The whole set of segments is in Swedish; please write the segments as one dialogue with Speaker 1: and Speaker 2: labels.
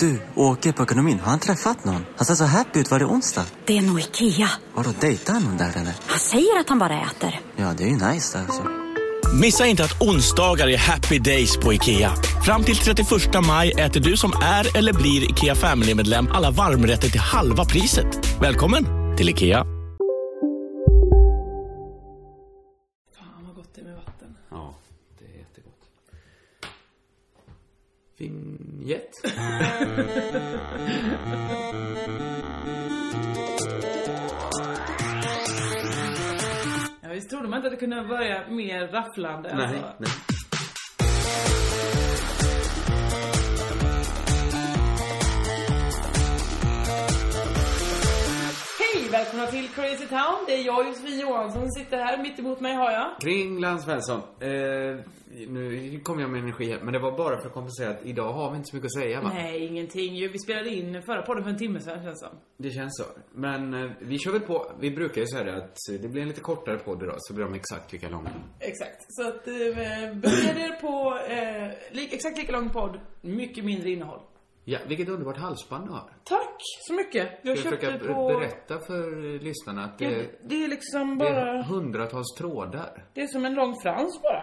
Speaker 1: Du, åker på ekonomin. Har han träffat någon? Han ser så happy ut. Var det onsdag?
Speaker 2: Det är nog Ikea.
Speaker 1: Har du dejtat någon där eller?
Speaker 2: Han säger att han bara äter.
Speaker 1: Ja, det är ju nice alltså.
Speaker 3: Missa inte att onsdagar är happy days på IKEA. Fram till 31 maj äter du som är eller blir IKEA Family-medlem alla varmrätter till halva priset. Välkommen till IKEA.
Speaker 4: Fan vad gott det är med vatten.
Speaker 5: Ja, det är jättegott. Vinjett.
Speaker 4: Ja, visst trodde man inte att det kunde börja mer rafflande.
Speaker 5: Nej,
Speaker 4: Alltså.
Speaker 5: nej.
Speaker 4: Hej! Välkomna till Crazy Town. Det är jag Josefin Johansson som sitter här. Mitt emot mig har jag.
Speaker 5: Kringland Svensson. Eh, nu kom jag med energi här, men det var bara för att kompensera att idag har vi inte så mycket att säga va?
Speaker 4: Nej, ingenting ju. Vi spelade in förra podden för en timme sedan känns det som.
Speaker 5: Det känns så. Men eh, vi kör väl på. Vi brukar ju säga det att eh, det blir en lite kortare podd idag, så blir de exakt lika långa.
Speaker 4: Exakt. Så att eh, bered er på eh, li- exakt lika lång podd, mycket mindre innehåll.
Speaker 5: Ja, vilket underbart halsband du har.
Speaker 4: Tack så mycket. Jag
Speaker 5: Jag
Speaker 4: köpte
Speaker 5: försöker
Speaker 4: på...
Speaker 5: berätta för eh, lyssnarna att
Speaker 4: Ja,
Speaker 5: det,
Speaker 4: det är liksom
Speaker 5: det är
Speaker 4: bara...
Speaker 5: hundratals trådar.
Speaker 4: Det är som en lång frans bara.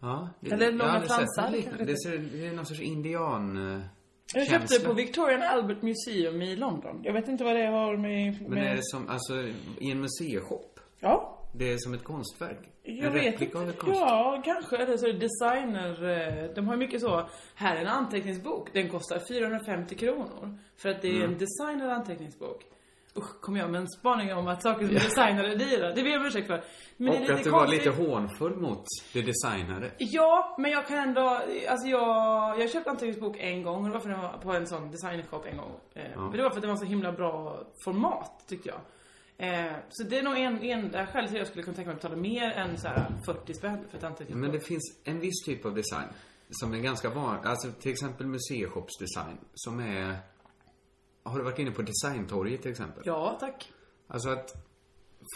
Speaker 5: Ja, det,
Speaker 4: Eller
Speaker 5: jag har
Speaker 4: långa
Speaker 5: aldrig sett
Speaker 4: fransar,
Speaker 5: något liknande. Det,
Speaker 4: kanske.
Speaker 5: ser, det är någon sorts indian... eh,
Speaker 4: Jag köpte det
Speaker 5: känsla.
Speaker 4: på Victoria and Albert Museum i London. Jag vet inte vad det har med... med...
Speaker 5: Men är det som, alltså, i en museishop?
Speaker 4: Ja.
Speaker 5: Det är som ett konstverk?
Speaker 4: Jag
Speaker 5: en
Speaker 4: vet
Speaker 5: replika av
Speaker 4: inte.
Speaker 5: ett konstverk?
Speaker 4: Ja, kanske. Eller så är det designer... eh, De har mycket så... Här är en anteckningsbok. Den kostar 450 kronor. För att det är
Speaker 5: Mm.
Speaker 4: en designer anteckningsbok. Usch, kom jag med en spaning om att saker som är designade är dyra. Det ber jag om ursäkt för. Men
Speaker 5: Och att du var lite hånfull mot det designade.
Speaker 4: Ja, men jag kan ändå, alltså jag, jag köpte anteckningsbok en gång och det var för att den var på en sån designershop en gång. Eh, Men det var för att den var så himla bra format tyckte jag. Eh, så det är nog en, enda skälet till att jag skulle kunna tänka mig att betala mer än så här 40 spänn för ett anteckningsbok.
Speaker 5: Men det finns en viss typ av design som är ganska vanlig. Alltså till exempel museishopsdesign som är... Har du varit inne på designtorget till exempel?
Speaker 4: Ja, tack.
Speaker 5: Alltså att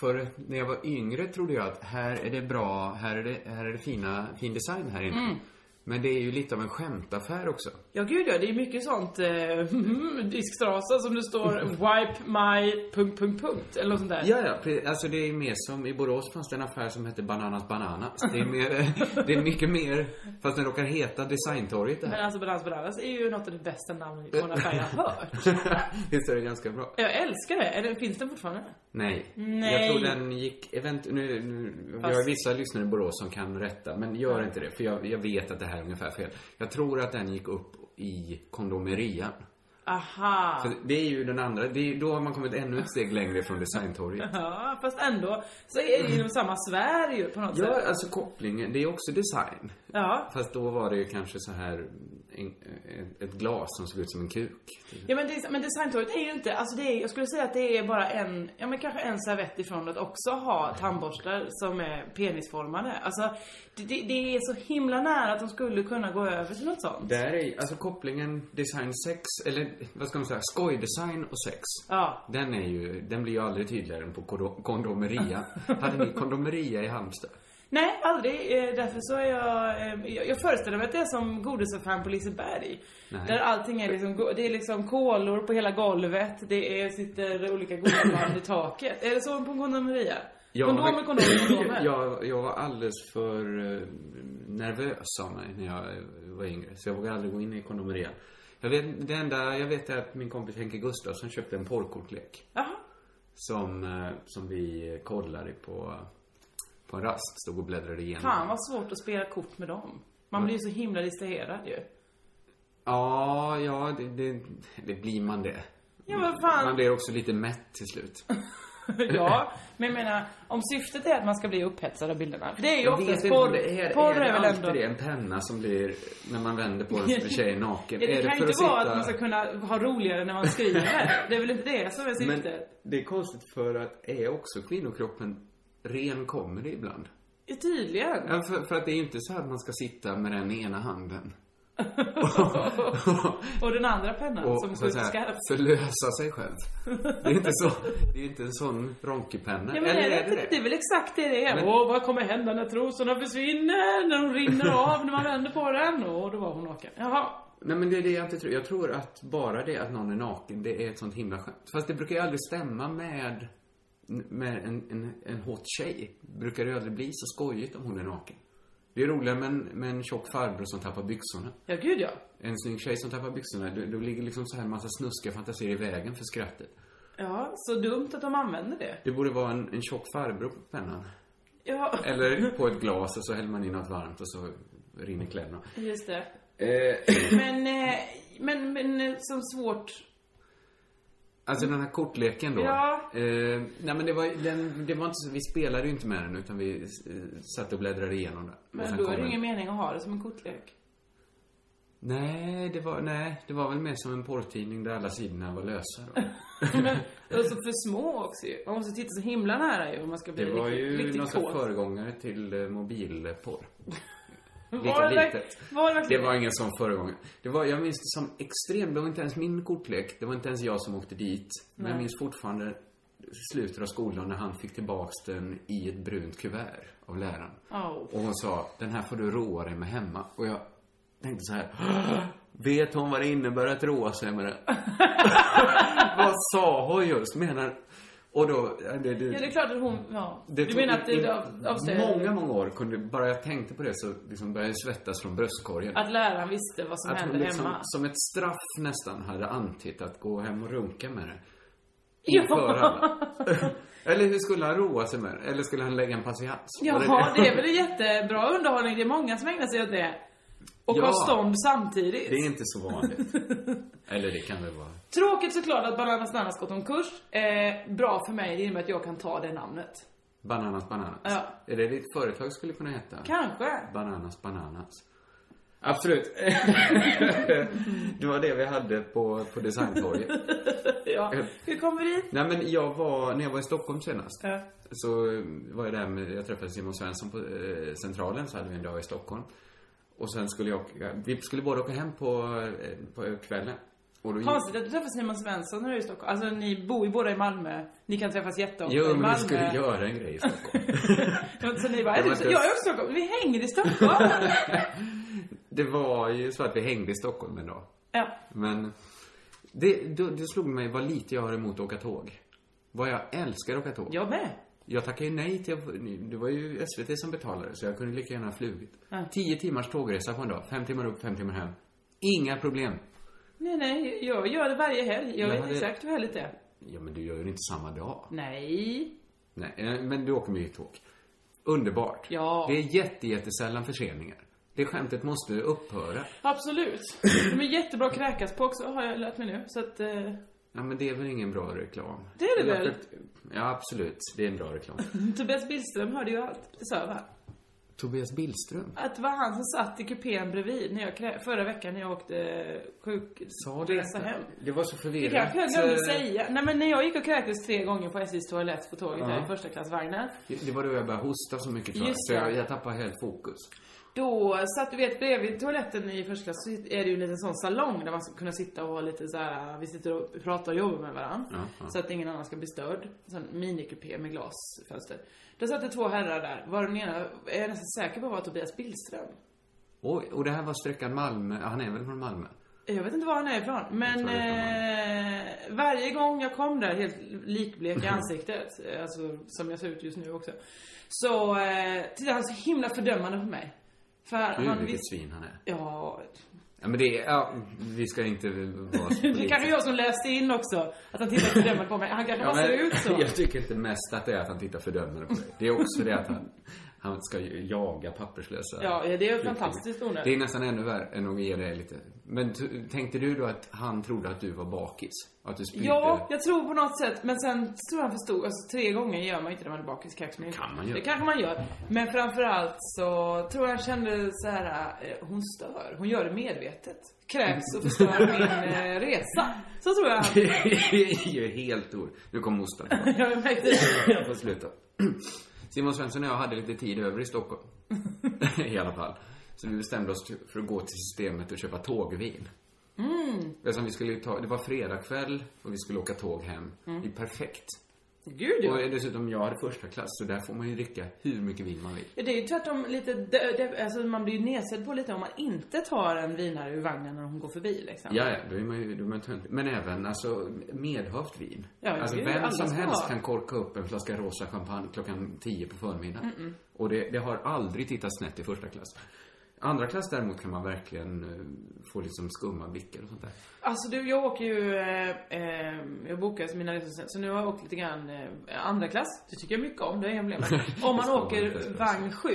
Speaker 5: för när jag var yngre trodde jag att här är det bra, här är det, här är det fina, fin design här inne.
Speaker 4: Mm.
Speaker 5: Men det är ju lite av en skämtaffär också.
Speaker 4: Ja, gud ja, det är mycket sånt eh, disktrasa som det står wipe my... punkt, punkt, punkt, eller något sånt där.
Speaker 5: Ja, ja. pre- Alltså det är mer som, i Borås fanns det en affär som hette Bananas Bananas. Det är mer, det är mycket mer, fast den råkar heta Designtorget det
Speaker 4: Men
Speaker 5: här.
Speaker 4: alltså Balans Bananas är ju något av det bästa namnet på en affär jag har hört.
Speaker 5: Visst är det ganska bra?
Speaker 4: Jag älskar det. Eller finns den fortfarande?
Speaker 5: Nej.
Speaker 4: Nej.
Speaker 5: Jag tror den gick, event, nu, nu vi har
Speaker 4: Fast-
Speaker 5: vissa lyssnare i Borås som kan rätta, men gör inte det. För jag, jag vet att det här är ungefär fel. Jag tror att den gick upp i kondomerian.
Speaker 4: Aha.
Speaker 5: För Det är ju den andra, det är, då har man kommit ännu ett steg längre från Designtorget.
Speaker 4: Ja, fast ändå så är det ju inom samma sfär ju på något
Speaker 5: Ja,
Speaker 4: sätt.
Speaker 5: alltså kopplingen, det är också design.
Speaker 4: Ja.
Speaker 5: Fast då var det ju kanske så här en, ett- ett glas som såg ut som en kuk.
Speaker 4: Ja men, des- men designtorget är ju inte, alltså det är, jag skulle säga att det är bara en, ja men kanske en servett ifrån att också ha tandborstar som är penisformade. Alltså det, det, det är så himla nära att de skulle kunna gå över till något sånt.
Speaker 5: Där är alltså kopplingen design sex, eller vad ska man säga, skojdesign och sex.
Speaker 4: Ja.
Speaker 5: Den är ju, den blir ju aldrig tydligare än på kondo- kondomeria. Hade ni kondomeria i Halmstad?
Speaker 4: Nej, aldrig. Eh, Därför så är jag... eh, Jag, jag föreställer mig att det är som godisaffären på Liseberg.
Speaker 5: Nej.
Speaker 4: Där allting är liksom... go- Det är liksom kolor på hela golvet. Det är, sitter olika godisband i taket. Är det så på en kondomeria? kondomer, kondomer, kondomer.
Speaker 5: jag, jag var alldeles för eh, nervös av mig när jag eh, var yngre. Så jag vågade aldrig gå in i kondomeria. Jag vet, det enda jag vet är att min kompis Henke Gustafsson köpte en porrkortlek.
Speaker 4: Jaha.
Speaker 5: Som, eh, som vi kollade på, på en rast. Stod och bläddrade igenom.
Speaker 4: Fan vad svårt att spela kort med dem. Man blir ju så himla distraherad ju.
Speaker 5: Ja, ja, det, det, det blir man det.
Speaker 4: Ja, men fan.
Speaker 5: Man blir också lite mätt till slut.
Speaker 4: ja, men jag menar, om syftet är att man ska bli upphetsad av bilderna. För det är ju
Speaker 5: Jag vet
Speaker 4: oftast
Speaker 5: inte
Speaker 4: porr.
Speaker 5: om det är,
Speaker 4: Porr
Speaker 5: är det
Speaker 4: väl
Speaker 5: alltid
Speaker 4: ändå...
Speaker 5: det, en penna som blir, när man vänder på den så blir tjejen naken?
Speaker 4: Ja, det
Speaker 5: är
Speaker 4: kan
Speaker 5: det
Speaker 4: ju
Speaker 5: för
Speaker 4: inte
Speaker 5: att sitta...
Speaker 4: vara att man ska kunna ha roligare när man skriver. det är väl inte det som är
Speaker 5: Men
Speaker 4: syftet?
Speaker 5: det är konstigt för att är också kvinnokroppen ren comedy ibland?
Speaker 4: Ja, tydligen.
Speaker 5: Ja, för, för att det är ju inte så att man ska sitta med den ena handen
Speaker 4: och den andra pennan
Speaker 5: och
Speaker 4: som
Speaker 5: så
Speaker 4: ska
Speaker 5: att
Speaker 4: ut i
Speaker 5: säga,
Speaker 4: skarpt.
Speaker 5: förlösa sig själv. Det är inte så, det är inte en sån ronkipenna.
Speaker 4: Ja, men
Speaker 5: Eller
Speaker 4: är det, inte- det är väl exakt det det är. Åh, vad kommer hända när trosorna försvinner? När de rinner av när man vänder på den? Och då var hon naken. Jaha.
Speaker 5: Nej men det är det jag inte tror. Jag tror att bara det att någon är naken, det är ett sånt himla skämt. Fast det brukar ju aldrig stämma med, med en, en, en hot tjej. Brukar det ju aldrig bli så skojigt om hon är naken. Det är roligare med en, med en tjock farbror som tappar byxorna.
Speaker 4: Ja, gud ja.
Speaker 5: En snygg tjej som tappar byxorna, då, då ligger liksom så här en massa snuskiga fantasier i vägen för skrattet.
Speaker 4: Ja, så dumt att de använder det.
Speaker 5: Det borde vara en, en tjock farbror på pennan.
Speaker 4: Ja,
Speaker 5: Eller på ett glas och så häller man in något varmt och så rinner kläderna.
Speaker 4: just det.
Speaker 5: Eh,
Speaker 4: Men, eh, men, men eh, som svårt.
Speaker 5: Alltså den här kortleken då.
Speaker 4: Ja.
Speaker 5: Eh, nej men det var, den, det var inte så, vi spelade ju inte med den utan vi eh, satt och bläddrade igenom den. Och
Speaker 4: Men
Speaker 5: sen
Speaker 4: då
Speaker 5: kom
Speaker 4: är det
Speaker 5: den.
Speaker 4: ingen mening att ha det som en kortlek.
Speaker 5: Nej, det var, nej, det var väl mer som en porrtidning där alla sidorna var lösa då.
Speaker 4: Och så alltså, för små också ju. Man måste titta så himla nära ju om man ska bli
Speaker 5: Det var
Speaker 4: riktigt,
Speaker 5: ju
Speaker 4: riktigt
Speaker 5: någon sorts
Speaker 4: kåt.
Speaker 5: föregångare till eh, mobilporr.
Speaker 4: Var det
Speaker 5: Lite
Speaker 4: verk-
Speaker 5: litet.
Speaker 4: var det verkligen
Speaker 5: Det var ingen sån föregångare. Det var, jag minns det som extremt, det var inte ens min kortlek. Det var inte ens jag som åkte dit. Men jag minns fortfarande slutet av skolan när han fick tillbaks den i ett brunt kuvert av läraren.
Speaker 4: Au.
Speaker 5: Och hon sa, den här får du roa dig med hemma. Och jag tänkte så här, "Åh, vet hon vad det innebär att roa sig med det? vad sa hon just? Menar... Och då... Det, det,
Speaker 4: Ja, det är klart att hon... Ja.
Speaker 5: det
Speaker 4: du
Speaker 5: tog
Speaker 4: menar att
Speaker 5: i-
Speaker 4: det av- avslöjade
Speaker 5: Många, många år kunde, bara jag tänkte på det så liksom började jag svettas från bröstkorgen.
Speaker 4: att läraren visste vad som
Speaker 5: Att
Speaker 4: hände
Speaker 5: hon liksom,
Speaker 4: hemma?
Speaker 5: som ett straff nästan hade antytt att gå hem och runka med det.
Speaker 4: Ja.
Speaker 5: Inför alla. Eller hur skulle han roa sig med det? Eller skulle han lägga en patiens?
Speaker 4: Jaha, det är väl en jättebra underhållning. Det är många som ägnar sig åt det. Och
Speaker 5: Ja.
Speaker 4: har stånd samtidigt.
Speaker 5: Det är inte så vanligt. Eller det kan det vara.
Speaker 4: Tråkigt såklart att Bananas Nanas gått omkurs. Eh, bra för mig, det innebär att jag kan ta det namnet.
Speaker 5: Bananas Bananas.
Speaker 4: Ja.
Speaker 5: Är det ditt företag skulle kunna heta?
Speaker 4: Kanske.
Speaker 5: Bananas Bananas. Absolut. det var det vi hade på, på designtorget.
Speaker 4: Ja.
Speaker 5: Eh.
Speaker 4: Hur kom vi dit?
Speaker 5: Nej men jag var, när jag var i Stockholm senast.
Speaker 4: Ja.
Speaker 5: Så eh, var jag där med, jag träffade Simon Svensson på eh, Centralen, så hade vi en dag i Stockholm. Och sen skulle jag, åka- vi skulle båda åka hem på, eh, på kvällen. Och då gick-
Speaker 4: Konstigt att du träffar Simon Svensson när du är i Stockholm. Alltså ni bor ju båda i Malmö. Ni kan träffas jätteofta
Speaker 5: Jo
Speaker 4: i
Speaker 5: men
Speaker 4: Malmö.
Speaker 5: vi skulle göra en grej i Stockholm.
Speaker 4: Så ni bara,
Speaker 5: Det
Speaker 4: är
Speaker 5: var
Speaker 4: du,
Speaker 5: inte-
Speaker 4: jag är också i Stockholm. Vi hänger i Stockholm.
Speaker 5: det var ju så att vi hängde i Stockholm en dag.
Speaker 4: ja.
Speaker 5: Men det, då, det slog mig vad lite jag har emot att åka tåg. Vad jag älskar att åka tåg.
Speaker 4: Jag med.
Speaker 5: Jag tackade ju nej till... Det var ju SVT som betalade, så jag kunde lika gärna ha flugit. Tio timmars tågresa på en dag. Fem timmar upp, fem timmar hem. Inga problem.
Speaker 4: Nej, nej, jag gör det varje helg. Jag
Speaker 5: Men
Speaker 4: vet
Speaker 5: hade-
Speaker 4: exakt hur härligt det är.
Speaker 5: Ja, men du gör ju det inte samma dag.
Speaker 4: Mm. Nej.
Speaker 5: Nej, eh, men du åker med i tåg. Underbart.
Speaker 4: Ja.
Speaker 5: Det är jätte, jättesällan förseningar. Det skämtet måste upphöra.
Speaker 4: Absolut. De är jättebra att kräkas på också, har jag lärt mig nu. Så att, eh,
Speaker 5: Ja, men det är väl ingen bra reklam?
Speaker 4: Det är det väl? Mm.
Speaker 5: Eller för- Ja, absolut. Det är en bra reklam.
Speaker 4: Tobias Billström hörde ju allt. Det sa jag va?
Speaker 5: Tobias Billström.
Speaker 4: Att det var han som satt i kupén bredvid när jag krä- förra veckan när jag åkte eh,
Speaker 5: Sa du
Speaker 4: sjukresa
Speaker 5: detta?
Speaker 4: hem.
Speaker 5: Det var så
Speaker 4: Det
Speaker 5: förvirrat.
Speaker 4: kanske jag glömde
Speaker 5: Eh,
Speaker 4: säga. Nej men när jag gick och kräktes tre gånger på SJs toalett på tåget här i första klassvagnen.
Speaker 5: Det det var då jag började hosta så mycket tror jag.
Speaker 4: Just
Speaker 5: Så jag,
Speaker 4: det.
Speaker 5: jag tappade helt fokus.
Speaker 4: Då satt, du vet bredvid toaletten i första klass så är det ju en liten sån salong där man ska kunna sitta och ha lite så här. vi sitter och pratar och jobbar med varandra. Så att ingen annan ska bli störd. En sån minikupé med glasfönster. Då satt det två herrar där, var den ena, är jag nästan säker på var Tobias Billström.
Speaker 5: Oj, och det här var sträckan Malmö. ja, Han är väl från Malmö?
Speaker 4: Jag vet inte var han är ifrån, men
Speaker 5: tror det är
Speaker 4: eh, varje gång jag kom där helt likblek i ansiktet, eh, alltså som jag ser ut just nu också, så eh, tittade han så himla fördömande på mig. För
Speaker 5: Gud,
Speaker 4: han
Speaker 5: vilket
Speaker 4: visste...
Speaker 5: svin han är.
Speaker 4: Ja,
Speaker 5: Ja, men det är... Ja, vi ska inte vara så
Speaker 4: det kanske jag som läste in också, att han tittade fördömande på mig. Han kanske bara ser ut så.
Speaker 5: Jag tycker inte mest att det är att han tittar fördömande på dig. Det är också det att han... Han ska ju jaga papperslösa.
Speaker 4: Ja, ja, det är
Speaker 5: flyktingar.
Speaker 4: fantastiskt onödigt.
Speaker 5: Det är nästan ännu värre än att ge dig lite. Men t- tänkte du då att han trodde att du var bakis? Att du spydde?
Speaker 4: Ja, jag tror på något sätt. Men sen tror jag han förstod. Alltså tre gånger gör man inte när man är bakis kax. men-
Speaker 5: kan man göra.
Speaker 4: Det kanske man gör. Men framförallt så tror jag han kände så här. eh, Hon stör. Hon gör det medvetet. Kräks och förstör min eh, resa. Så tror jag han.
Speaker 5: Det är ju helt or... Nu kom hostan.
Speaker 4: Jag märkte det.
Speaker 5: Jag får sluta. Simon Svensson och jag hade lite tid över i Stockholm. I alla fall. Så vi bestämde oss för att gå till systemet och köpa tågvin. Mm. Som vi skulle ta, det var fredagkväll och vi skulle åka tåg hem. Det är perfekt.
Speaker 4: Gud
Speaker 5: Och
Speaker 4: ja.
Speaker 5: dessutom, jag hade första klass så där får man ju dricka hur mycket vin man vill.
Speaker 4: Ja, Det är ju tvärtom lite, dö- dö- alltså man blir ju nedsedd på lite om man inte tar en vinare ur vagnen när hon går förbi liksom.
Speaker 5: Ja, ja, då är man ju då är man tönt. Men även alltså medhavt vin.
Speaker 4: Ja,
Speaker 5: alltså
Speaker 4: det är ju
Speaker 5: vem
Speaker 4: alla
Speaker 5: som
Speaker 4: ska
Speaker 5: helst
Speaker 4: ha.
Speaker 5: kan korka upp en flaska rosa champagne klockan 10 på förmiddagen. Och det, det har aldrig tittat snett i första klass. Andra klass däremot kan man verkligen eh, få liksom skumma blickar och sånt där.
Speaker 4: Alltså du, jag åker ju, eh, eh, jag bokar alltså mina resor sen, så nu har jag åkt lite grann eh, andra klass. Det tycker jag mycket om, det är emblem. Om man
Speaker 5: Det ska man
Speaker 4: åker
Speaker 5: inte.
Speaker 4: vagn 7,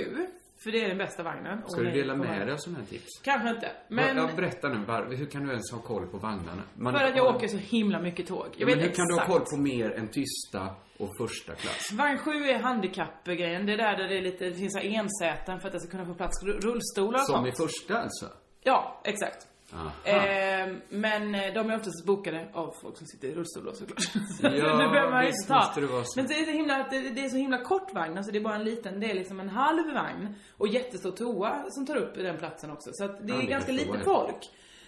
Speaker 4: för det är den bästa vagnen.
Speaker 5: Ska du dela med dig av sådana här tips?
Speaker 4: Kanske inte, men
Speaker 5: Men... Jag berätta nu, var, hur kan du ens ha koll på vagnarna? Man,
Speaker 4: för att jag åker så himla mycket tåg. Jag
Speaker 5: Ja,
Speaker 4: vet
Speaker 5: men hur
Speaker 4: exakt.
Speaker 5: kan du ha koll på mer än tysta och första klass?
Speaker 4: Vagn 7 är handikappgrejen, det är där, där det, är lite, det finns så här ensäten för att det ska kunna få plats rull- rullstolar och
Speaker 5: Som
Speaker 4: sånt.
Speaker 5: i första alltså?
Speaker 4: Ja, exakt.
Speaker 5: Aha.
Speaker 4: Ehm, men eh, de är oftast bokade av folk som sitter i rullstol då såklart. Så
Speaker 5: Ja,
Speaker 4: det behöver man ju
Speaker 5: visst
Speaker 4: inte ta.
Speaker 5: måste det vara så.
Speaker 4: Men det är, så himla, det, det är så himla kort vagn, alltså det är bara en liten, det är liksom en halv vagn och jättestor toa som tar upp den platsen också. Så att det
Speaker 5: Ja,
Speaker 4: är
Speaker 5: det
Speaker 4: ganska
Speaker 5: kan jag
Speaker 4: lite
Speaker 5: förstå.
Speaker 4: folk.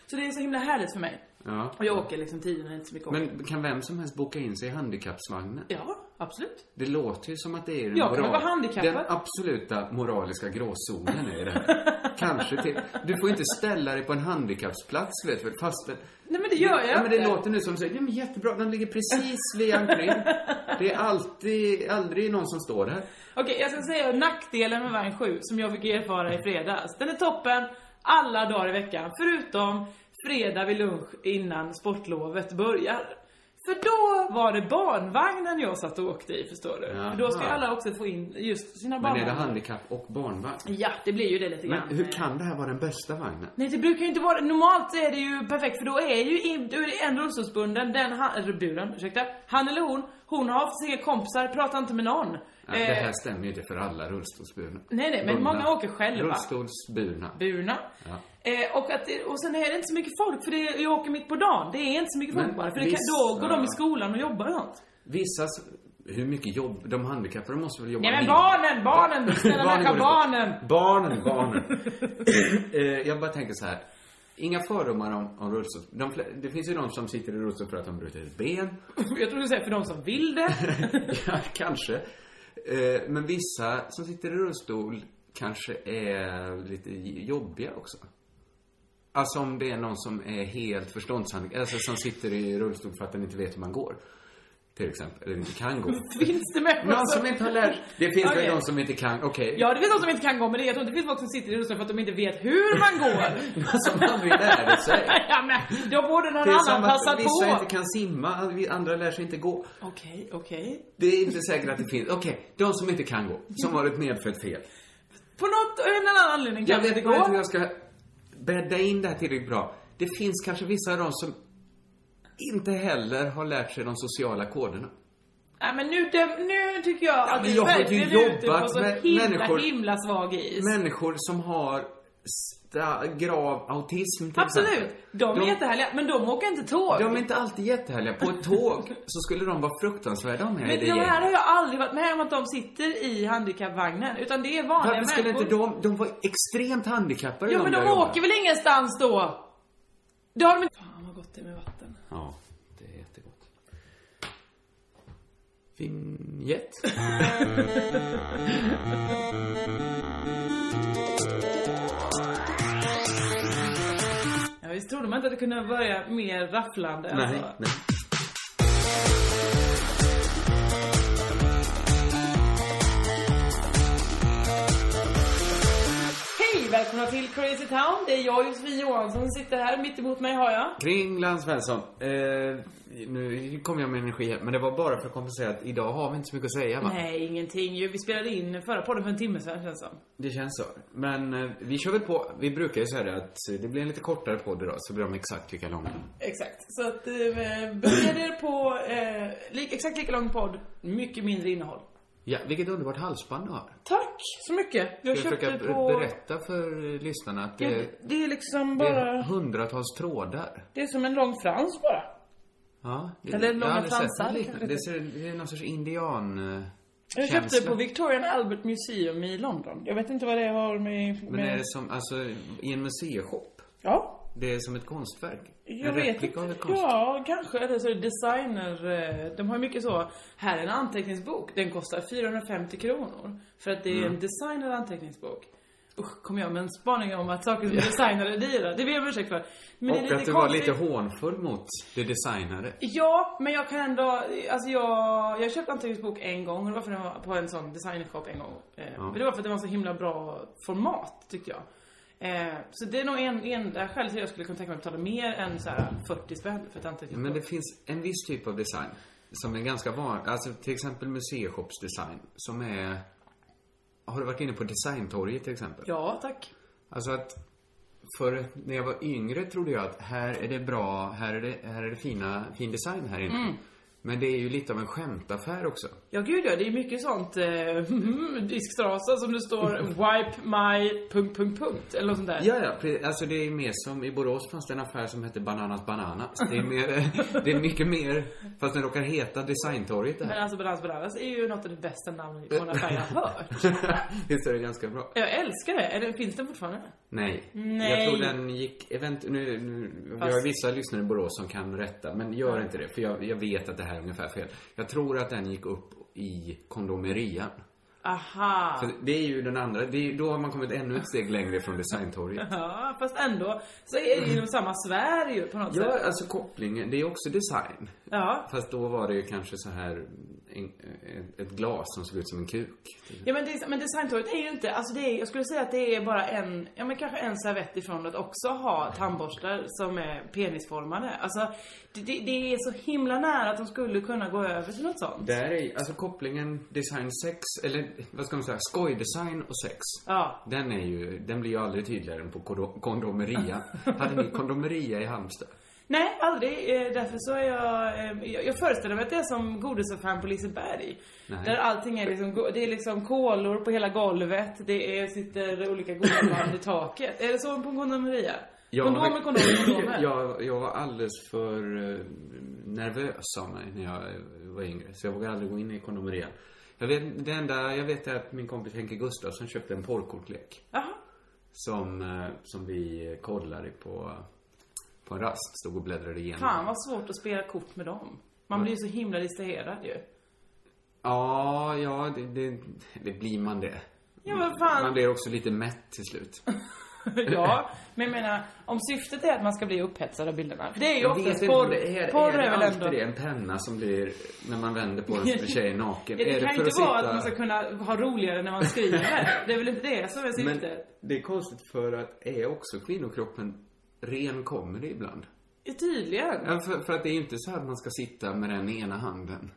Speaker 4: Så det är så himla härligt för mig.
Speaker 5: Ja.
Speaker 4: Och jag åker liksom tio när det är inte så mycket åker.
Speaker 5: Men kan vem som helst boka in sig i handikappsvagnen?
Speaker 4: Ja, absolut.
Speaker 5: Det låter ju som att det är den,
Speaker 4: Jag kan vara handikappad.
Speaker 5: den absoluta moraliska gråzonen är det här. Kanske till... Du får inte ställa dig på en handikappsplats, vet du väl, fast det...
Speaker 4: Nej men det gör jag
Speaker 5: ja, men det
Speaker 4: inte.
Speaker 5: låter nu som så, ja, men jättebra, den ligger precis vid entrén. Det är alltid, aldrig någon som står där.
Speaker 4: Okej, jag ska säga nackdelen med vagn 7 som jag fick erfara i fredags. Den är toppen alla dagar i veckan, förutom fredag vid lunch innan sportlovet börjar. För då var det barnvagnen jag satt och åkte i, förstår du. För då ska ju
Speaker 5: Jaha.
Speaker 4: alla också få in just sina
Speaker 5: Men är
Speaker 4: barnvagnar.
Speaker 5: det handikapp och barnvagn?
Speaker 4: Ja, det blir ju det lite grann.
Speaker 5: Men hur kan det här vara den bästa vagnen?
Speaker 4: Nej det brukar ju inte vara Normalt är det ju perfekt för då är ju in- då är det en rullstolsbunden, den han, eller buren, ursäkta. Han eller hon, hon har haft sina kompisar, pratar inte med någon. Eh,
Speaker 5: Ja, det här stämmer ju inte för alla rullstolsburna.
Speaker 4: nej, nej, men
Speaker 5: Bundna.
Speaker 4: många åker själva.
Speaker 5: Rullstolsburna.
Speaker 4: burna.
Speaker 5: Ja.
Speaker 4: Eh, och, att, det- och sen är det inte så mycket folk, för det är, jag åker mitt på dagen. Det är inte så mycket
Speaker 5: Men
Speaker 4: folk bara, för det kan,
Speaker 5: vissa-
Speaker 4: då går de i skolan och jobbar och sånt.
Speaker 5: Vissa, s- hur mycket jobb, de handikappade måste väl jobba
Speaker 4: Nej men
Speaker 5: mindre?
Speaker 4: barnen, barnen! Snälla människa,
Speaker 5: går det på.
Speaker 4: barnen!
Speaker 5: Barnen, barnen. Eh, jag bara tänker så här. Inga fördomar om, om rullstol. De, fle- det finns ju de som sitter i rullstol för att de brutit ett ben.
Speaker 4: Jag tror du säger för de som vill det.
Speaker 5: ja, kanske. Eh, men vissa som sitter i rullstol kanske är lite jobbiga också. Alltså om det är någon som är helt förståndshandikappad, alltså som sitter i rullstol för att den inte vet hur man går. Till exempel, eller inte kan gå.
Speaker 4: finns det människor
Speaker 5: Någon som inte har lärt Det finns
Speaker 4: Okej.
Speaker 5: väl de som inte kan, okej.
Speaker 4: Ja, det finns de som inte kan gå, men det, jag tror inte det finns folk som sitter i rullstol för att de inte vet hur man går.
Speaker 5: Som aldrig lärde sig.
Speaker 4: ja, men då borde någon
Speaker 5: Det är
Speaker 4: annan
Speaker 5: som
Speaker 4: passa
Speaker 5: att
Speaker 4: på.
Speaker 5: vissa inte kan simma, vi andra lär sig inte gå.
Speaker 4: Okej, okej.
Speaker 5: Det är inte säkert att det finns. Okej, de som inte kan gå, som har ett medfött fel.
Speaker 4: På något, en eller annan anledning
Speaker 5: Jag
Speaker 4: kan det
Speaker 5: vet
Speaker 4: inte
Speaker 5: inte hur
Speaker 4: gå.
Speaker 5: jag ska bädda in det här tillräckligt bra. Det finns kanske vissa av dem som inte heller har lärt sig de sociala koderna.
Speaker 4: Nej men nu, döm- nu tycker jag att
Speaker 5: men
Speaker 4: du
Speaker 5: jag har ju
Speaker 4: verkligen är ute på
Speaker 5: jobbat
Speaker 4: så
Speaker 5: med
Speaker 4: himla,
Speaker 5: människor-
Speaker 4: himla svag is.
Speaker 5: Människor som har sta- grav autism till
Speaker 4: Absolut!
Speaker 5: exempel.
Speaker 4: De är jättehärliga, men de åker inte tåg.
Speaker 5: De är inte alltid jättehärliga. På ett tåg så skulle de vara fruktansvärda om jag är
Speaker 4: men
Speaker 5: det
Speaker 4: de här
Speaker 5: gänget.
Speaker 4: har jag aldrig varit med om att de sitter i handikappvagnen, utan det är vanliga
Speaker 5: Varför skulle
Speaker 4: människor.
Speaker 5: inte de... De var extremt handikappade
Speaker 4: Ja men de
Speaker 5: där jobbarna.
Speaker 4: åker väl ingenstans då? Det har de inte... Fan vad gott det är med vatten.
Speaker 5: Ja, det är jättegott. Vinjett.
Speaker 4: Ja, visst trodde man inte att det kunde börja mer rafflande
Speaker 5: Nej,
Speaker 4: alltså.
Speaker 5: nej.
Speaker 4: Hej Hej, välkomna till Crazy Town. Det är jag Josefin Johansson som sitter här. Mitt emot mig har jag.
Speaker 5: Kringland Svensson. Eh, nu kom jag med energi här, men det var bara för att kompensera att idag har vi inte så mycket att säga va?
Speaker 4: Nej, ingenting ju. Vi spelade in förra podden för en timme sedan känns det som.
Speaker 5: Det känns så. Men eh, vi kör väl på. Vi brukar ju säga det att det blir en lite kortare podd idag så blir de exakt lika långa.
Speaker 4: Exakt. Så att, eh, bered er på eh, li- exakt lika lång podd, mycket mindre innehåll.
Speaker 5: Ja, vilket underbart halsband du har.
Speaker 4: Tack så mycket. Jag
Speaker 5: Jag
Speaker 4: köpte
Speaker 5: försöker
Speaker 4: på...
Speaker 5: berätta för eh, lyssnarna att
Speaker 4: Ja,
Speaker 5: det,
Speaker 4: det är liksom
Speaker 5: det är
Speaker 4: bara...
Speaker 5: hundratals trådar.
Speaker 4: Det är som en lång frans bara.
Speaker 5: Ja. det-
Speaker 4: Eller
Speaker 5: jag har
Speaker 4: långa
Speaker 5: aldrig sett
Speaker 4: fransar,
Speaker 5: något liknande. Det,
Speaker 4: kanske.
Speaker 5: ser, det är någon sorts indian... eh,
Speaker 4: Jag köpte det
Speaker 5: känsla.
Speaker 4: på Victorian Albert Museum i London. Jag vet inte vad det har med... med...
Speaker 5: Men är det som, alltså, i en museishop?
Speaker 4: Ja.
Speaker 5: Det är som ett konstverk?
Speaker 4: Jag
Speaker 5: en
Speaker 4: vet
Speaker 5: replika av
Speaker 4: inte.
Speaker 5: ett konstverk?
Speaker 4: Ja, kanske. Eller så är det designer... eh, De har mycket så... Här är en anteckningsbok. Den kostar 450 kronor. För att det är
Speaker 5: Mm.
Speaker 4: en designer anteckningsbok. Usch, kom jag med en spaning om att saker som är designade är dyra. Det ber jag om ursäkt för. Men det är lite
Speaker 5: Och att du var
Speaker 4: konstigt.
Speaker 5: lite hånfull mot det designade.
Speaker 4: Ja, men jag kan ändå, alltså jag, jag köpte Antons bok en gång och det var för att den var på en sån designershop en gång. Eh, Men det var för att den var så himla bra format tyckte jag. Eh, så det är nog en, enda skälet till att jag skulle kunna tänka mig att betala mer än så här 40 spänn för ett anteckningsbok.
Speaker 5: Men det finns en viss typ av design som är ganska vanlig. Alltså till exempel museishopsdesign som är... Har du varit inne på designtorget till exempel?
Speaker 4: Ja, tack.
Speaker 5: Alltså att för när jag var yngre trodde jag att här är det bra, här är det, här är det fina, fin design här inne. Men det är ju lite av en skämtaffär också.
Speaker 4: Ja, gud ja, det är mycket sånt eh, disktrasa som det står wipe my... punkt, punkt, punkt eller något sånt där.
Speaker 5: Ja, ja, pre- alltså det är mer som i Borås fanns det en affär som hette Bananas Bananas. Det är mer, det är mycket mer, fast den råkar heta Designtorget det
Speaker 4: Men
Speaker 5: här.
Speaker 4: alltså Balans Balans är ju något av det bästa namnet på en affär jag har hört.
Speaker 5: Visst är det ganska bra?
Speaker 4: Jag älskar det. Eller finns den fortfarande?
Speaker 5: Nej.
Speaker 4: Nej.
Speaker 5: Jag tror den gick, event, nu, nu vi har
Speaker 4: Fast-
Speaker 5: vissa lyssnare i Borås som kan rätta, men gör inte det för jag, jag vet att det här är ungefär fel. Jag tror att den gick upp i kondomerian.
Speaker 4: Aha.
Speaker 5: För Det är ju den andra, det är, då har man kommit ännu ett steg längre från designtorget.
Speaker 4: Ja, fast ändå så är det ju inom samma sfär ju på något
Speaker 5: Ja,
Speaker 4: sätt.
Speaker 5: alltså kopplingen, det är också design.
Speaker 4: Ja.
Speaker 5: Fast då var det ju kanske så här en, ett- ett glas som såg ut som en kuk.
Speaker 4: Ja men, des- men designtorget är ju inte, alltså det är, jag skulle säga att det är bara en, ja men kanske en servett ifrån att också ha tandborstar som är penisformade. Alltså det, det, det är så himla nära att de skulle kunna gå över till något sånt.
Speaker 5: Där är alltså kopplingen design sex, eller vad ska man säga, skojdesign och sex.
Speaker 4: Ja.
Speaker 5: Den är ju, den blir ju aldrig tydligare än på kondo- kondomeria. Hade ni kondomeria i Halmstad?
Speaker 4: Nej, aldrig. Eh, Därför så är jag... eh, Jag, jag föreställer mig att det är som godisaffären på Liseberg. Där allting är liksom... go- Det är liksom kolor på hela golvet. Det är, sitter olika godisband i taket. Är det så på en kondomeria? kondomer, kondomer, kondomer.
Speaker 5: jag, jag var alldeles för eh, nervös av mig när jag eh, var yngre. Så jag vågade aldrig gå in i kondomerian. Jag vet, det enda jag vet är att min kompis Henke Gustafsson köpte en porrkortlek.
Speaker 4: Jaha.
Speaker 5: Som, eh, som vi kollade på, på en rast. Stod och bläddrade igenom.
Speaker 4: Fan vad svårt att spela kort med dem. Man blir ju så himla distraherad ju.
Speaker 5: Ja, ja, det, det, det blir man det.
Speaker 4: Ja, men fan.
Speaker 5: Man blir också lite mätt till slut.
Speaker 4: ja, men jag menar, om syftet är att man ska bli upphetsad av bilderna. För det är ju
Speaker 5: Jag vet
Speaker 4: oftast
Speaker 5: inte
Speaker 4: porr.
Speaker 5: om det är,
Speaker 4: Porr
Speaker 5: är det
Speaker 4: väl
Speaker 5: alltid
Speaker 4: ändå-
Speaker 5: det, en penna som blir, när man vänder på den så blir tjejen naken?
Speaker 4: Ja, det
Speaker 5: är
Speaker 4: kan
Speaker 5: det
Speaker 4: ju
Speaker 5: för
Speaker 4: inte
Speaker 5: att
Speaker 4: vara
Speaker 5: sitta-
Speaker 4: att man ska kunna ha roligare när man skriver. Det är väl inte det som är syftet?
Speaker 5: Men det är konstigt för att är också kvinnokroppen ren comedy ibland?
Speaker 4: Ja, tydligen.
Speaker 5: Ja, för, för att det är ju inte så här att man ska sitta med den ena handen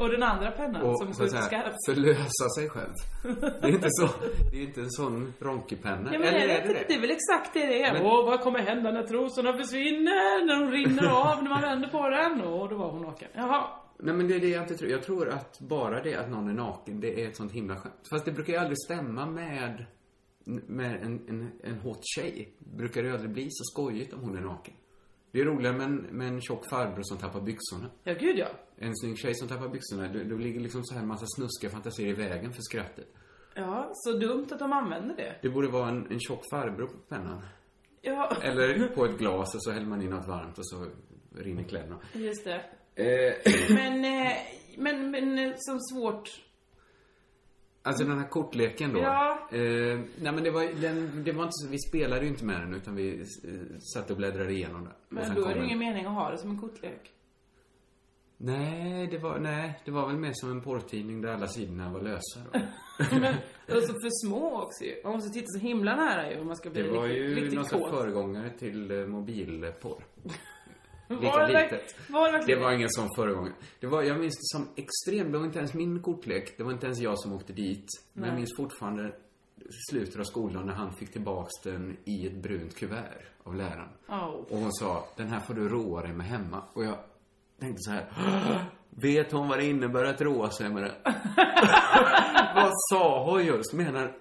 Speaker 4: och den andra pennan
Speaker 5: och
Speaker 4: som
Speaker 5: så
Speaker 4: ser ut som
Speaker 5: att säga,
Speaker 4: skarp.
Speaker 5: förlösa sig själv. Det är inte så, det är inte en sån ronkipenna.
Speaker 4: Ja, men
Speaker 5: Eller
Speaker 4: är det, inte- det är väl exakt det det är. Åh, vad kommer hända när trosorna försvinner? När de rinner av när man vänder på den? Och då var hon naken. Jaha.
Speaker 5: Nej men det är det jag inte tror. Jag tror att bara det att någon är naken, det är ett sånt himla skämt. Fast det brukar ju aldrig stämma med, med en, en, en hot tjej. Brukar det ju aldrig bli så skojigt om hon är naken. Det är roligare med en, med en tjock farbror som tappar byxorna.
Speaker 4: Ja, gud ja.
Speaker 5: En snygg tjej som tappar byxorna, då, då ligger liksom så här en massa snuskiga fantasier i vägen för skrattet.
Speaker 4: Ja, så dumt att de använder det.
Speaker 5: Det borde vara en, en tjock farbror på pennan.
Speaker 4: Ja,
Speaker 5: Eller på ett glas och så häller man in något varmt och så rinner kläderna.
Speaker 4: just det.
Speaker 5: Eh,
Speaker 4: Men, eh, men, men eh, som svårt.
Speaker 5: Alltså den här kortleken då.
Speaker 4: Ja.
Speaker 5: Eh, nej men det var, den, det var inte så, vi spelade ju inte med den utan vi eh, satt och bläddrade igenom den. Och
Speaker 4: Men
Speaker 5: sen
Speaker 4: då
Speaker 5: kom
Speaker 4: är det
Speaker 5: den.
Speaker 4: ingen mening att ha det som en kortlek.
Speaker 5: Nej det, var, nej, det var väl mer som en porrtidning där alla sidorna var lösa. Då.
Speaker 4: Och så för små också ju. Man måste titta så himla nära ju om man ska bli
Speaker 5: Det var
Speaker 4: riktigt,
Speaker 5: ju någon
Speaker 4: riktigt
Speaker 5: sorts
Speaker 4: kåt.
Speaker 5: föregångare till eh, mobilporr.
Speaker 4: Var
Speaker 5: Lika
Speaker 4: det
Speaker 5: litet.
Speaker 4: verk- var det
Speaker 5: Det
Speaker 4: verkligen
Speaker 5: var ingen sån föregångare. Det var, jag minns det som extremt, det var inte ens min kortlek. Det var inte ens jag som åkte dit. Men jag minns fortfarande slutet av skolan när han fick tillbaks den i ett brunt kuvert av läraren.
Speaker 4: Au.
Speaker 5: Och hon sa, den här får du roa dig med hemma. Och jag tänkte så här, "Åh, vet hon vad det innebär att roa sig med det? vad sa hon just? Menar...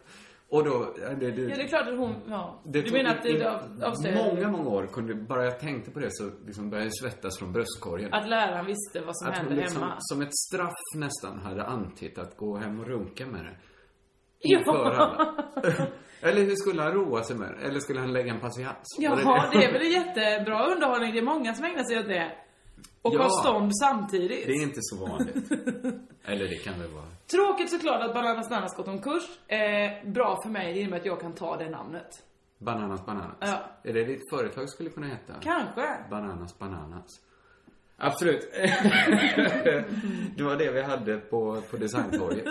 Speaker 5: Och då... Det, det,
Speaker 4: Ja, det är klart att hon... Ja.
Speaker 5: det
Speaker 4: du
Speaker 5: tog
Speaker 4: menar att
Speaker 5: in-
Speaker 4: det av- avslöjade
Speaker 5: Många, många år kunde, bara jag tänkte på det så liksom började jag svettas från bröstkorgen.
Speaker 4: att läraren visste vad som
Speaker 5: Att
Speaker 4: hände
Speaker 5: hon liksom,
Speaker 4: hemma?
Speaker 5: som ett straff nästan hade antytt att gå hem och runka med det.
Speaker 4: Ja.
Speaker 5: Inför alla. Eller hur skulle han roa sig med det? Eller skulle han lägga en patiens?
Speaker 4: Jaha, det är väl en jättebra underhållning. Det är många som ägnar sig åt det. Och
Speaker 5: Ja.
Speaker 4: har stånd samtidigt.
Speaker 5: Det är inte så vanligt. Eller det kan det vara.
Speaker 4: Tråkigt såklart att Bananas Nanas gått omkurs. Eh, bra för mig i och med att jag kan ta det namnet.
Speaker 5: Bananas Bananas.
Speaker 4: Ja.
Speaker 5: Är det ditt företag skulle kunna heta?
Speaker 4: Kanske.
Speaker 5: Bananas Bananas. Absolut. det var det vi hade på, på designtorget.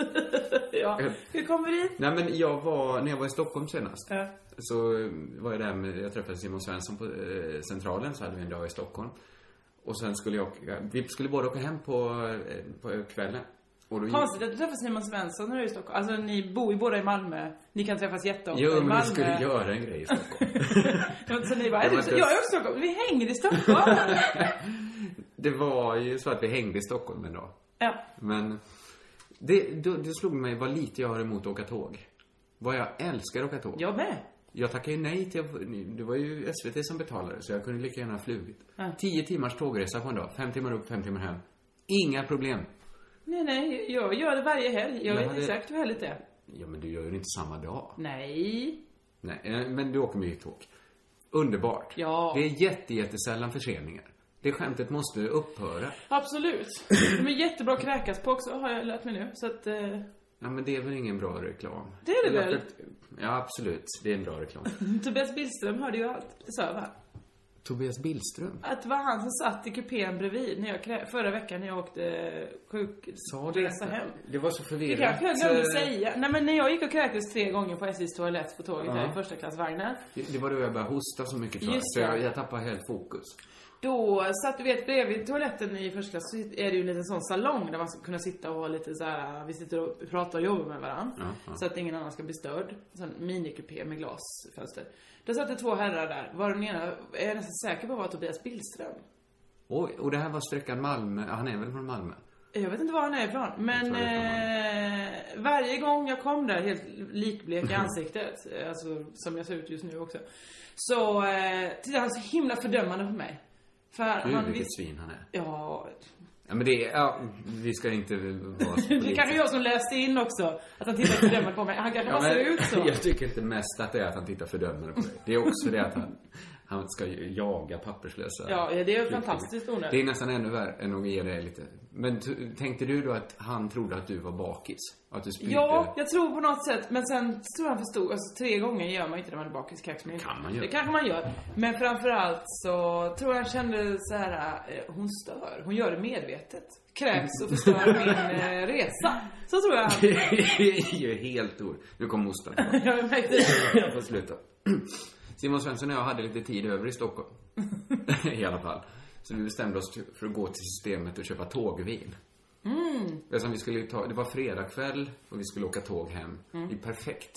Speaker 4: Ja.
Speaker 5: Eh.
Speaker 4: Hur kommer vi dit?
Speaker 5: Nej men jag var, när jag var i Stockholm senast.
Speaker 4: Ja.
Speaker 5: Så eh, var jag där med, jag träffade Simon Svensson på eh, Centralen, så hade vi en dag i Stockholm. Och sen skulle jag, åka- vi skulle båda åka hem på, eh, på kvällen. Och då gick-
Speaker 4: Konstigt att du träffar Simon Svensson när du är i Stockholm. Alltså ni bor ju båda i Malmö. Ni kan träffas jätteofta i
Speaker 5: Jo men
Speaker 4: Malmö.
Speaker 5: vi skulle göra en grej i Stockholm.
Speaker 4: Så ni bara, är
Speaker 5: Det
Speaker 4: du,
Speaker 5: var inte-
Speaker 4: jag är också i Stockholm. Vi hänger i Stockholm.
Speaker 5: det var ju så att vi hängde i Stockholm en dag.
Speaker 4: ja.
Speaker 5: Men det, då, det slog mig vad lite jag har emot att åka tåg. Vad jag älskar att åka tåg.
Speaker 4: Jag med.
Speaker 5: Jag tackade ju nej till... Det var ju SVT som betalade, så jag kunde lika gärna ha flugit. Tio timmars tågresa på en dag. Fem timmar upp, fem timmar hem. Inga problem.
Speaker 4: Nej, nej, jag gör det varje helg. Jag
Speaker 5: Men
Speaker 4: vet
Speaker 5: hade-
Speaker 4: exakt hur härligt det är.
Speaker 5: Ja, men du gör ju det inte samma dag.
Speaker 4: Nej.
Speaker 5: Nej, eh, men du åker mycket tåg. Underbart.
Speaker 4: Ja.
Speaker 5: Det är jätte, jättesällan förseningar. Det skämtet måste upphöra.
Speaker 4: Absolut. De är jättebra att kräkas på också, har jag lärt mig nu. Så att, eh,
Speaker 5: Ja, men det är väl ingen bra reklam?
Speaker 4: Det är det väl?
Speaker 5: Därför att- Ja, absolut. Det är en bra reklam.
Speaker 4: Tobias Billström hörde ju allt. Det sa jag va?
Speaker 5: Tobias Billström.
Speaker 4: Att det var han som satt i kupén bredvid när jag krä- förra veckan när jag åkte eh,
Speaker 5: Sa du
Speaker 4: sjukresa
Speaker 5: detta?
Speaker 4: hem.
Speaker 5: Det var så
Speaker 4: Det
Speaker 5: förvirrat.
Speaker 4: kanske jag glömde
Speaker 5: Eh,
Speaker 4: säga. Nej men när jag gick och kräktes tre gånger på SJs toalett på tåget här i första klassvagnen.
Speaker 5: Det det var då jag började hosta så mycket tror jag.
Speaker 4: Just
Speaker 5: Så jag,
Speaker 4: det.
Speaker 5: jag tappade helt fokus.
Speaker 4: Då satt, du vet bredvid toaletten i första klass så är det ju en liten sån salong där man ska kunna sitta och ha lite så här. vi sitter och pratar och jobbar med varandra.
Speaker 5: Ja, ja.
Speaker 4: Så att ingen annan ska bli störd. En sån minikupé med glasfönster. Då satt det två herrar där, var den ena, är jag nästan säker på var Tobias Billström.
Speaker 5: Oj, och det här var sträckan Malmö. Ja, Han är väl från Malmö?
Speaker 4: Jag vet inte var han är ifrån, men
Speaker 5: tror det är
Speaker 4: eh, varje gång jag kom där helt likblek i ansiktet, eh, alltså som jag ser ut just nu också, så eh, tittade han så himla fördömande på mig. För
Speaker 5: Gud,
Speaker 4: han
Speaker 5: vilket
Speaker 4: visste...
Speaker 5: svin han är.
Speaker 4: Ja,
Speaker 5: Ja, men det är... Ja, vi ska inte vara så
Speaker 4: det kanske jag som läste in också, att han tittade fördömande på mig. Han kanske bara ser ut så.
Speaker 5: Jag tycker inte mest att det är att han tittar fördömande på dig. Det är också det att han, han ska ju jaga papperslösa.
Speaker 4: Ja, ja, det är
Speaker 5: flyktingar.
Speaker 4: fantastiskt onödigt.
Speaker 5: Det är nästan ännu värre än att ge dig lite. Men t- tänkte du då att han trodde att du var bakis? Att du spydde?
Speaker 4: Ja, jag tror på något sätt. Men sen tror jag han förstod. Alltså tre gånger gör man inte när man är bakis kax. men-
Speaker 5: kan man göra.
Speaker 4: Det kanske man gör. Men framförallt så tror jag han kände så här. eh, Hon stör. Hon gör det medvetet. Kräks och förstör min eh, resa. Så tror jag.
Speaker 5: Det är ju helt or... Nu kom hostan.
Speaker 4: Jag märkte det.
Speaker 5: Jag får sluta. Simon Svensson och jag hade lite tid över i Stockholm. I alla fall. Så vi bestämde oss för att gå till systemet och köpa tågvin. Eftersom vi skulle ta, det var fredagkväll och vi skulle åka tåg hem. Det är perfekt.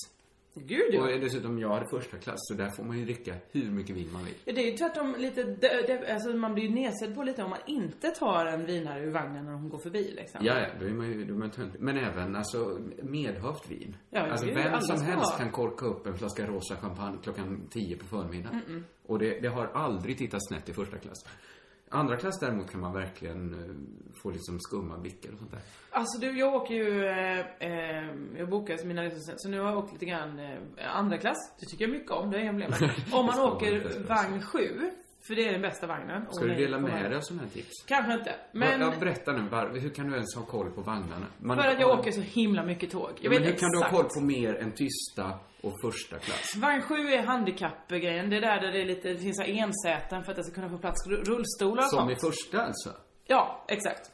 Speaker 4: Gud
Speaker 5: Och
Speaker 4: ja.
Speaker 5: dessutom, jag hade första klass så där får man ju dricka hur mycket vin man vill.
Speaker 4: Ja, Det är ju tvärtom lite dö- dö- alltså man blir ju nedsedd på lite om man inte tar en vinare ur vagnen när hon går förbi liksom.
Speaker 5: Ja, ja, då är man ju då är man tönt. Men även alltså medhavt vin.
Speaker 4: Ja,
Speaker 5: alltså
Speaker 4: det är ju
Speaker 5: vem
Speaker 4: alla
Speaker 5: som
Speaker 4: ska
Speaker 5: helst
Speaker 4: ha.
Speaker 5: kan korka upp en flaska rosa champagne klockan 10 på förmiddagen. Och det, det har aldrig tittat snett i första klass. Andra klass däremot kan man verkligen eh, få liksom skumma blickar och sånt där.
Speaker 4: Alltså du, jag åker ju... Eh, eh, jag bokar alltså mina resor sen, så nu har jag åkt lite grann eh, andra klass. Det tycker jag mycket om, det är emblem. Om man
Speaker 5: Det ska man
Speaker 4: åker
Speaker 5: inte,
Speaker 4: vagn 7, för det är den bästa vagnen. och
Speaker 5: Ska du
Speaker 4: nej,
Speaker 5: dela
Speaker 4: får man-
Speaker 5: med dig av sådana här tips?
Speaker 4: Kanske inte.
Speaker 5: Men...
Speaker 4: Men
Speaker 5: Ja, berätta nu, var, hur kan du ens ha koll på vagnarna? Man,
Speaker 4: för att jag åker så himla mycket tåg. Jag
Speaker 5: Ja,
Speaker 4: vet
Speaker 5: men hur kan
Speaker 4: exakt.
Speaker 5: du ha koll på mer än tysta och första klass?
Speaker 4: Vagn 7 är handikappgrejen. Det är där, där det, är lite, det finns så här ensäten för att jag ska kunna få plats rullstolar och
Speaker 5: Som i
Speaker 4: sånt.
Speaker 5: första alltså?
Speaker 4: Ja, exakt.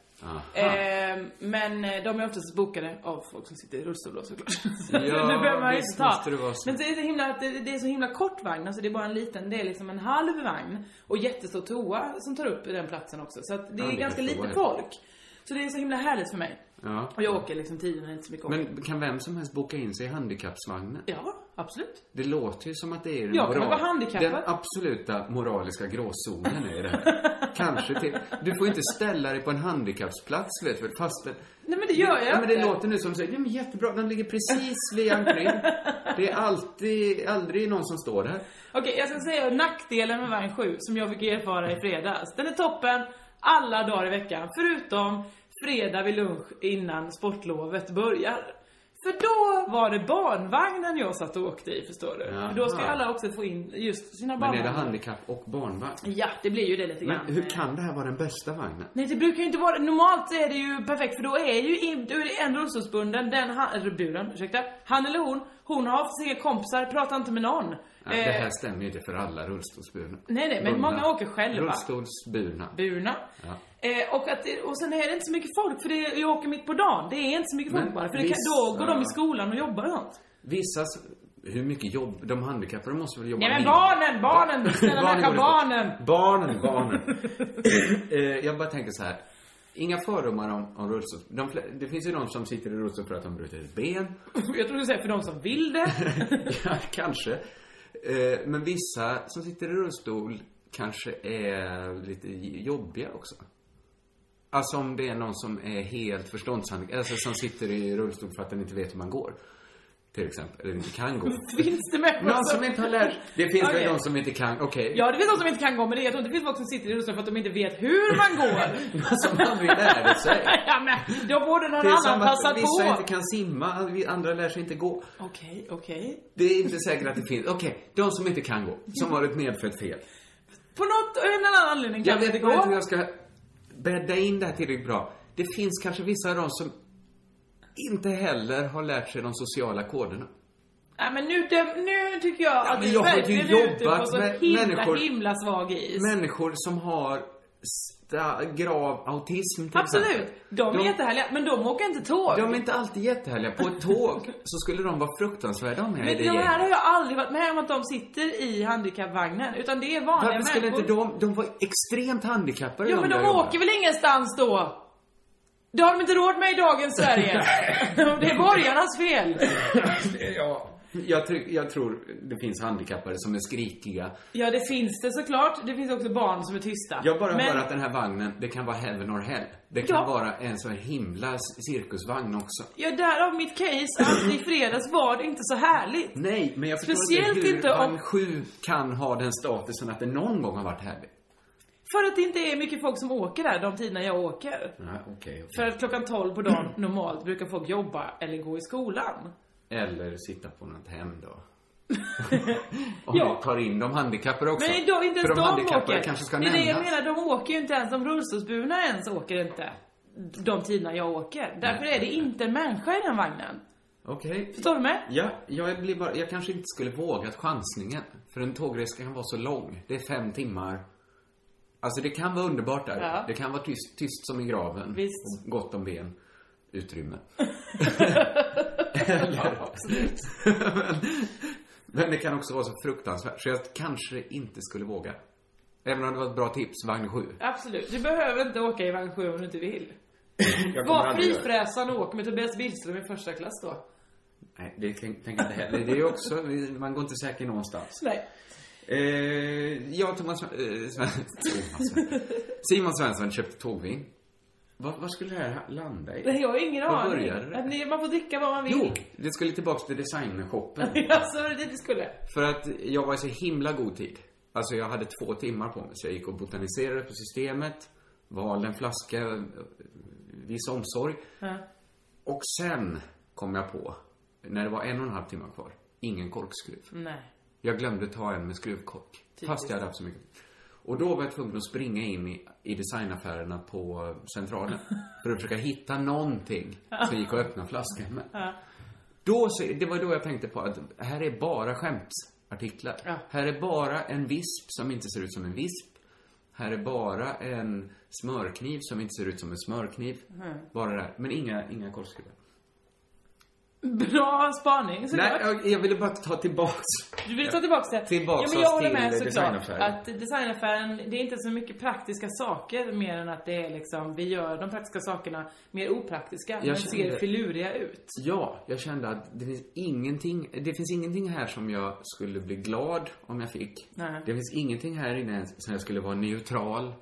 Speaker 4: Ehm, men eh, de är oftast bokade av folk som sitter i rullstol då såklart. Så
Speaker 5: Ja,
Speaker 4: det behöver man ju
Speaker 5: visst
Speaker 4: inte ta.
Speaker 5: måste det vara så.
Speaker 4: Men det är, så himla, det, det är så himla kort vagn, alltså det är bara en liten, det är liksom en halv vagn. Och jättestor toa som tar upp den platsen också. Så att det
Speaker 5: Ja,
Speaker 4: är
Speaker 5: det
Speaker 4: ganska
Speaker 5: är
Speaker 4: lite
Speaker 5: toa, ja.
Speaker 4: folk. Så det är så himla härligt för mig.
Speaker 5: Ja.
Speaker 4: Och jag åker liksom tio när det inte så mycket åker.
Speaker 5: Men kan vem som helst boka in sig i handikappsvagnen?
Speaker 4: Ja, absolut.
Speaker 5: Det låter ju som att det är den,
Speaker 4: Jag kan vara handikappad.
Speaker 5: den absoluta moraliska gråzonen är det här. Kanske till... Du får inte ställa dig på en handikappsplats, vet du väl, fast den...
Speaker 4: Nej men det gör jag
Speaker 5: ja, men det
Speaker 4: inte.
Speaker 5: låter nu som du säger, ja, men jättebra, den ligger precis vid entrén. Det är alltid, aldrig någon som står där.
Speaker 4: Okej, jag ska säga nackdelen med vagn 7 som jag fick erfara i fredags. Den är toppen alla dagar i veckan, förutom fredag vid lunch innan sportlovet börjar. För då var det barnvagnen jag satt och åkte i, förstår du. För då ska ju
Speaker 5: Jaha.
Speaker 4: alla också få in just sina
Speaker 5: Men är det
Speaker 4: barnvagnar.
Speaker 5: handikapp och barnvagn?
Speaker 4: Ja, det blir ju det lite grann.
Speaker 5: Men hur kan det här vara den bästa vagnen?
Speaker 4: Nej det brukar ju inte vara Normalt är det ju perfekt för då är ju in- då är det en rullstolsbunden, den han, eller buren, ursäkta. Han eller hon, hon har sina kompisar, pratar inte med någon.
Speaker 5: Ja, det här stämmer ju inte för alla rullstolsburna.
Speaker 4: Nej, nej, men
Speaker 5: Bundna.
Speaker 4: många åker själva.
Speaker 5: Rullstolsburna.
Speaker 4: burna.
Speaker 5: Ja.
Speaker 4: Eh, och, att, det- och sen är det inte så mycket folk för det, jag åker mitt på dagen. Det är inte så mycket
Speaker 5: Men
Speaker 4: folk bara. För det kan,
Speaker 5: visst,
Speaker 4: då går de
Speaker 5: ja.
Speaker 4: i skolan och jobbar och sånt.
Speaker 5: Vissa, s- hur mycket jobb, de handikappade måste väl jobba
Speaker 4: Nej men
Speaker 5: mindre.
Speaker 4: barnen, barnen! Snälla
Speaker 5: går
Speaker 4: Nacka,
Speaker 5: det på.
Speaker 4: barnen!
Speaker 5: Barnen, barnen. Eh, jag bara tänker så här. Inga fördomar om, om rullstol. De, fle- det finns ju de som sitter i rullstol för att de brutit ett ben.
Speaker 4: Jag tror du säger för de som vill det.
Speaker 5: ja, kanske. Eh, men vissa som sitter i rullstol kanske är lite jobbiga också. Alltså om det är någon som är helt förståndshandikappad, alltså som sitter i rullstol för att den inte vet hur man går. Till exempel, eller inte kan gå.
Speaker 4: finns det människor
Speaker 5: Någon som inte har lärt Det finns
Speaker 4: Okej.
Speaker 5: väl de som inte kan, okej.
Speaker 4: Ja, det finns de som inte kan gå men det, jag tror inte det finns folk som sitter i rullstol för att de inte vet hur man går.
Speaker 5: Som aldrig lärde sig.
Speaker 4: ja, men då borde någon
Speaker 5: Det är
Speaker 4: annan
Speaker 5: som
Speaker 4: passa
Speaker 5: att vissa
Speaker 4: på.
Speaker 5: inte kan simma, vi andra lär sig inte gå.
Speaker 4: Okej, okej.
Speaker 5: Det är inte säkert att det finns. Okej, de som inte kan gå, som har ett medfött fel.
Speaker 4: På något, en eller annan anledning
Speaker 5: Jag
Speaker 4: kan det
Speaker 5: vet
Speaker 4: inte
Speaker 5: inte hur
Speaker 4: gå.
Speaker 5: jag ska bädda in det här tillräckligt bra. Det finns kanske vissa av dem som inte heller har lärt sig de sociala koderna.
Speaker 4: Nej men nu, döm- nu tycker jag att
Speaker 5: men
Speaker 4: du
Speaker 5: jag har ju
Speaker 4: verkligen är ute på
Speaker 5: jobbat
Speaker 4: så
Speaker 5: med
Speaker 4: himla,
Speaker 5: människor-
Speaker 4: himla svag is.
Speaker 5: Människor som har sta- grav autism till
Speaker 4: Absolut!
Speaker 5: exempel.
Speaker 4: De är jättehärliga, men de åker inte tåg.
Speaker 5: De är inte alltid jättehärliga. På ett tåg så skulle de vara fruktansvärda om jag är
Speaker 4: men
Speaker 5: det
Speaker 4: de här
Speaker 5: gänget.
Speaker 4: har jag aldrig varit med om att de sitter i handikappvagnen, utan det är vanliga
Speaker 5: Varför skulle
Speaker 4: människor.
Speaker 5: inte de... De var extremt handikappade
Speaker 4: Ja men de
Speaker 5: där jobbarna.
Speaker 4: åker väl ingenstans då? Det har de inte råd med i dagens Sverige. det är borgarnas fel.
Speaker 5: ja. jag, try- jag tror det finns handikappade som är skrikiga.
Speaker 4: Ja det finns det såklart. Det finns också barn som är tysta.
Speaker 5: Jag bara
Speaker 4: men,
Speaker 5: hör att den här vagnen, det kan vara heaven or hell. Det kan
Speaker 4: Ja.
Speaker 5: vara en sån himla cirkusvagn också.
Speaker 4: Ja därav mitt case att i fredags var det inte så härligt.
Speaker 5: Nej, men jag förstår
Speaker 4: Speciellt
Speaker 5: inte hur
Speaker 4: inte om-
Speaker 5: vagn 7 kan ha den statusen att det någon gång har varit härlig.
Speaker 4: För att det inte är mycket folk som åker där de tiderna jag åker.
Speaker 5: Nej, okej. okej.
Speaker 4: För att klockan 12 på dagen normalt brukar folk jobba eller gå i skolan.
Speaker 5: Eller sitta på något hem då. Om
Speaker 4: Ja.
Speaker 5: vi tar in de handikappade också.
Speaker 4: Men idag, inte
Speaker 5: För
Speaker 4: ens
Speaker 5: de
Speaker 4: de
Speaker 5: handikappade
Speaker 4: åker.
Speaker 5: kanske ska
Speaker 4: det är
Speaker 5: nämnas.
Speaker 4: det jag menar, de åker ju inte ens, de rullstolsburna ens åker inte. De tiderna jag åker. Därför är det inte en människa i den vagnen.
Speaker 5: Okej.
Speaker 4: Förstår du mig?
Speaker 5: Ja, jag, blir bara, jag kanske inte skulle vågat chansningen. För en tågresa kan vara så lång. Det är fem timmar. Alltså det kan vara underbart där.
Speaker 4: Ja.
Speaker 5: Det kan vara tyst, tyst som i graven.
Speaker 4: Visst.
Speaker 5: Och gott om ben. Utrymme. Men det kan också vara så fruktansvärt. Så jag kanske inte skulle våga. Även om det var ett bra tips, vagn 7.
Speaker 4: Absolut. Du behöver inte åka i vagn 7 om du inte vill.
Speaker 5: Jag kommer
Speaker 4: Var
Speaker 5: aldrig göra det.
Speaker 4: frifräsande och åk med Tobias Billström i första klass då.
Speaker 5: Nej, det tänker tänker jag inte heller. Det är också, man går inte säker någonstans.
Speaker 4: Nej.
Speaker 5: Eh, jag och Thomas, eh, Sven, Thomas Svensson. Simon Svensson köpte tågvin. Var, var skulle det här landra i?
Speaker 4: Nej, jag har ingen
Speaker 5: Var
Speaker 4: aning.
Speaker 5: började det?
Speaker 4: Att ni, man får dricka vad man
Speaker 5: Jo,
Speaker 4: vill.
Speaker 5: det skulle tillbaks till designershoppen.
Speaker 4: Alltså, var det dit vi skulle?
Speaker 5: För att jag var i så himla god tid. Alltså jag hade två timmar på mig. Så jag gick och botaniserade på systemet. Valde en flaska, eh, viss omsorg.
Speaker 4: Ja.
Speaker 5: Och sen kom jag på, när det var en och en halv timme kvar, ingen korkskruv.
Speaker 4: Nej.
Speaker 5: Jag glömde ta en med skruvkork. Fast jag hade haft så mycket. Och då var jag tvungen att springa in i, i designaffärerna på Centralen. för att försöka hitta någonting som gick att öppna flaskan med. Då, så- det var då jag tänkte på att här är bara skämtartiklar. Här är bara en visp som inte ser ut som en visp. Här är bara en smörkniv som inte ser ut som en smörkniv.
Speaker 4: Mm.
Speaker 5: Bara där. Men inga, inga korvskruvar.
Speaker 4: Bra spaning
Speaker 5: Nej,
Speaker 4: såklart.
Speaker 5: jag, jag ville bara ta tillbaks.
Speaker 4: Du vill ta tillbaks det?
Speaker 5: Tillbaks
Speaker 4: ja, men jag
Speaker 5: oss
Speaker 4: håller
Speaker 5: till
Speaker 4: med såklart.
Speaker 5: designaffären.
Speaker 4: Att designaffären, det är inte så mycket praktiska saker mer än att det är liksom, vi gör de praktiska sakerna mer opraktiska. men
Speaker 5: känner
Speaker 4: ser
Speaker 5: det.
Speaker 4: filuriga ut.
Speaker 5: Ja, jag kände att det finns ingenting, det finns ingenting här som jag skulle bli glad om jag fick.
Speaker 4: Nej.
Speaker 5: Det finns ingenting här inne ens som jag skulle vara neutral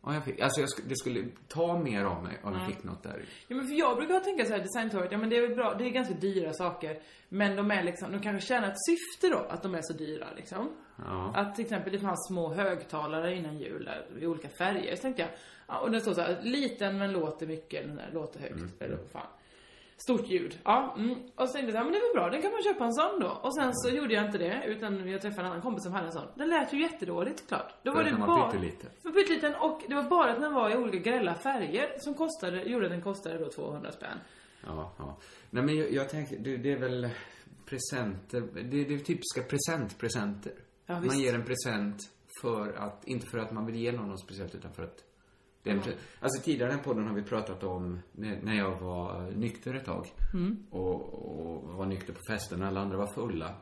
Speaker 5: om jag fick. Alltså jag, sk- det skulle ta mer av mig om jag fick något där.
Speaker 4: Ja, men för jag brukar tänka så här, designtorget, ja men det är väl bra, det är ganska dyra saker. Men de är liksom, de kanske tjänar ett syfte då, att de är så dyra liksom.
Speaker 5: Ja.
Speaker 4: Att till exempel det fanns små högtalare innan jul där, i olika färger. Så tänkte jag, ja, och den står så här, liten men låter mycket, eller den där, låter högt,
Speaker 5: Mm.
Speaker 4: eller vad fan. Stort ljud. Ja, mm. Och så tänkte jag så här, men det är väl bra, den kan man köpa en sån då. Och sen så gjorde jag inte det, utan jag träffade en annan kompis som hade en sån. Den lät ju jättedåligt såklart. Då
Speaker 5: För
Speaker 4: var
Speaker 5: att
Speaker 4: det
Speaker 5: den var
Speaker 4: bara...
Speaker 5: pytteliten.
Speaker 4: Den var pytteliten och det var bara att den var i olika grälla färger som kostade, gjorde att den kostade då 200 spänn.
Speaker 5: Ja, ja. Nej men jag, jag tänker, det, det är väl presenter, det, det är typiska presentpresenter.
Speaker 4: Ja,
Speaker 5: man
Speaker 4: visst.
Speaker 5: ger en present för att, inte för att man vill ge någon något speciellt utan för att det är en, pre- Alltså tidigare i den här podden har vi pratat om när, när jag var nykter ett tag.
Speaker 4: Mm.
Speaker 5: Och, och var nykter på festen och alla andra var fulla.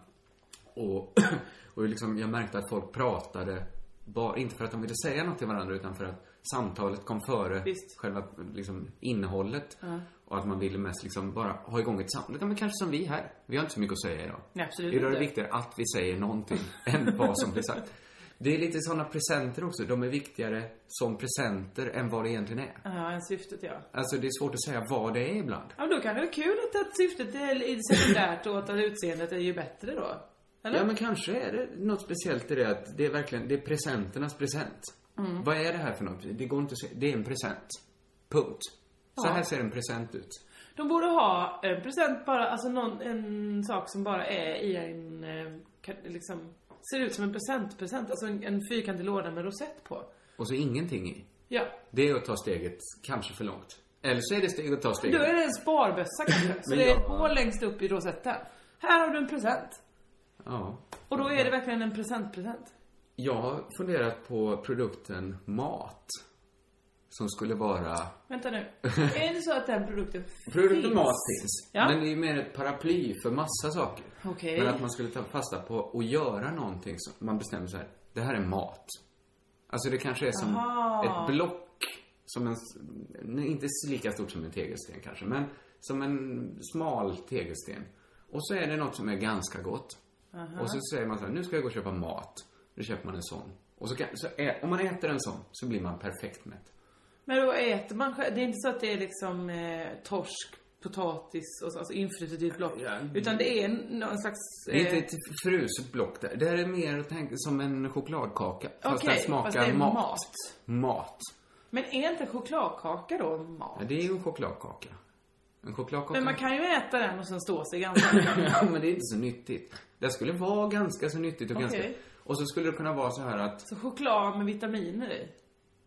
Speaker 5: Och, och liksom, jag märkte att folk pratade, bara, inte för att de ville säga något till varandra utan för att samtalet kom före
Speaker 4: Visst.
Speaker 5: själva liksom, innehållet. Och att man ville mest liksom bara ha igång ett samtal. Ja, men kanske som vi här. Vi har inte så mycket att säga idag.
Speaker 4: Nej, absolut
Speaker 5: idag är det
Speaker 4: inte.
Speaker 5: viktigare att vi säger någonting än vad som blir sagt. Det är lite sådana presenter också. De är viktigare som presenter än vad det egentligen är.
Speaker 4: Ja, en syftet ja.
Speaker 5: Alltså det är svårt att säga vad det är ibland.
Speaker 4: Ja, men då kan det vara kul att, att syftet är i- sekundärt och att utseendet är ju bättre då. Eller?
Speaker 5: Ja men kanske är det något speciellt i det att det är verkligen, det är presenternas present.
Speaker 4: Mm.
Speaker 5: Vad är det här för något? Det går inte att säga. Det är en present. Punkt. Så här ser en present ut.
Speaker 4: De borde ha en present bara, alltså någon, en sak som bara är i en, eh, kan- liksom, ser ut som en presentpresent. Alltså en, en fyrkantig låda med rosett på.
Speaker 5: Och så ingenting i.
Speaker 4: Ja.
Speaker 5: Det är att ta steget kanske för långt. Eller så är det steg att ta
Speaker 4: Då
Speaker 5: steget.
Speaker 4: är det en sparbössa kanske. Så
Speaker 5: Men
Speaker 4: det är ett
Speaker 5: jag-
Speaker 4: hål längst upp i rosetten. Här har du en present.
Speaker 5: Ja.
Speaker 4: Och då är det verkligen en presentpresent.
Speaker 5: Jag har funderat på produkten mat. Som skulle vara...
Speaker 4: Vänta nu. Är det så att den produkten
Speaker 5: Produkten
Speaker 4: finns?
Speaker 5: mat finns.
Speaker 4: Ja.
Speaker 5: Men det är ju mer ett paraply för massa saker.
Speaker 4: Okej.
Speaker 5: Men att man skulle ta fasta på och göra någonting som man bestämmer sig här, det här är mat. Alltså det kanske är som
Speaker 4: Aha.
Speaker 5: ett block. Som en, s- nej, inte lika stort som en tegelsten kanske, men som en smal tegelsten. Och så är det något som är ganska gott. Och så säger man så här, nu ska jag gå och köpa mat. Då köper man en sån. Och så kan, så ä, om man äter en sån så blir man perfekt mätt.
Speaker 4: Men då äter man själv. Det är inte så att det är liksom eh, torsk, potatis och så, alltså infrutet i ett block.
Speaker 5: Ja.
Speaker 4: Utan det är en- någon slags...
Speaker 5: Det är inte
Speaker 4: eh,
Speaker 5: ett fruset block där. Det här är mer att tänka som en chokladkaka. Fast
Speaker 4: Okej,
Speaker 5: den smakar
Speaker 4: fast det är
Speaker 5: mat.
Speaker 4: mat.
Speaker 5: Mat.
Speaker 4: Men är inte chokladkaka då mat?
Speaker 5: Ja, det är ju en chokladkaka. En chokladkaka.
Speaker 4: Men man kan ju äta den och sen stå sig ganska länge.
Speaker 5: Ja, men det är inte så nyttigt. Det skulle vara ganska så nyttigt och ganska...
Speaker 4: Okej.
Speaker 5: Och så skulle det kunna vara så här att,
Speaker 4: Så choklad med vitaminer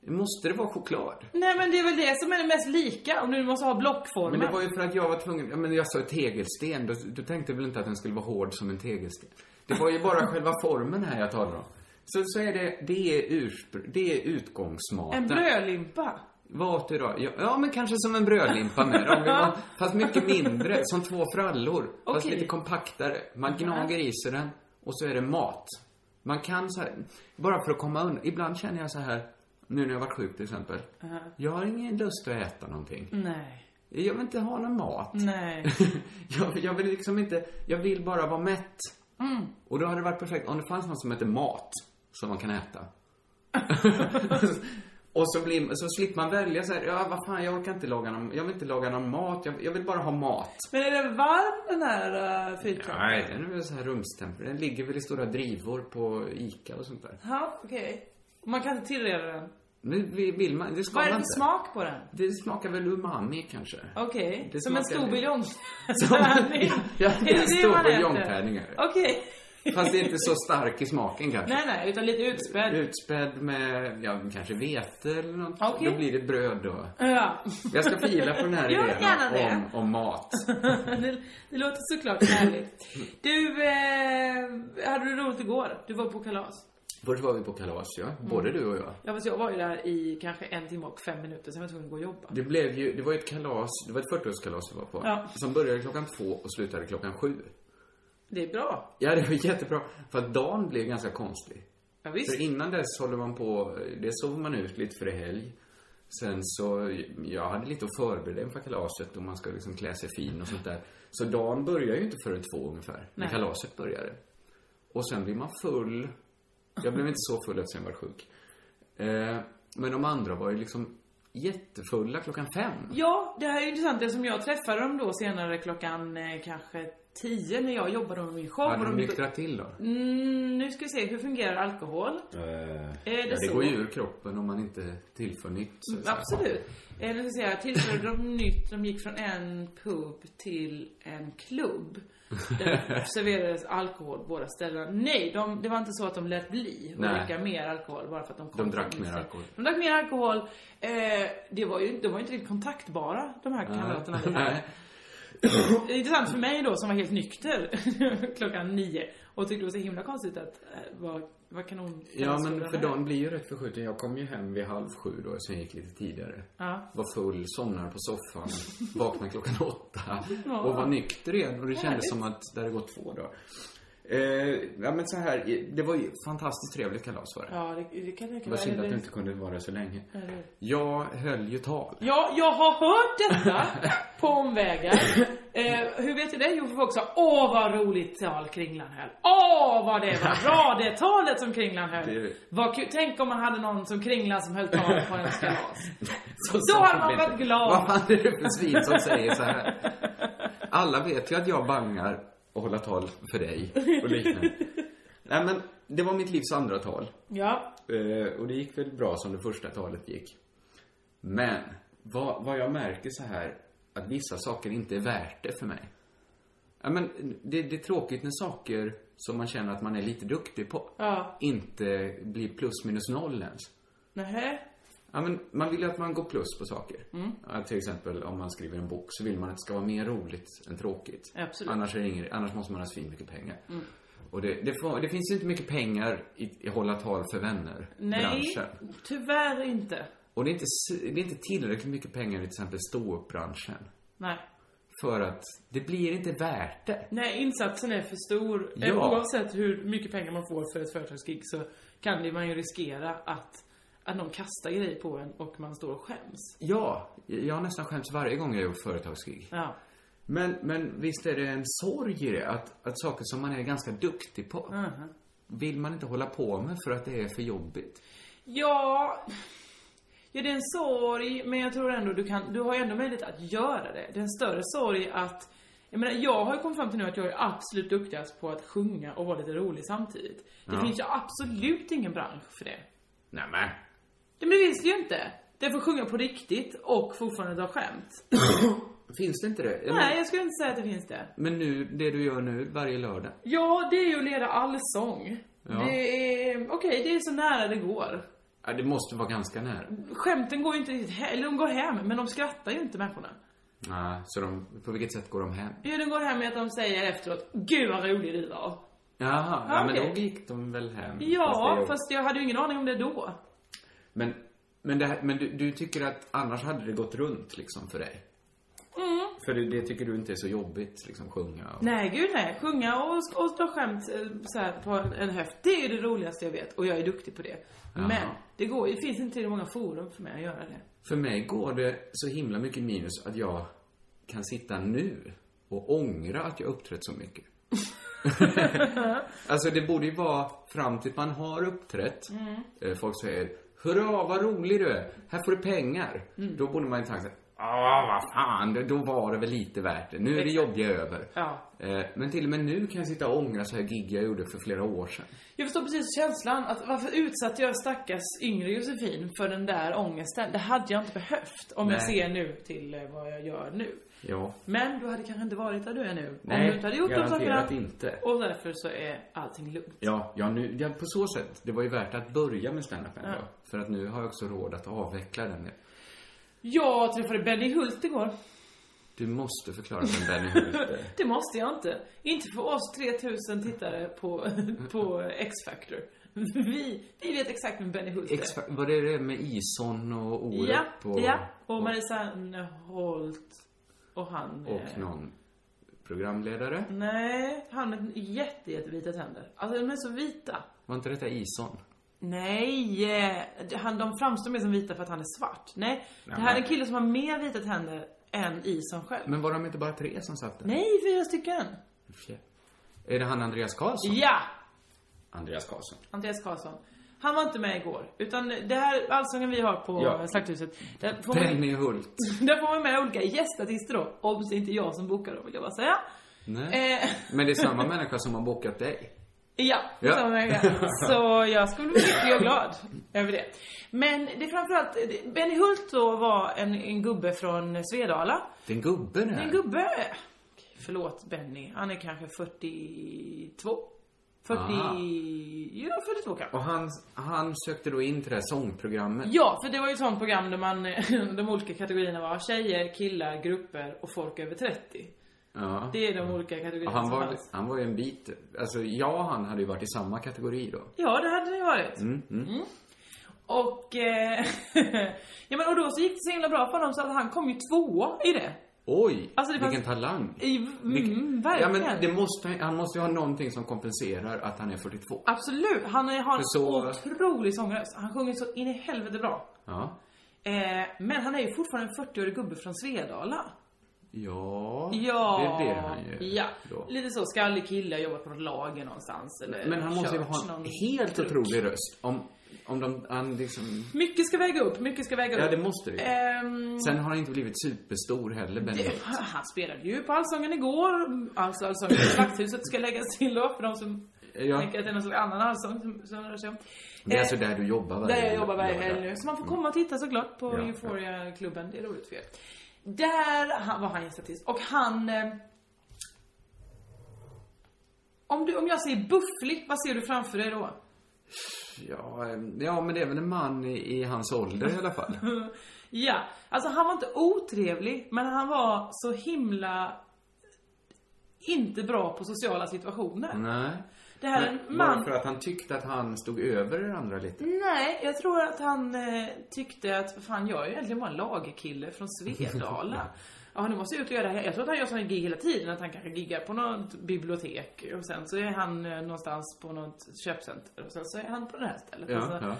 Speaker 4: i.
Speaker 5: måste det vara choklad?
Speaker 4: Nej men det är väl det som är det mest lika om du måste ha blockformen.
Speaker 5: Men det var ju för att jag var tvungen, ja men jag sa tegelsten, du, du tänkte väl inte att den skulle vara hård som en tegelsten? Det var ju bara själva formen här jag talar om. Så, så är det, det är urspr- det är utgångsmaten.
Speaker 4: En brödlimpa.
Speaker 5: Vad åt du idag? Ja, ja, men kanske som en brödlimpa med då, om vi var, Fast mycket mindre, som två frallor. Fast
Speaker 4: Okej.
Speaker 5: lite kompaktare. Man gnager i sig den och så är det mat. Man kan så här, bara för att komma undan. Ibland känner jag så här, nu när jag varit sjuk till exempel. Jag har ingen lust att äta någonting.
Speaker 4: Nej.
Speaker 5: Jag vill inte ha någon mat.
Speaker 4: Nej.
Speaker 5: jag, jag vill liksom inte, jag vill bara vara mätt.
Speaker 4: Mm.
Speaker 5: Och då hade det varit perfekt om det fanns något som heter mat, som man kan äta. och så, blir, så slipper man välja så här, ja vad fan jag orkar inte laga någon, jag vill inte laga någon mat, jag, jag vill bara ha mat.
Speaker 4: Men är den varm den här uh, fyrkanten?
Speaker 5: Nej, den är väl så här rumstemper, den ligger väl i stora drivor på ICA och sånt där.
Speaker 4: Ja, okej. Man kan inte tillreda den.
Speaker 5: Men vi- vill man, det ska
Speaker 4: Vad är det
Speaker 5: man
Speaker 4: för
Speaker 5: inte.
Speaker 4: smak på den?
Speaker 5: Det smakar väl umami kanske.
Speaker 4: Okej,
Speaker 5: Det
Speaker 4: som en
Speaker 5: smakar-
Speaker 4: stor buljong.
Speaker 5: Som- Ja, det är en stor buljongtärning är det.
Speaker 4: Okej.
Speaker 5: Fast det är inte så stark i smaken kanske.
Speaker 4: Nej, nej, utan lite utspädd.
Speaker 5: Utspädd med, ja, kanske vete eller något.
Speaker 4: Okej.
Speaker 5: Då blir det bröd då.
Speaker 4: Ja.
Speaker 5: Jag ska fila på den här
Speaker 4: Gör gärna det.
Speaker 5: idén om, om mat.
Speaker 4: det, det låter såklart härligt. Du, eh, hade du roligt igår? Du var på kalas.
Speaker 5: Först var vi på kalas, ja.
Speaker 4: Mm.
Speaker 5: Både du och jag.
Speaker 4: Ja, fast jag var ju där i kanske en timme och fem minuter, sen var jag tvungen att gå och jobba.
Speaker 5: Det blev ju, det var ju ett kalas, det var ett 40-årskalas vi var på.
Speaker 4: Ja.
Speaker 5: Som började klockan två och slutade klockan sju.
Speaker 4: Det är bra.
Speaker 5: Ja, det var jättebra. För att dagen blev ganska konstig.
Speaker 4: Ja, visst.
Speaker 5: För innan dess håller man på, det sov man ut lite för det helg. Sen så, jag hade lite att förbereda inför kalaset och man ska liksom klä sig fin och sånt där. Så dagen börjar ju inte förrän två ungefär, när
Speaker 4: Nej.
Speaker 5: kalaset började. Och sen blir man full. Jag blev inte så full eftersom jag var sjuk. Eh, men de andra var ju liksom jättefulla klockan fem.
Speaker 4: Ja, det här är intressant eftersom jag träffade dem då senare klockan eh, kanske tio när jag jobbade med min show.
Speaker 5: Hade
Speaker 4: och
Speaker 5: de
Speaker 4: de-
Speaker 5: nyktrat till då?
Speaker 4: Mm, nu ska vi se, hur fungerar alkohol?
Speaker 5: ja,
Speaker 4: det
Speaker 5: det
Speaker 4: så?
Speaker 5: går ju ur kroppen om man inte tillför nytt. så att säga.
Speaker 4: Mm, Absolut. Eh, nu ska vi se här, tillförde de nytt, de gick från en pub till en klubb. Där det serverades alkohol på båda ställena. Nej, de, det var inte så att de lät bli att
Speaker 5: Nej.
Speaker 4: dricka mer alkohol bara för att de kom
Speaker 5: De drack
Speaker 4: från-
Speaker 5: mer alkohol.
Speaker 4: De drack mer alkohol. Eh, det var ju, de var ju inte riktigt kontaktbara, de här kamraterna. vi hade.
Speaker 5: Nej.
Speaker 4: Det är intressant för mig då som var helt nykter klockan nio och tyckte det var så himla konstigt att eh, vad, vad kanon
Speaker 5: Ja, men för
Speaker 4: kalasskolan
Speaker 5: dagen blir ju rätt förskjuten. Jag kom ju hem vid halv sju då, sen gick lite tidigare.
Speaker 4: Ja.
Speaker 5: Var full, somnar på soffan, vaknade klockan åtta
Speaker 4: Ja.
Speaker 5: och var nykter igen. Och det kändes som att det hade gått två dagar. Eh, ja, men så här, eh, det var ju fantastiskt trevligt kalas var det.
Speaker 4: Ja, det, det kan jag tänka
Speaker 5: Vad synd att
Speaker 4: Eller-
Speaker 5: du inte kunde vara där så länge.
Speaker 4: eller-
Speaker 5: Jag höll ju tal.
Speaker 4: Ja, jag har hört detta på omvägar. Eh, hur vet du det? Jo, för folk sa Åh vad roligt tal Kringlan höll. Åh vad det var bra det talet som Kringlan höll.
Speaker 5: Det-
Speaker 4: Vad kul. Tänk om man hade någon som Kringlan som höll tal på en kalas.
Speaker 5: Så
Speaker 4: Då hade man varit glad.
Speaker 5: Vad fan är det för svin som säger så här? Alla vet ju att jag bangar och håller tal för dig och liknande. Nej men, det var mitt livs andra tal.
Speaker 4: Ja,
Speaker 5: Eh, Och det gick väl bra som det första talet gick. Men, vad, vad jag märker så här, att vissa saker inte är värt det för mig. Ja, men det, det är tråkigt när saker som man känner att man är lite duktig på
Speaker 4: Ja.
Speaker 5: inte blir plus minus noll ens.
Speaker 4: nähä.
Speaker 5: Ja, men man vill ju att man går plus på saker.
Speaker 4: Mm.
Speaker 5: Ja, till exempel om man skriver en bok så vill man att det ska vara mer roligt än tråkigt.
Speaker 4: Absolut. Mm.
Speaker 5: Annars, är det ingen, annars måste man ha svin mycket pengar. Och det, det, får, det finns ju inte mycket pengar i, i hålla tal för vänner
Speaker 4: Nej,
Speaker 5: branschen.
Speaker 4: tyvärr inte.
Speaker 5: Och det är, inte, s- det är inte tillräckligt mycket pengar i till exempel ståuppbranschen.
Speaker 4: Nej.
Speaker 5: För att det blir inte värt det.
Speaker 4: Nej, insatsen är för stor.
Speaker 5: Ja.
Speaker 4: Eh, Oavsett hur mycket pengar man får för ett företagsgig så kan det- man ju riskera att, att någon kastar grejer på en och man står och skäms.
Speaker 5: Ja, jag har nästan skämts varje gång jag gjort företagsgig.
Speaker 4: Ja.
Speaker 5: Men, men visst är det en sorg i det att, att saker som man är ganska duktig på
Speaker 4: Mhm.
Speaker 5: vill man inte hålla på med för att det är för jobbigt.
Speaker 4: Ja, ja det är en sorg, men jag tror ändå du kan, du har ju ändå möjlighet att göra det. Det är en större sorg att, jag menar jag har ju kommit fram till nu att jag är absolut duktigast på att sjunga och vara lite rolig samtidigt. Det
Speaker 5: Ja.
Speaker 4: finns ju absolut ingen bransch för det.
Speaker 5: Nämen.
Speaker 4: Det men det finns det ju inte. Det får sjunga på riktigt och fortfarande dra skämt.
Speaker 5: Finns det inte det? Jag
Speaker 4: Nej, jag skulle inte säga att det finns det.
Speaker 5: Men, men nu, det du gör nu varje lördag.
Speaker 4: Ja, det är ju att leda allsång.
Speaker 5: Ja.
Speaker 4: Det är, okej, det är så nära det går.
Speaker 5: Ja, det måste vara ganska nära.
Speaker 4: Skämten går ju inte riktigt he- eller de går hem, men de skrattar ju inte människorna.
Speaker 5: Ja, så de, på vilket sätt går de hem?
Speaker 4: Jo, den går hem med att de säger efteråt Gud vad rolig du var.
Speaker 5: Jaha,
Speaker 4: Ja,
Speaker 5: ja, men
Speaker 4: okej.
Speaker 5: då gick de väl hem?
Speaker 4: Ja,
Speaker 5: det är-
Speaker 4: fast, jag hade ju ingen aning om det då.
Speaker 5: Men, men, det här, men du, du tycker att annars hade det gått runt liksom för dig? För det, det tycker du inte är så jobbigt, liksom sjunga och...
Speaker 4: Nej, gud nej. Sjunga och, och dra skämt eh, så här, på en, en höft, det är ju det roligaste jag vet. Och jag är duktig på det. Men det går, det finns inte tillräckligt många forum för mig att göra det.
Speaker 5: För mig går det så himla mycket minus att jag kan sitta nu och ångra att jag uppträtt så mycket. alltså det borde ju vara fram till man har uppträtt.
Speaker 4: Mm.
Speaker 5: Eh, Folk säger Hurra, vad rolig du är! Här får du pengar!
Speaker 4: Mm.
Speaker 5: Då borde man ju tänka så här, Ah, vad fan, det- då var det väl lite värt det. Nu är det jobbiga över.
Speaker 4: Ja.
Speaker 5: Eh, Men till och med nu kan jag sitta och ångra så här gig jag gjorde för flera år sedan.
Speaker 4: Jag förstår precis känslan att varför utsatte jag stackars yngre Josefin för den där ångesten? Det hade jag inte behövt om jag
Speaker 5: Nej.
Speaker 4: ser nu till eh, vad jag gör nu.
Speaker 5: Ja.
Speaker 4: Men du hade kanske inte varit där du är nu. om
Speaker 5: Nej,
Speaker 4: du inte hade gjort de
Speaker 5: garanterat
Speaker 4: sakerna.
Speaker 5: inte.
Speaker 4: Och därför så är allting lugnt.
Speaker 5: Ja, ja, nu, ja, på så sätt. Det var ju värt att börja med stand-up ändå. För att nu har jag också råd att avveckla den.
Speaker 4: Jag träffade Benny Hult igår.
Speaker 5: Du måste förklara vem Benny Hult är.
Speaker 4: Det måste jag inte. Inte för oss 3000 tittare på, på X-Factor. vi, vi vet exakt vem Benny Hult är.
Speaker 5: Ex- var det det med Ison och Orup
Speaker 4: ja,
Speaker 5: och,
Speaker 4: ja. Och Marisa Holt och han... eh,
Speaker 5: och någon programledare?
Speaker 4: Nej, han med jätte, jättevita tänder. Alltså de är så vita.
Speaker 5: Var inte detta Ison?
Speaker 4: Nej! eh, Han, de framstår mer som vita för att han är svart. Nej, det här är en kille som har mer vita tänder än Ison själv.
Speaker 5: Men var de inte bara tre som satt där?
Speaker 4: Nej, fyra stycken!
Speaker 5: Okej. Är det han Andreas Karlsson?
Speaker 4: Ja!
Speaker 5: Andreas Karlsson.
Speaker 4: Andreas Karlsson. Han var inte med igår. Utan det här allsången vi har på
Speaker 5: Ja.
Speaker 4: Slakthuset, där får, man,
Speaker 5: Benny Hult.
Speaker 4: där får man med olika gästartister då. Obs, det är inte jag som bokar då, vill jag bara säga.
Speaker 5: Nej.
Speaker 4: Eh,
Speaker 5: Men det är samma människa som har bokat dig.
Speaker 4: Ja,
Speaker 5: Ja.
Speaker 4: Så, var jag. så jag skulle bli lycklig och glad över det. Men det är framförallt, det- Benny Hult då var en, en gubbe från Svedala.
Speaker 5: Det är en gubbe det
Speaker 4: Det är
Speaker 5: här.
Speaker 4: en gubbe. Förlåt Benny, han är kanske 42? 40...
Speaker 5: Aha.
Speaker 4: Ja, 42 kanske.
Speaker 5: Och han, han sökte då in till det här sångprogrammet.
Speaker 4: Ja, för det var ju ett sånt program där man, de olika kategorierna var tjejer, killar, grupper och folk över 30.
Speaker 5: Ja.
Speaker 4: Det är de olika
Speaker 5: Och
Speaker 4: kategorierna
Speaker 5: han,
Speaker 4: som
Speaker 5: var,
Speaker 4: fanns.
Speaker 5: han var ju en bit... Alltså, jag och han hade ju varit i samma kategori då.
Speaker 4: Ja, det hade det varit. Mm. Och, eh, ja, men, och då så gick det så himla bra för honom så att han kom ju tvåa i det.
Speaker 5: Oj!
Speaker 4: Alltså, det fanns-
Speaker 5: vilken talang!
Speaker 4: I, mm,
Speaker 5: Vilken- ja,
Speaker 4: verkligen.
Speaker 5: men det måste, han måste ju ha någonting som kompenserar att han är 42.
Speaker 4: Ah. Absolut. Han är, har en
Speaker 5: så-
Speaker 4: otrolig sångröst. Han sjunger så in i helvete bra.
Speaker 5: Ja.
Speaker 4: Eh, men han är ju fortfarande en 40-årig gubbe från Svedala.
Speaker 5: Ja,
Speaker 4: Ja.
Speaker 5: det blir han ju.
Speaker 4: Ja.
Speaker 5: Då.
Speaker 4: Lite så skallig kille, har jobbat på något lager någonstans. Eller
Speaker 5: Men han måste ju
Speaker 4: kört
Speaker 5: ha en
Speaker 4: någon
Speaker 5: helt
Speaker 4: truck.
Speaker 5: otrolig röst. Om, om de, han liksom...
Speaker 4: Mycket ska väga upp, mycket ska väga upp.
Speaker 5: Ja, det måste det ju.
Speaker 4: Ehm,
Speaker 5: Sen har han inte blivit superstor heller, Benny.
Speaker 4: Det, han spelade ju på Allsången igår. Alltså Allsången i Slakthuset ska läggas till då för de som
Speaker 5: Ja.
Speaker 4: tänker att det är någon slags annan allsång som, som rör sig om.
Speaker 5: Det är alltså
Speaker 4: Eh,
Speaker 5: där du jobbar varje
Speaker 4: där jag jobbar varje
Speaker 5: lördag.
Speaker 4: helg nu. Så man får komma och titta såklart på
Speaker 5: Ja, ja.
Speaker 4: Euphoria-klubben. Det är roligt för er. Där han- var han gästatist. Och han... Eh, om, du, om jag säger bufflig, vad ser du framför dig då?
Speaker 5: Ja, eh, ja, men det är väl en man i, i hans ålder i alla fall.
Speaker 4: Ja, alltså han var inte otrevlig, men han var så himla inte bra på sociala situationer.
Speaker 5: Nej.
Speaker 4: Det här är
Speaker 5: Men
Speaker 4: en
Speaker 5: Var det
Speaker 4: man... Mm.
Speaker 5: för att han tyckte att han stod över er andra lite?
Speaker 4: Nej, jag tror att han eh, tyckte att, fan jag är ju egentligen bara en lagerkille från Svedala. ja, nu måste jag ut och göra det här. Jag tror att han gör sådana gig hela tiden, att han kanske giggar på något bibliotek och sen så är han eh, någonstans på något köpcenter och sen så är han på det här stället.
Speaker 5: Ja,
Speaker 4: Alltså,
Speaker 5: ja.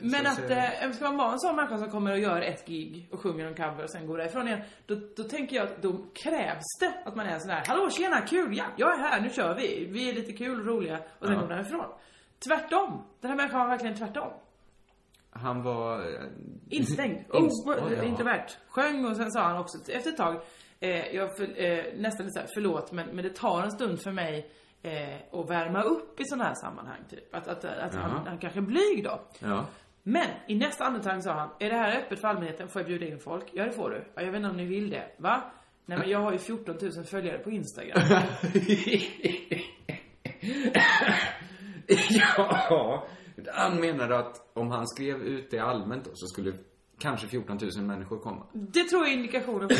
Speaker 4: Men
Speaker 5: Så-
Speaker 4: att,
Speaker 5: så-
Speaker 4: eh, ska man vara en sån människa som kommer och gör ett gig och sjunger en cover och sen går därifrån igen, då, då tänker jag att då krävs det att man är en sån här, hallå tjena, kul, ja, jag är här, nu kör vi, vi är lite kul, roliga och sen
Speaker 5: Ja.
Speaker 4: går man därifrån. Tvärtom! Den här människan var verkligen tvärtom.
Speaker 5: Han var... eh,
Speaker 4: Instängd.
Speaker 5: Inst-
Speaker 4: Oh,
Speaker 5: Oj, ja.
Speaker 4: introvert. Sjöng och sen sa han också efter ett tag, eh, jag för, eh, nästan lite såhär, förlåt men, men det tar en stund för mig eh, att värma upp i sådana här sammanhang typ. Att, att, att han, han kanske är blyg då.
Speaker 5: Ja.
Speaker 4: Men i nästa andetag sa han, är det här öppet för allmänheten? Får jag bjuda in folk? Ja det får du. Ja, jag vet inte om ni vill det. Va? Nej men jag har ju 14 000 följare på Instagram.
Speaker 5: ja. Han menade att om han skrev ut det allmänt då, så skulle kanske 14 000 människor komma.
Speaker 4: Det tror jag är indikationen på.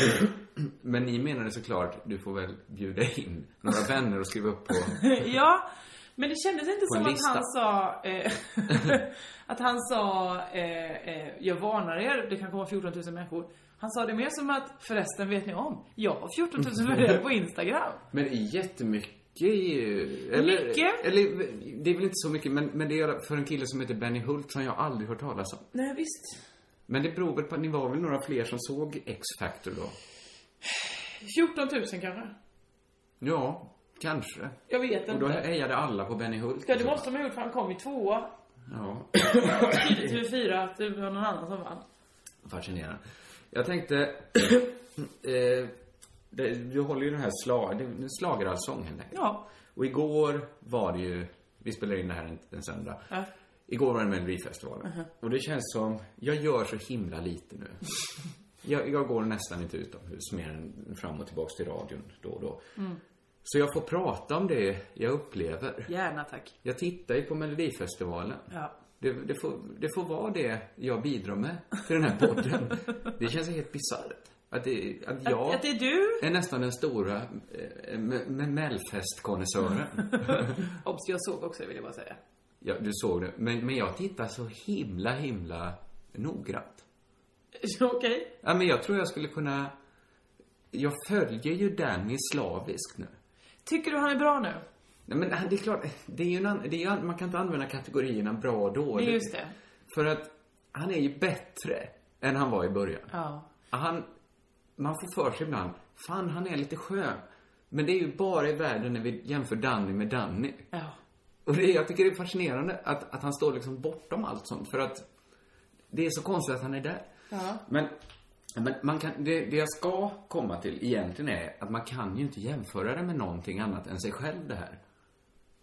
Speaker 5: Men ni menade såklart, du får väl bjuda in några vänner och skriva upp på...
Speaker 4: ja. Men det kändes inte som
Speaker 5: en
Speaker 4: att
Speaker 5: lista.
Speaker 4: han sa, eh, att han sa, eh, eh, jag varnar er, det kan komma 14 000 människor. Han sa det mer som att, förresten vet ni om, jag har 14 000 följare på Instagram.
Speaker 5: Men det är jättemycket ju. Eller,
Speaker 4: Mycket.
Speaker 5: Eller, det är väl inte så mycket, men, men det är för en kille som heter Benny Hult som jag aldrig hört talas om.
Speaker 4: Nej visst.
Speaker 5: Men det beror väl på att ni var väl några fler som såg X-Factor då?
Speaker 4: 14 000 kanske.
Speaker 5: Ja, kanske.
Speaker 4: Jag vet
Speaker 5: Och då
Speaker 4: inte.
Speaker 5: hejade alla på Benny Hult.
Speaker 4: Ja det måste de ha gjort för han kom ju tvåa
Speaker 5: Ja,
Speaker 4: TV4 att det var typ, någon annan som vann.
Speaker 5: fascinerande. Jag tänkte... eh, det, du håller ju den här slag, det är en schlagerallsång helt enkelt.
Speaker 4: Ja.
Speaker 5: Och igår var det ju, vi spelar in det här en, en söndag.
Speaker 4: Ja. Uh-huh.
Speaker 5: Igår var det Melodifestivalen. Och det känns som, jag gör så himla lite nu. jag, jag går nästan inte utomhus mer än fram och tillbaks till radion då och då.
Speaker 4: Mm.
Speaker 5: Så jag får prata om det jag upplever.
Speaker 4: Gärna tack.
Speaker 5: Jag tittar ju på Melodifestivalen.
Speaker 4: Ja.
Speaker 5: Det, det, får, det får vara det jag bidrar med till den här podden. det känns helt bisarrt. Att, det- att jag
Speaker 4: Att, att det är du.
Speaker 5: är nästan den stora eh, me- me- mellfestkonnässören.
Speaker 4: Obs, jag såg också det vill jag bara säga.
Speaker 5: Ja, du såg det. Men, men jag tittar så himla, himla noggrant.
Speaker 4: Okej.
Speaker 5: Ja, men jag tror jag skulle kunna... Jag följer ju Danny slaviskt nu.
Speaker 4: Tycker du han är bra nu?
Speaker 5: Nej, men han- det är klart, det är ju en, ann- det är ju, an- man kan inte använda kategorierna bra och dåligt.
Speaker 4: Nej, just det.
Speaker 5: För att han är ju bättre än han var i början.
Speaker 4: Ja.
Speaker 5: Han, man får för sig ibland, fan han är lite skön. Men det är ju bara i världen när vi jämför Danny med Danny.
Speaker 4: Ja.
Speaker 5: Och det, jag tycker det är fascinerande att, att han står liksom bortom allt sånt. För att det är så konstigt att han är där. Men, men man kan, det, det jag ska komma till egentligen är att man kan ju inte jämföra det med någonting annat än sig själv det här.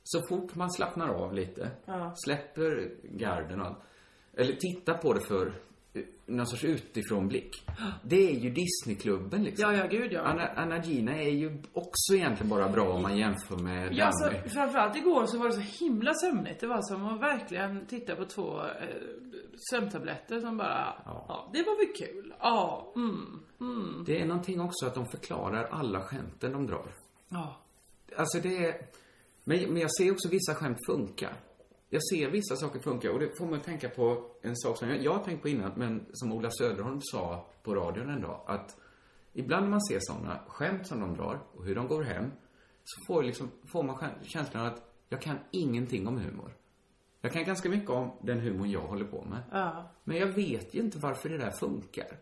Speaker 5: Så fort man slappnar av lite, släpper garden och allt. Eller tittar på det för eh, någon sorts utifrånblick. Det är ju Disneyklubben liksom.
Speaker 4: Ja, ja, gud, ja.
Speaker 5: Anna, Anna Gina är ju också egentligen bara bra om man jämför med
Speaker 4: Ja, alltså,
Speaker 5: Danny.
Speaker 4: framförallt igår så var det så himla sömnigt. Det var som att verkligen titta på två eh, sömntabletter som bara, ja. det var väl kul. Ja, mm, mm.
Speaker 5: Det är någonting också att de förklarar alla skämten de drar.
Speaker 4: Ja.
Speaker 5: Alltså det är... Men, men jag ser också vissa skämt funka. Jag ser vissa saker funka och det får man tänka på en sak som jag, jag har tänkt på innan, men som Ola Söderholm sa på radion en dag. Att ibland när man ser sådana skämt som de drar och hur de går hem så får, liksom, får man skä- känslan att jag kan ingenting om humor. Jag kan ganska mycket om den humor jag håller på med.
Speaker 4: Ja.
Speaker 5: Men jag vet ju inte varför det där funkar.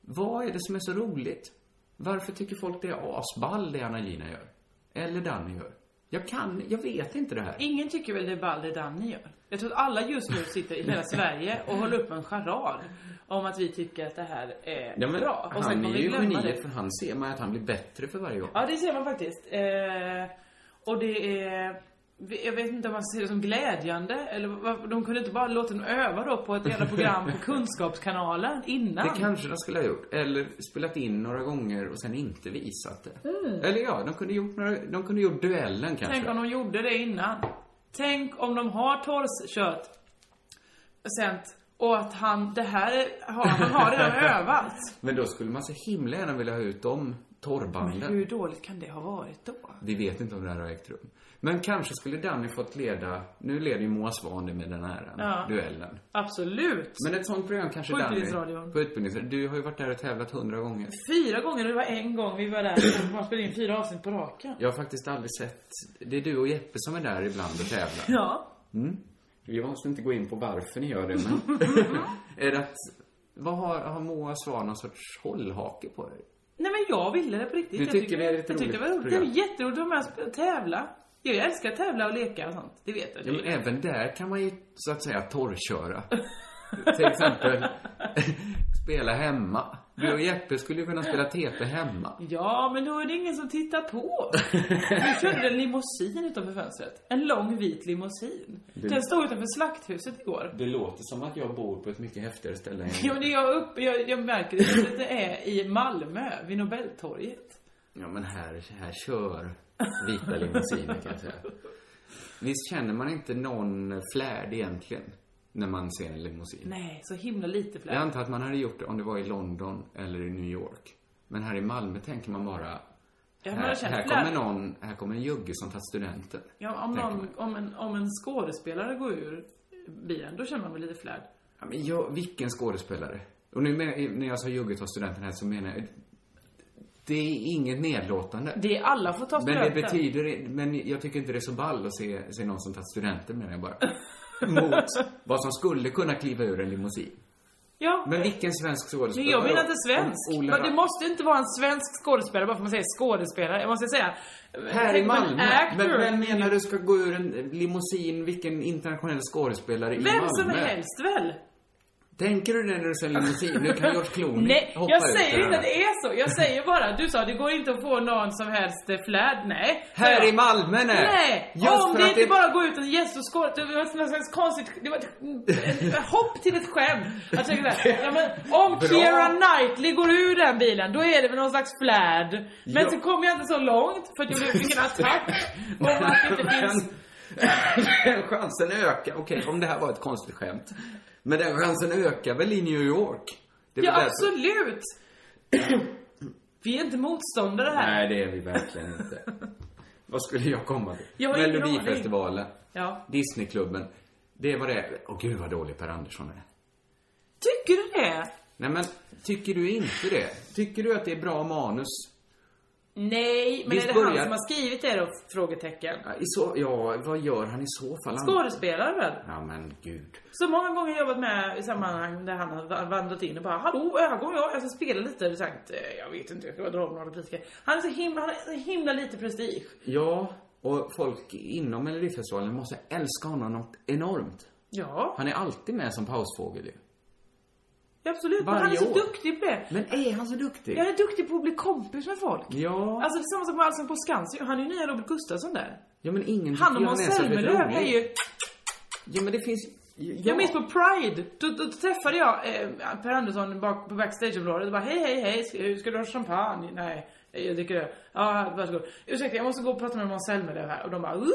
Speaker 5: Vad är det som är så roligt? Varför tycker folk det är asball det Anna-Gina gör? Eller Danny gör? Jag kan, jag vet inte det här.
Speaker 4: Ingen tycker väl det är ball det Danny gör? Jag tror att alla just nu sitter i hela Sverige och håller upp en charad om att vi tycker att det här är
Speaker 5: Ja, men
Speaker 4: bra. Och
Speaker 5: han
Speaker 4: kommer
Speaker 5: är
Speaker 4: vi
Speaker 5: ju
Speaker 4: glömma
Speaker 5: geniet för han ser man att han blir bättre för varje år.
Speaker 4: Ja, det ser man faktiskt. Eh, och det är... Jag vet inte om man ser det som glädjande eller vad- de kunde inte bara låta dem öva då på ett jävla program på Kunskapskanalen innan.
Speaker 5: Det kanske de skulle ha gjort. Eller spelat in några gånger och sen inte visat det. Eller ja, de kunde gjort några, de kunde gjort duellen kanske.
Speaker 4: Mm. Tänk om de gjorde det innan. Tänk om de har torskört sent och att han, det här är- har han har redan övat.
Speaker 5: Men då skulle man så himla gärna vilja ha ut de torrbanden.
Speaker 4: Hur dåligt kan det ha varit då?
Speaker 5: Vi vet inte om det här har ägt rum. Men kanske skulle Danny fått leda, nu leder ju Moa Svahn det med den här
Speaker 4: Ja.
Speaker 5: duellen.
Speaker 4: Absolut.
Speaker 5: Men ett sånt program kanske
Speaker 4: På
Speaker 5: Danny...
Speaker 4: Utbildningsradion.
Speaker 5: På Utbildningsradion. Du har ju varit där och tävlat hundra gånger.
Speaker 4: Fyra gånger, det var en gång vi var där och man spelade in fyra avsnitt på raken.
Speaker 5: Jag har faktiskt aldrig sett... Det är du och Jeppe som är där ibland och tävlar.
Speaker 4: Ja.
Speaker 5: Mm. Vi måste inte gå in på varför ni gör det, men... är det att... Vad har, har Moa Svahn någon sorts hållhake på dig?
Speaker 4: Nej men jag ville det på riktigt.
Speaker 5: Du
Speaker 4: jag
Speaker 5: tycker det är ett
Speaker 4: jag tyckte det var
Speaker 5: roligt
Speaker 4: roligt. Det var
Speaker 5: program.
Speaker 4: jätteroligt att vara med och sp- tävla. Jag älskar att tävla och leka och sånt. Det vet jag.
Speaker 5: Ja, men även där kan man ju så att säga torrköra. Till exempel spela hemma. Du och Jeppe skulle ju kunna spela TP hemma.
Speaker 4: Ja, men då är det ingen som tittar på. Vi körde en limousin utanför fönstret. En lång vit limousin. Den stod utanför slakthuset igår.
Speaker 5: Det låter som att jag bor på ett mycket häftigare ställe än
Speaker 4: Ja, men det är jag, upp, jag, jag märker det, att det är i Malmö, vid Nobeltorget.
Speaker 5: Ja, men här, här kör vita limousiner kan jag säga. Visst känner man inte någon flärd egentligen när man ser en limousin?
Speaker 4: Nej, så himla lite
Speaker 5: Jag
Speaker 4: fler.
Speaker 5: antar att man hade gjort det om det var i London eller i New York. Men här i Malmö tänker man bara,
Speaker 4: Ja, men jag
Speaker 5: här,
Speaker 4: känner
Speaker 5: här
Speaker 4: flärd.
Speaker 5: kommer någon, här kommer en jugge som tar studenten.
Speaker 4: Ja, om,
Speaker 5: tänker
Speaker 4: någon, om, en, om en skådespelare går ur bilen, då känner man väl lite flärd.
Speaker 5: Ja, men jag, vilken skådespelare. Och nu men, när jag sa jugget av studenten här så menar jag... Det är inget nedlåtande.
Speaker 4: Det är alla får ta
Speaker 5: Men det
Speaker 4: studenten.
Speaker 5: betyder... Men jag tycker inte det är så ball att se, se någon som tagit studenten menar jag bara. Mot vad som skulle kunna kliva ur en limousin.
Speaker 4: Ja.
Speaker 5: Men vilken svensk
Speaker 4: Men
Speaker 5: skådespelare?
Speaker 4: jag menar inte
Speaker 5: Om-
Speaker 4: svensk.
Speaker 5: om Ola
Speaker 4: Men det
Speaker 5: Rask.
Speaker 4: måste inte vara en svensk skådespelare bara för att man säger skådespelare. Jag måste säga...
Speaker 5: Här
Speaker 4: Tänk
Speaker 5: i
Speaker 4: på en
Speaker 5: Malmö? Men
Speaker 4: actor.
Speaker 5: vem menar du ska gå ur en limousin? Vilken internationell skådespelare i Malmö?
Speaker 4: Vem som helst väl?
Speaker 5: Tänker du det när du säger limousin? Nu kan George Clooney
Speaker 4: Nej,
Speaker 5: hoppa
Speaker 4: jag
Speaker 5: ut
Speaker 4: säger
Speaker 5: ur
Speaker 4: inte
Speaker 5: den.
Speaker 4: att det är så. Jag säger bara, du sa det går inte att få någon som helst eh, flärd. Nej.
Speaker 5: Här
Speaker 4: Ja.
Speaker 5: i Malmö, nej!
Speaker 4: Nej!
Speaker 5: Just
Speaker 4: Om
Speaker 5: för
Speaker 4: det
Speaker 5: att
Speaker 4: inte bara går ut en gäst och skål, det var ett sånt här konstigt, det var ett, ett hopp till ett skämt. Jag tänker såhär, ja, men om
Speaker 5: Bra.
Speaker 4: Keira Knightley går ur den bilen, då är det väl någon slags flärd. Men
Speaker 5: Ja.
Speaker 4: så kom jag inte så långt för att jag blev- fick en attack om att det inte finns...
Speaker 5: den chansen ökar. Okej, om det här var ett konstigt skämt. Men den chansen ökar väl i New York? Det är
Speaker 4: Ja,
Speaker 5: väl därför-
Speaker 4: absolut! Vi är inte motståndare här.
Speaker 5: Nej, det är vi verkligen inte. Vad skulle jag komma till?
Speaker 4: Jag har ingen aning.
Speaker 5: Melodifestivalen.
Speaker 4: Ja.
Speaker 5: Disneyklubben. Det är vad det är. Åh gud vad dålig Per Andersson är.
Speaker 4: Tycker du det?
Speaker 5: Nej men, tycker du inte det? Tycker du att det är bra manus?
Speaker 4: Nej, men
Speaker 5: Visst
Speaker 4: är det han
Speaker 5: börjar-
Speaker 4: som har skrivit det då? Frågetecken.
Speaker 5: Ja, I så, ja, vad gör han i så fall? Han-
Speaker 4: Skådespelare väl?
Speaker 5: Ja men gud.
Speaker 4: Så många gånger jobbat med i sammanhang där han har va- vandrat in och bara Hallå, här går jag, jag ska spela lite. Och sagt, "Eh, jag vet inte, jag ska dra några repliker. Han är så himla, han är så himla lite prestige.
Speaker 5: Ja, och folk inom Melodifestivalen måste älska honom något enormt.
Speaker 4: Ja,
Speaker 5: Han är alltid med som pausfågel ju.
Speaker 4: absolut. Men han är
Speaker 5: Varje
Speaker 4: så
Speaker 5: år.
Speaker 4: duktig på det.
Speaker 5: Men är han så duktig?
Speaker 4: Jag är duktig på att bli kompis med folk.
Speaker 5: Ja.
Speaker 4: Alltså det är samma sak med Allsång på Skansen. Han är ju nya Robert Gustafsson där.
Speaker 5: Ja men ingen tycker
Speaker 4: Han och
Speaker 5: ju
Speaker 4: Måns
Speaker 5: särskilt
Speaker 4: Zelmerlöw
Speaker 5: rolig.
Speaker 4: är ju...
Speaker 5: Ja men det finns... Ja.
Speaker 4: Jag minns på Pride, då, då träffade jag eh, Per Andersson bak, på backstageområdet och bara hej hej hej, ska, ska du ha champagne? Nej, jag dricker öl. Ja, varsågod. Ursäkta, jag måste gå och prata med Måns Zelmerlöw här. Och de bara ooh,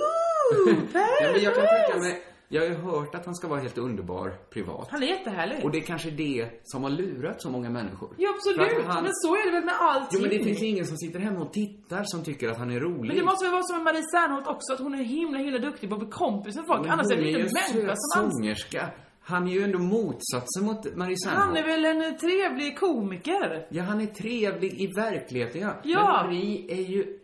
Speaker 5: Ja,
Speaker 4: Per!
Speaker 5: men jag kan tänka
Speaker 4: Roos!"
Speaker 5: mig... Jag har ju hört att han ska vara helt underbar privat.
Speaker 4: Han är jättehärlig.
Speaker 5: Och det är kanske det som har lurat så många människor.
Speaker 4: Ja
Speaker 5: För
Speaker 4: absolut,
Speaker 5: att han-
Speaker 4: men så är det väl med
Speaker 5: Jo
Speaker 4: allting.
Speaker 5: men det finns ingen som sitter hemma och tittar som tycker att han är rolig.
Speaker 4: Men det måste väl vara som med Marie Serneholt också, att hon är himla himla duktig på att bli kompis med folk.
Speaker 5: Men
Speaker 4: Annars är
Speaker 5: hon
Speaker 4: det
Speaker 5: ju
Speaker 4: inte en människa
Speaker 5: söt
Speaker 4: som anstränger
Speaker 5: sångerska. Han är ju ändå motsatsen mot Marie Serneholt.
Speaker 4: Han är väl en eh, trevlig komiker?
Speaker 5: Ja, han är trevlig i verkligheten, ja.
Speaker 4: Ja.
Speaker 5: Men Marie är ju...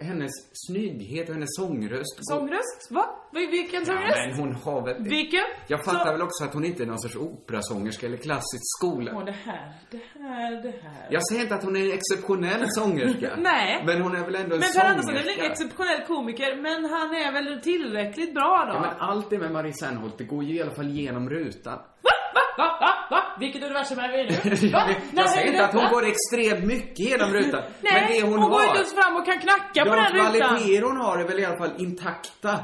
Speaker 5: Hennes snygghet och hennes sångröst.
Speaker 4: Sångröst? Va? Vil- Vilken
Speaker 5: Ja,
Speaker 4: sångröst?
Speaker 5: men hon har väl...
Speaker 4: Vilken?
Speaker 5: Jag fattar
Speaker 4: Så-
Speaker 5: väl också att hon inte är någon sorts operasångerska eller klassisk
Speaker 4: Åh,
Speaker 5: skola.
Speaker 4: det här, det här, det här.
Speaker 5: Jag säger inte att hon är en exceptionell sångerska.
Speaker 4: Nej.
Speaker 5: Men hon är väl ändå
Speaker 4: men
Speaker 5: en
Speaker 4: Per
Speaker 5: sångerska.
Speaker 4: Andersson är väl en exceptionell komiker, men han är väl tillräckligt bra då?
Speaker 5: Ja, men allt det med Marie Serneholt, det går ju i alla fall genom rutan.
Speaker 4: Va? Va? Va? Va? Vilket universum är vi i nu? Va?
Speaker 5: Jag,
Speaker 4: När
Speaker 5: jag säger
Speaker 4: hände
Speaker 5: inte att hon
Speaker 4: detta?
Speaker 5: går extremt mycket genom rutan. men
Speaker 4: Nej,
Speaker 5: det hon,
Speaker 4: hon går
Speaker 5: har.
Speaker 4: ju just fram och kan knacka på
Speaker 5: de
Speaker 4: den rutan.
Speaker 5: kvaliteter hon har är väl i alla fall intakta.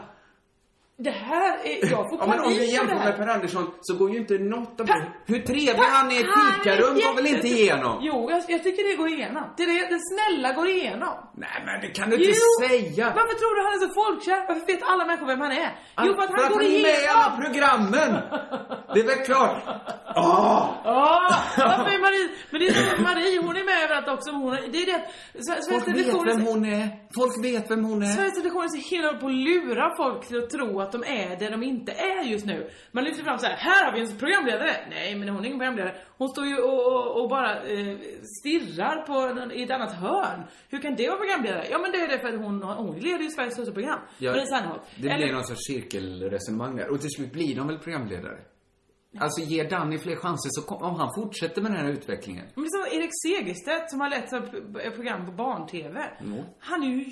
Speaker 4: Det här är... Jag får
Speaker 5: Ja, men om
Speaker 4: panik av
Speaker 5: vi
Speaker 4: det
Speaker 5: jämför med
Speaker 4: här.
Speaker 5: Per Andersson så går ju inte något av
Speaker 4: Per-
Speaker 5: det. Hur trevlig han är i ett fikarum går väl inte igenom?
Speaker 4: Jo, jag, jag tycker det går igenom. Det, är det, det snälla går igenom.
Speaker 5: Nej men det kan du inte säga!
Speaker 4: Varför tror du han är så folkkär? Varför vet alla människor vem han är? jo, för att han
Speaker 5: för att
Speaker 4: går
Speaker 5: han är med i alla
Speaker 4: igenom!
Speaker 5: programmen! Det är väl klart! Ah. Åh!
Speaker 4: Ja, varför är Marie... Men det är så att Marie, hon är med överallt också. men Hon är, det är det att Sve- Sveriges
Speaker 5: Folk vet
Speaker 4: Television...
Speaker 5: vem hon är! Folk vet vem hon är!
Speaker 4: Sveriges Television är så himla på att lura folk till att tro att de är det de inte är just nu. Man lyfter fram så här, här har vi en programledare. Nej, men hon är ingen programledare. Hon står ju och, och, och bara eh, stirrar på en, i ett annat hörn. Hur kan det vara programledare? Ja, men det är det för att hon, har- hon leder ju Sveriges största program.
Speaker 5: Ja,
Speaker 4: Marie Serneholt.
Speaker 5: det blir
Speaker 4: Eller-
Speaker 5: någon sorts cirkelresonemang där. Och till slut blir de väl programledare? Alltså ge Danny fler chanser så kom, om han fortsätter med den här utvecklingen.
Speaker 4: Men det är som Erik Segerstedt som har lett så här p- program på barn-tv.
Speaker 5: Mm.
Speaker 4: Han är ju...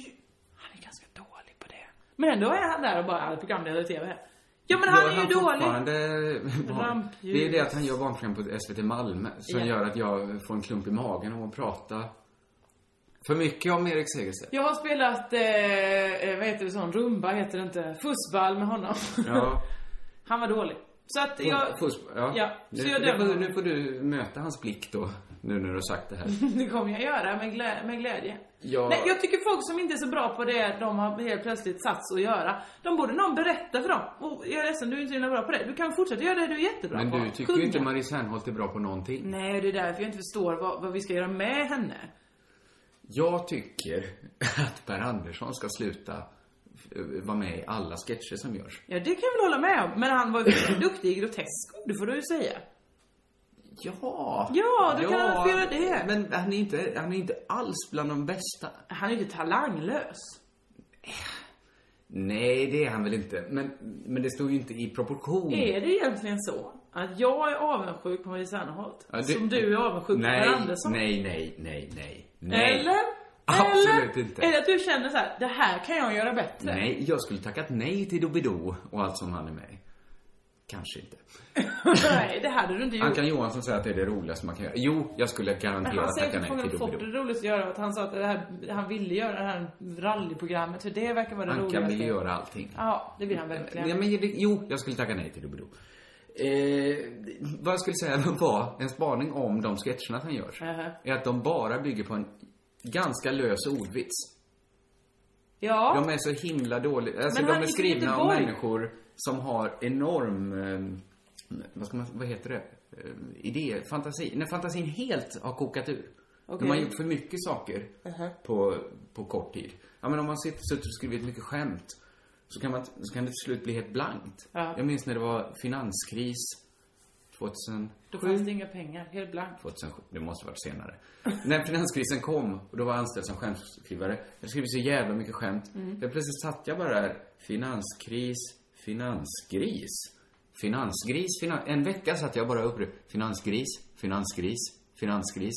Speaker 4: Han är ganska dålig på det. Men ändå är han där och bara är programledare i tv. Ja men han
Speaker 5: Gör
Speaker 4: är ju dålig.
Speaker 5: fortfarande barn?
Speaker 4: Rampljus.
Speaker 5: Det är det att han gör barnprogram på SVT Malmö som
Speaker 4: Ja.
Speaker 5: gör att jag får en klump i magen av att prata för mycket om Erik Segerstedt.
Speaker 4: Jag har spelat, eh, eh, vad heter det sån, rumba heter det inte, fussball med honom.
Speaker 5: Ja.
Speaker 4: Han var dålig. Så att jag...
Speaker 5: Puss- ja.
Speaker 4: Ja,
Speaker 5: Nu,
Speaker 4: så jag
Speaker 5: nu,
Speaker 4: dömer
Speaker 5: får, nu får du möta hans blick då, nu när du har sagt det här.
Speaker 4: Det kommer jag göra med, glä, med glädje.
Speaker 5: Ja.
Speaker 4: Nej, jag tycker folk som inte är så bra på det de har helt plötsligt satts att göra, de borde någon berätta för dem. Och jag är ledsen, du är inte så himla bra på det. Du kan fortsätta göra det du är jättebra
Speaker 5: Men
Speaker 4: på.
Speaker 5: du tycker ju inte
Speaker 4: Kunna.
Speaker 5: Marie Serneholt är bra på någonting.
Speaker 4: Nej, det är därför jag inte förstår vad, vad vi ska göra med henne.
Speaker 5: Jag tycker att Per Andersson ska sluta eh, vara med i alla sketcher som görs.
Speaker 4: Ja, det kan jag väl hålla med om. Men han var ju väldigt duktig i grotesk, det får du ju säga.
Speaker 5: Ja!
Speaker 4: Ja, då kan han få göra det.
Speaker 5: Men han är, inte, han är inte alls bland de bästa. Eh,
Speaker 4: Han är ju inte talanglös.
Speaker 5: Nej, det är han väl inte. Men, men det står ju inte i proportion.
Speaker 4: Är det egentligen så att jag är avundsjuk på Marie Serneholt?
Speaker 5: Ja, det-
Speaker 4: Som du är avundsjuk
Speaker 5: nej,
Speaker 4: på Per Andersson?
Speaker 5: Nej, nej, nej, nej, nej.
Speaker 4: Eller?
Speaker 5: Absolut
Speaker 4: eller,
Speaker 5: inte.
Speaker 4: Eller att du känner så här, det här kan jag göra bättre.
Speaker 5: Nej, jag skulle tackat nej till Doobidoo och allt som han är med i. Kanske inte.
Speaker 4: Nej, det hade du inte gjort.
Speaker 5: Ankan Johansson säger att det är det roligaste man kan göra. Jo, jag skulle
Speaker 4: Men
Speaker 5: garanterat
Speaker 4: han säger
Speaker 5: tacka
Speaker 4: att
Speaker 5: nej
Speaker 4: han
Speaker 5: till
Speaker 4: fått det
Speaker 5: Doobidoo.
Speaker 4: roligt att göra. Att han sa att det här, han ville göra det här rallyprogrammet. För det verkar vara det
Speaker 5: Ankan
Speaker 4: roligaste.
Speaker 5: vill göra allting.
Speaker 4: Ja, det vill han
Speaker 5: Ja,
Speaker 4: verkligen.
Speaker 5: men, det- jo, jag skulle tacka nej till Doobidoo. Eh, vad jag skulle säga var en spaning om de sketcherna som görs.
Speaker 4: Jaha.
Speaker 5: Är att de bara bygger på en ganska lös ordvits.
Speaker 4: ja.
Speaker 5: De är så himla dåliga. Alltså,
Speaker 4: Men
Speaker 5: de
Speaker 4: han
Speaker 5: är
Speaker 4: är från
Speaker 5: skrivna om
Speaker 4: Göteborg.
Speaker 5: människor som har enorm... Eh, vad, ska man, vad heter det? Eh, idé, fantasi. När fantasin helt har kokat ur.
Speaker 4: Okej.
Speaker 5: De har gjort för mycket saker på, på kort tid. Ja, men om man sitter- suttit och skrivit mycket skämt Så kan, man, så kan det till slut bli helt blankt.
Speaker 4: Ja.
Speaker 5: Jag minns när det var finanskris 2000...
Speaker 4: Då fanns det inga pengar, helt blankt.
Speaker 5: 2007, det måste varit senare. När finanskrisen kom och då var jag anställd som skämtskrivare. Jag skrev så jävla mycket skämt. Mm. Plötsligt satt jag bara där. Finanskris, finansgris. Finansgris, finan... En vecka satt jag bara uppe. Finansgris, finansgris, finansgris.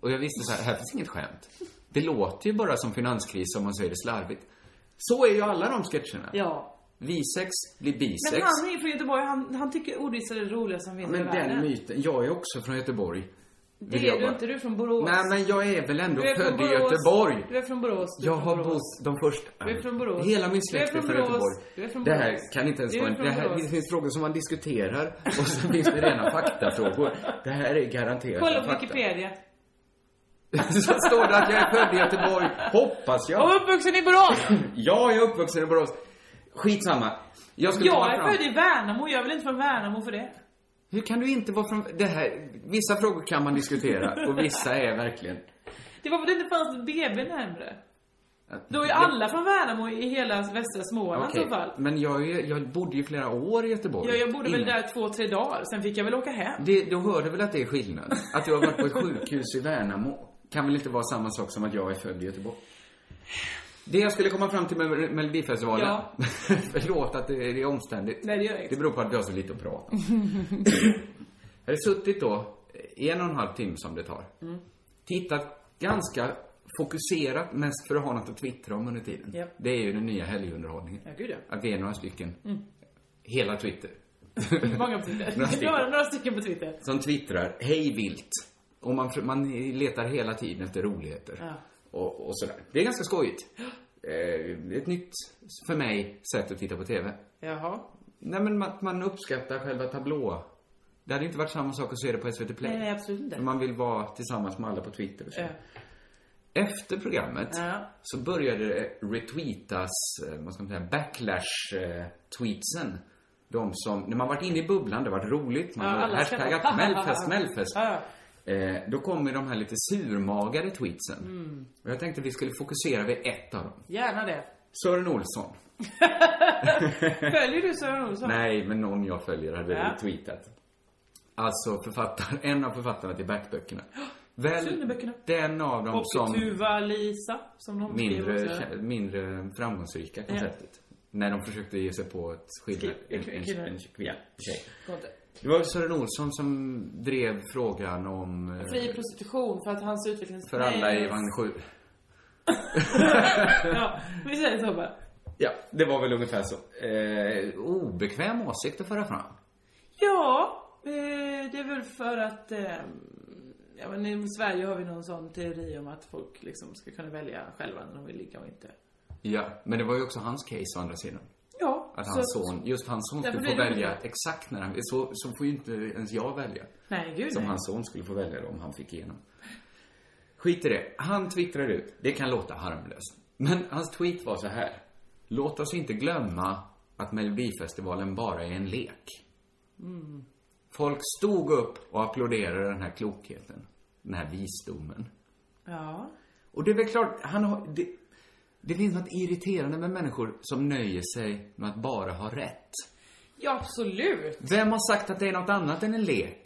Speaker 5: Och jag visste så här, här finns inget skämt. Det låter ju bara som finanskris om man säger det slarvigt. Så är ju alla de sketcherna.
Speaker 4: Ja.
Speaker 5: Visex blir bisex.
Speaker 4: Men han är ju från Göteborg, han, han tycker ordvitsar är det roligaste som finns i
Speaker 5: Men den
Speaker 4: världen.
Speaker 5: myten. Jag är också från Göteborg. Vill
Speaker 4: det
Speaker 5: jag
Speaker 4: är du
Speaker 5: bara-
Speaker 4: inte, du är från Borås.
Speaker 5: Nej, men jag är väl ändå
Speaker 4: Du är från
Speaker 5: född i
Speaker 4: Borås.
Speaker 5: Göteborg.
Speaker 4: Du är från Borås. Du är
Speaker 5: Jag
Speaker 4: från
Speaker 5: har
Speaker 4: Borås.
Speaker 5: bott de första...
Speaker 4: Du är från Borås.
Speaker 5: Hela min
Speaker 4: Du är
Speaker 5: släkt är
Speaker 4: från
Speaker 5: från
Speaker 4: Borås.
Speaker 5: Göteborg.
Speaker 4: Du är från
Speaker 5: Det
Speaker 4: Borås.
Speaker 5: här kan inte ens
Speaker 4: Du är
Speaker 5: vara... en-
Speaker 4: från
Speaker 5: Det, här,
Speaker 4: Borås.
Speaker 5: det finns frågor som man diskuterar och så finns det rena faktafrågor. Det här är garanterat
Speaker 4: Kolla
Speaker 5: en
Speaker 4: på
Speaker 5: fakta.
Speaker 4: Wikipedia.
Speaker 5: Så står det att jag är född i Göteborg, hoppas jag.
Speaker 4: Jag är uppvuxen i Borås!
Speaker 5: Ja, jag är uppvuxen i Borås. Skitsamma. Jag skulle komma
Speaker 4: Jag är
Speaker 5: fram.
Speaker 4: född i Värnamo, jag är väl inte från Värnamo för det?
Speaker 5: Hur kan du inte vara från... Det här... Vissa frågor kan man diskutera och vissa är verkligen...
Speaker 4: Det var för att det inte fanns ett BB närmre. Då är ju alla från Värnamo i hela västra Småland i
Speaker 5: Okej,
Speaker 4: så fall.
Speaker 5: men jag, är- jag bodde ju flera år i Göteborg.
Speaker 4: Alltså, Ja, jag bodde väl
Speaker 5: Innan.
Speaker 4: där två, tre dagar, sen fick jag väl åka hem.
Speaker 5: Det, du hörde väl att det är skillnad? Att du har varit på ett sjukhus i Värnamo kan väl inte vara samma sak som att jag är född i Göteborg? Det jag skulle komma fram till med Mel- Melodifestivalen.
Speaker 4: Ja.
Speaker 5: Förlåt att det är, det är omständigt.
Speaker 4: Nej, det gör inget.
Speaker 5: Det beror på att vi har så lite att prata om. Jag hade suttit då en och en halv timme som det tar.
Speaker 4: Mm.
Speaker 5: Tittat ganska fokuserat mest för att ha något att twittra om under tiden.
Speaker 4: Japp.
Speaker 5: Det är ju den nya helgunderhållningen.
Speaker 4: Ja, gud ja.
Speaker 5: Att vi är några stycken. Hela Twitter.
Speaker 4: Många på
Speaker 5: Några
Speaker 4: Twitter.
Speaker 5: stycken.
Speaker 4: Några, några stycken på Twitter.
Speaker 5: som twittrar hej vilt. Och man, man letar hela tiden efter roligheter.
Speaker 4: Ja.
Speaker 5: Och, och sådär. Det är ganska skojigt. Eh, ett nytt, för mig, sätt att titta på TV.
Speaker 4: Jaha.
Speaker 5: Nej, men att man uppskattar själva tablå. Det hade inte varit samma sak att se det på SVT Play.
Speaker 4: Nej, nej, absolut inte.
Speaker 5: För Man vill vara tillsammans med alla på Twitter och så.
Speaker 4: Ja.
Speaker 5: Efter programmet
Speaker 4: Ja.
Speaker 5: så började det retweetas, eh, vad ska man säga, backlash-tweetsen. De som, när man varit inne i bubblan, det har varit roligt, man
Speaker 4: Ja,
Speaker 5: har
Speaker 4: alla
Speaker 5: hashtaggat
Speaker 4: kämpar.
Speaker 5: Melfest, Melfest.
Speaker 4: Ja.
Speaker 5: Eh, då kommer de här lite surmagade tweetsen.
Speaker 4: Mm.
Speaker 5: Och jag tänkte vi skulle fokusera vid ett av dem.
Speaker 4: Gärna det.
Speaker 5: Sören Olsson.
Speaker 4: Följer du Sören Olsson?
Speaker 5: Nej, men någon jag följer hade
Speaker 4: Ja.
Speaker 5: retweetat. Alltså författaren, en av författarna till Bert-böckerna. Väl
Speaker 4: Sunneböckerna.
Speaker 5: den av dem
Speaker 4: Och
Speaker 5: som
Speaker 4: Tuva-Lisa, som de
Speaker 5: mindre,
Speaker 4: skrev också.
Speaker 5: kä- mindre framgångsrika konceptet. När de försökte ge sig på ett skilja,
Speaker 4: Skri-
Speaker 5: en, en,
Speaker 4: kvinna.
Speaker 5: en, en kvinna. Tjej.
Speaker 4: Conte.
Speaker 5: Det var Sören Olsson som drev frågan om... eh,
Speaker 4: Fri prostitution för att hans utvecklings...
Speaker 5: För alla
Speaker 4: Nej,
Speaker 5: i Vagn 7.
Speaker 4: Ja, vi säger så bara.
Speaker 5: Ja, det var väl ungefär så. Eh, obekväm åsikt att föra fram.
Speaker 4: Ja, eh, det är väl för att... Eh, ja, men I Sverige har vi någon sån teori om att folk liksom ska kunna välja själva när de vill ligga och inte.
Speaker 5: Ja, men det var ju också hans case å andra sidan.
Speaker 4: Ja,
Speaker 5: Att hans son, just hans son
Speaker 4: Därför
Speaker 5: skulle få
Speaker 4: blir det
Speaker 5: välja
Speaker 4: olika.
Speaker 5: exakt när han... Så, så får ju inte ens jag välja.
Speaker 4: Nej, gud
Speaker 5: Som
Speaker 4: nej.
Speaker 5: hans son skulle få välja då, om han fick igenom. Skit i det. Han twittrar ut. Det kan låta harmlöst. Men hans tweet var så här. Låt oss inte glömma att Melodifestivalen bara är en lek. Folk stod upp och applåderade den här klokheten. Den här visdomen.
Speaker 4: Ja.
Speaker 5: Och det är väl klart, han har, det, det finns något irriterande med människor som nöjer sig med att bara ha rätt.
Speaker 4: ja, absolut.
Speaker 5: Vem har sagt att det är något annat än en lek?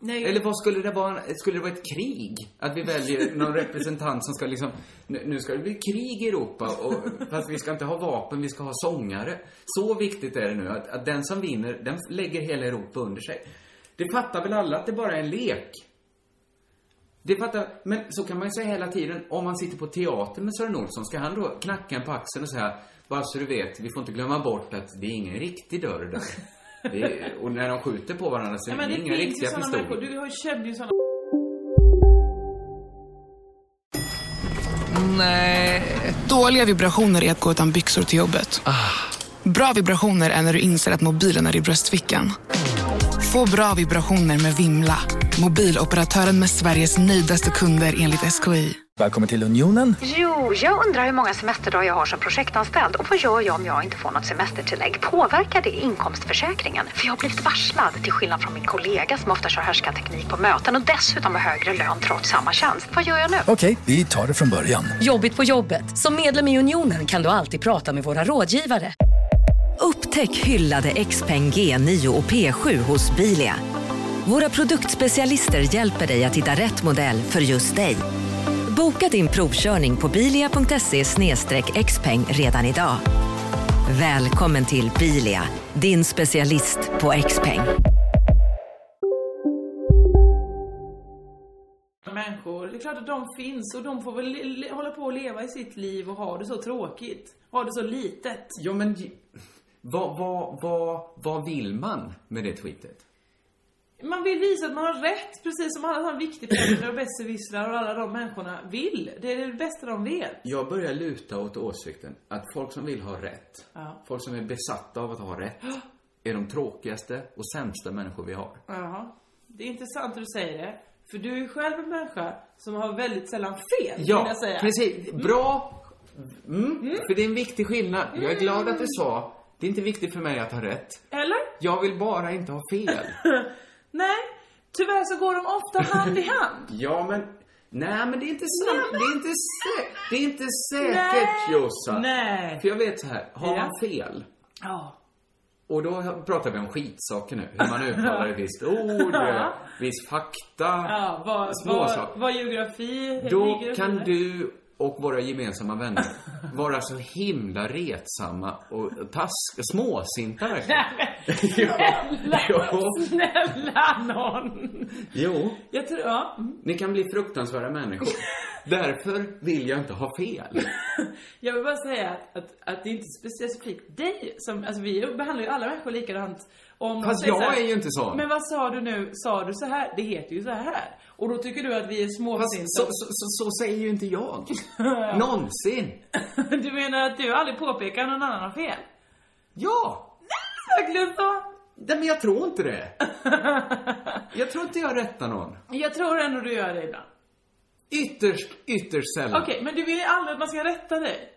Speaker 4: Nej,
Speaker 5: Eller vad skulle det vara, skulle det vara ett krig? Att vi väljer någon representant som ska liksom, nu nu ska det bli krig i Europa och, fast vi ska inte ha vapen, vi ska ha sångare. Så viktigt är det nu att, att den som vinner, den lägger hela Europa under sig. Det fattar väl alla att det bara är en lek? Det fattar, men så kan man ju säga hela tiden, om man sitter på teater med Sören Olsson, ska han då knacka en på axeln och säga, bara så du vet, vi får inte glömma bort att det är ingen riktig dörr där. Det är, och när de skjuter på varandra så
Speaker 4: ja,
Speaker 5: är
Speaker 4: men
Speaker 5: det,
Speaker 4: det
Speaker 5: inga
Speaker 4: finns ju
Speaker 5: riktiga
Speaker 4: såna
Speaker 5: pistoler.
Speaker 4: människor. Du har ju känner ju såna
Speaker 6: Dåliga vibrationer är att gå utan byxor till jobbet. Bra vibrationer är när du inser att mobilen är i bröstfickan. Få bra vibrationer med Vimla. Mobiloperatören med Sveriges nöjdaste kunder enligt SKI.
Speaker 7: Välkommen till Unionen.
Speaker 2: Jo, jag undrar hur många semesterdagar jag har som projektanställd och vad gör jag om jag inte får något semestertillägg? Påverkar det inkomstförsäkringen? För jag har blivit varslad, till skillnad från min kollega som ofta kör härskarteknik på möten och dessutom har högre lön trots samma tjänst. Vad gör jag nu?
Speaker 7: Okej, vi tar det från början.
Speaker 8: Jobbigt på jobbet. Som medlem i Unionen kan du alltid prata med våra rådgivare.
Speaker 7: Upptäck hyllade XPeng G9 och P7 hos Bilia. Våra produktspecialister hjälper dig att hitta rätt modell för just dig. Boka din provkörning på bilia.se xpeng redan idag. Välkommen till Bilia, din specialist på XPeng.
Speaker 4: människor. Det är klart att de finns och de får väl le- le- hålla på och leva i sitt liv och ha det så tråkigt. Ha det så litet.
Speaker 5: Ja, men j- vad, vad, vad, vad vill man med det tweetet?
Speaker 4: Man vill visa att man har rätt, precis som alla de viktigföräldrar och besserwissrar och alla de människorna vill. Det är det bästa de vet.
Speaker 5: Jag börjar luta åt åsikten att folk som vill ha rätt,
Speaker 4: Ja.
Speaker 5: folk som är besatta av att ha rätt, är de tråkigaste och sämsta människor vi har.
Speaker 4: Jaha. Det är intressant att du säger det. För du är själv en människa som har väldigt sällan fel, vill
Speaker 5: Ja,
Speaker 4: jag säga.
Speaker 5: precis. Bra. Mm. För det är en viktig skillnad. Jag är glad att du sa, det är inte viktigt för mig att ha rätt.
Speaker 4: Mm. Eller?
Speaker 5: Jag vill bara inte ha fel.
Speaker 4: Nej. Tyvärr så går de ofta hand i hand.
Speaker 5: ja, men... Nej, men det är inte sant. Det är inte, sä- det är inte säkert,
Speaker 4: Nej.
Speaker 5: Jossan.
Speaker 4: Nej.
Speaker 5: För jag vet så här, har
Speaker 4: Ja.
Speaker 5: man fel,
Speaker 4: Ja.
Speaker 5: och då pratar vi om skitsaker nu. Hur man uttalar ett visst ord, eh, viss fakta,
Speaker 4: Ja, vad, vad,
Speaker 5: småsaker.
Speaker 4: vad geografi
Speaker 5: Då
Speaker 4: ligger och
Speaker 5: kan
Speaker 4: vidare.
Speaker 5: du och våra gemensamma vänner vara så himla retsamma och task, småsinta verkligen.
Speaker 4: Snälla,
Speaker 5: Jo.
Speaker 4: snälla någon.
Speaker 5: Jo,
Speaker 4: Jag tror, ja. mm.
Speaker 5: ni kan bli fruktansvärda människor. Därför vill jag inte ha fel.
Speaker 4: Jag vill bara säga att, att, att det är inte specifikt dig som, alltså vi behandlar ju alla människor likadant. Om
Speaker 5: Fast
Speaker 4: säger så här,
Speaker 5: jag är ju inte sån.
Speaker 4: Men vad sa du nu? Sa du så här? Det heter ju så här. Och då tycker du att vi är
Speaker 5: Fast så,
Speaker 4: småsinta.
Speaker 5: så, så, så säger ju inte jag. Någonsin.
Speaker 4: Du menar att du aldrig påpekar när någon annan har fel?
Speaker 5: Ja!
Speaker 4: Verkligen så?
Speaker 5: Nej, men jag tror inte det. Jag tror inte jag rättar någon.
Speaker 4: Jag tror ändå du gör det ibland.
Speaker 5: Ytterst, ytterst sällan.
Speaker 4: Okej, men du vill ju aldrig att man ska rätta dig.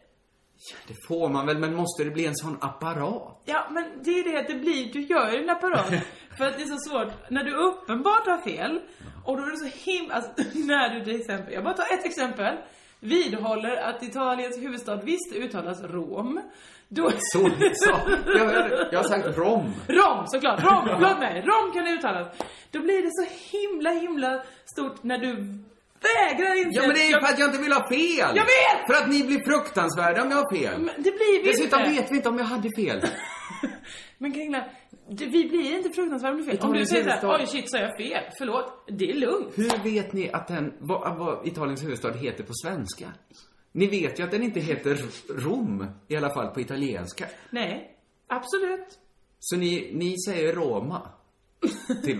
Speaker 5: Det får man väl, men måste det bli en sån apparat?
Speaker 4: Ja, men det är det att det blir, du gör ju den apparaten. för att det är så svårt, när du uppenbart har fel, och då är det så himla, alltså, när du till exempel, jag bara tar ett exempel, vidhåller att Italiens huvudstad visst uttalas Rom, då...
Speaker 5: Så, så. Jag, jag, jag har sagt rom.
Speaker 4: Rom såklart, Rom, förlåt mig, Rom kan uttalas. Då blir det så himla, himla stort när du vägrar inse...
Speaker 5: Ja, men det är ju
Speaker 4: Jag-
Speaker 5: för att jag inte vill ha
Speaker 4: Jag
Speaker 5: fel!
Speaker 4: vet!
Speaker 5: För att ni blir fruktansvärda om jag har fel.
Speaker 4: Men det blir vi
Speaker 5: Dessutom
Speaker 4: inte.
Speaker 5: vet vi inte om jag hade fel.
Speaker 4: Men Kringla, du, vi blir inte fruktansvärda om du fel. Om du
Speaker 5: Italiens
Speaker 4: säger såhär,
Speaker 5: huvudstad.
Speaker 4: oj shit, sa jag fel? Förlåt, det är lugnt.
Speaker 5: Hur vet ni att den, vad, vad Italiens huvudstad heter på svenska? Ni vet ju att den inte heter Rom, i alla fall på italienska.
Speaker 4: Nej, absolut.
Speaker 5: Så ni, ni säger Roma till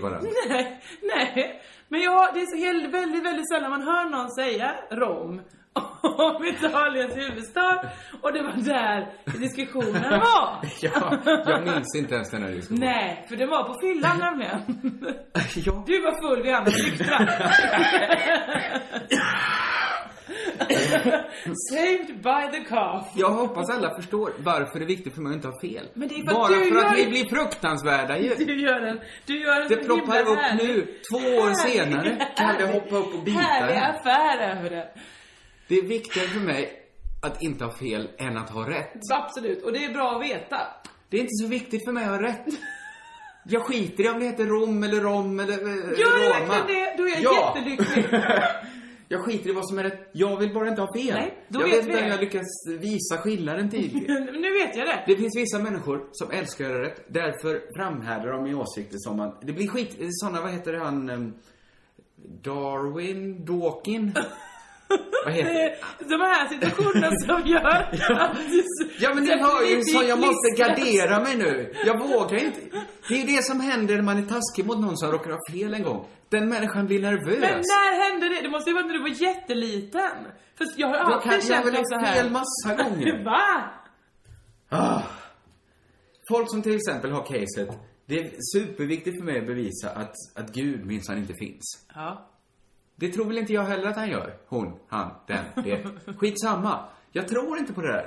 Speaker 5: varandra.
Speaker 4: Nej, nej. Men ja, det är så helt, väldigt, väldigt sällan man hör någon säga Rom om Italiens huvudstad. Och det var där diskussionen var.
Speaker 5: ja, jag minns inte ens den här diskussionen.
Speaker 4: Nej, för det var på fyllan nämligen.
Speaker 5: Ja.
Speaker 4: Du var full, vi andra var nyktra. Saved by the cough.
Speaker 5: Jag hoppas alla förstår varför det är viktigt för mig att inte ha fel.
Speaker 4: Men det är för att
Speaker 5: Bara
Speaker 4: du
Speaker 5: för att
Speaker 4: gör-
Speaker 5: ni blir fruktansvärda ju.
Speaker 4: Du gör en, du gör en
Speaker 5: Det
Speaker 4: så himla
Speaker 5: ploppar upp
Speaker 4: härlig-
Speaker 5: nu, två år senare, kan det hoppa upp och bita
Speaker 4: Härlig
Speaker 5: en.
Speaker 4: affär över det.
Speaker 5: Det är viktigare för mig att inte ha fel än att ha rätt.
Speaker 4: Absolut, och det är bra att veta.
Speaker 5: Det är inte så viktigt för mig att ha rätt. Jag skiter i om det heter Rom eller Rom eller eh,
Speaker 4: Gör du
Speaker 5: Roma.
Speaker 4: verkligen det? Då är jag
Speaker 5: Ja.
Speaker 4: jättelycklig.
Speaker 5: Jag skiter i vad som är rätt. Jag vill bara inte ha fel.
Speaker 4: Nej, då
Speaker 5: jag
Speaker 4: vet
Speaker 5: vet
Speaker 4: vi
Speaker 5: vem
Speaker 4: det.
Speaker 5: jag lyckas visa skillnaden tydligt.
Speaker 4: nu vet jag det.
Speaker 5: Det finns vissa människor som älskar att göra rätt. Därför framhärdar de i åsikter som man... Det blir skit... Såna, vad heter han... ehm, Darwin? Dawkin? vad heter
Speaker 4: Det
Speaker 5: det?
Speaker 4: är De här situationerna som gör att du...
Speaker 5: Ja men ni
Speaker 4: Alltså,
Speaker 5: hör ju så jag måste
Speaker 4: listas.
Speaker 5: gardera mig nu. Jag vågar inte. Det är ju det som händer när man är taskig mot någon som råkar ha fel en gång. Den människan blir nervös.
Speaker 4: Men när hände det? Det måste ju vara när du var jätteliten. För jag har
Speaker 5: jag kan
Speaker 4: alltid
Speaker 5: jag har
Speaker 4: känt
Speaker 5: väl
Speaker 4: mig så
Speaker 5: ha
Speaker 4: här.
Speaker 5: fel massa gånger.
Speaker 4: Va?
Speaker 5: Ah. Folk som till exempel har caset. Det är superviktigt för mig att bevisa att, att Gud minsann inte finns.
Speaker 4: Ja.
Speaker 5: Det tror väl inte jag heller att han gör. Hon, han, den, det. Skitsamma. Jag tror inte på det där.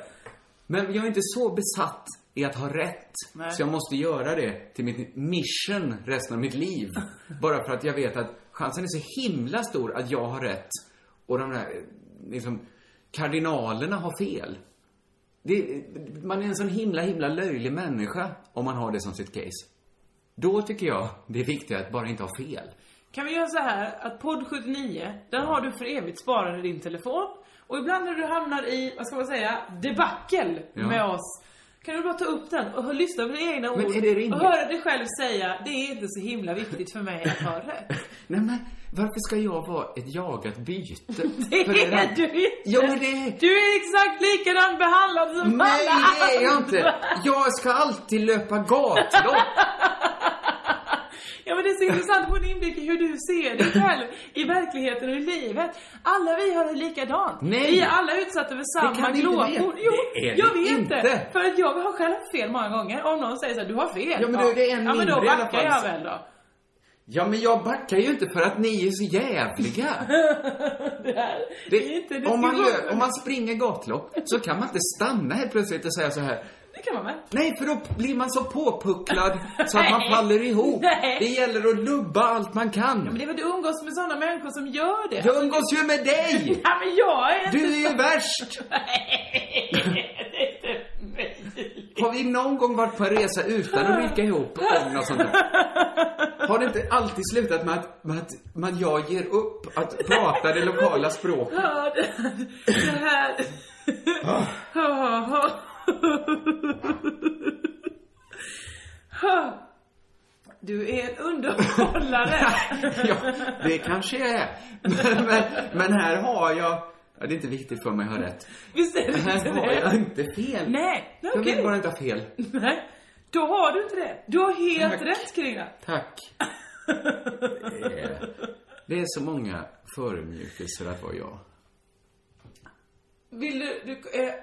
Speaker 5: Men jag är inte så besatt i att ha rätt.
Speaker 4: Nej.
Speaker 5: Så jag måste göra det till mitt mission resten av mitt liv. Bara för att jag vet att chansen är så himla stor att jag har rätt. Och de där, eh, liksom, kardinalerna har fel. Det, man är en sån himla, himla löjlig människa om man har det som sitt case. Då tycker jag det är viktigt att bara inte ha fel.
Speaker 4: Kan vi göra så här att podd 79, den har du för evigt sparad i din telefon. Och ibland när du hamnar i, vad ska man säga, debacle
Speaker 5: Ja.
Speaker 4: med oss. Kan du bara ta upp den och hö- lyssna på dina egna
Speaker 5: Men
Speaker 4: ord
Speaker 5: är det rimligt?
Speaker 4: och höra dig själv säga det är inte så himla viktigt för mig att ha rätt.
Speaker 5: Nej men, varför ska jag vara ett jagat byte?
Speaker 4: Det
Speaker 5: För det
Speaker 4: är
Speaker 5: där-
Speaker 4: du inte!
Speaker 5: Jo, men det-
Speaker 4: Du är exakt likadan behandlad som
Speaker 5: Nej,
Speaker 4: alla
Speaker 5: det är jag
Speaker 4: andra.
Speaker 5: inte! Jag ska alltid löpa gatlopp!
Speaker 4: Ja men det är så intressant att få en inblick i hur du ser dig själv i verkligheten och i livet. Alla vi har det likadant.
Speaker 5: Nej.
Speaker 4: Vi är alla utsatta för
Speaker 5: Det
Speaker 4: samma
Speaker 5: kan vi inte
Speaker 4: glåpord.
Speaker 5: veta.
Speaker 4: Jo,
Speaker 5: Det är
Speaker 4: jag
Speaker 5: det
Speaker 4: vet
Speaker 5: inte.
Speaker 4: det. För att jag har själv haft fel många gånger. Om någon säger så här, du har fel.
Speaker 5: Ja, men du, det är en
Speaker 4: Ja men då
Speaker 5: mindre i alla
Speaker 4: backar
Speaker 5: fall.
Speaker 4: jag väl då.
Speaker 5: Ja, men jag backar ju inte för att ni är så jävliga.
Speaker 4: Det här,
Speaker 5: Det,
Speaker 4: är inte
Speaker 5: om, man
Speaker 4: diskussion.
Speaker 5: lö- om man springer gatlopp så kan man inte stanna helt plötsligt och säga så här.
Speaker 4: Det kan man väl?
Speaker 5: Nej, för då blir man så påpucklad så att man faller ihop.
Speaker 4: Nej.
Speaker 5: Det gäller att lubba allt man
Speaker 4: Men
Speaker 5: kan.
Speaker 4: det är väl du umgås med sådana människor som gör det?
Speaker 5: Jag umgås ju med dig!
Speaker 4: Ja men jag är inte...
Speaker 5: Du är ju värst!
Speaker 4: Nej, det är inte möjligt.
Speaker 5: Har vi någon gång varit på en resa utan att vinka ihop om något sånt där? Har det inte alltid slutat med att, med att man, jag ger upp att prata det lokala språket?
Speaker 4: Ja, det, det här...
Speaker 5: Ah.
Speaker 4: Du är en underhållare.
Speaker 5: ja, det kanske jag är. Men, men, men här har jag... Ja, det är inte viktigt för mig att ha rätt.
Speaker 4: Visst är det
Speaker 5: Här
Speaker 4: inte
Speaker 5: har jag
Speaker 4: det?
Speaker 5: inte
Speaker 4: Nej,
Speaker 5: fel.
Speaker 4: nej,
Speaker 5: Jag
Speaker 4: okej.
Speaker 5: vill bara inte ha fel.
Speaker 4: Nej, då har du inte det. Du har helt
Speaker 5: Tack.
Speaker 4: rätt kring det.
Speaker 5: Tack. Eh, Det är så många förödmjukelser att vara jag.
Speaker 4: Vill du... du eh,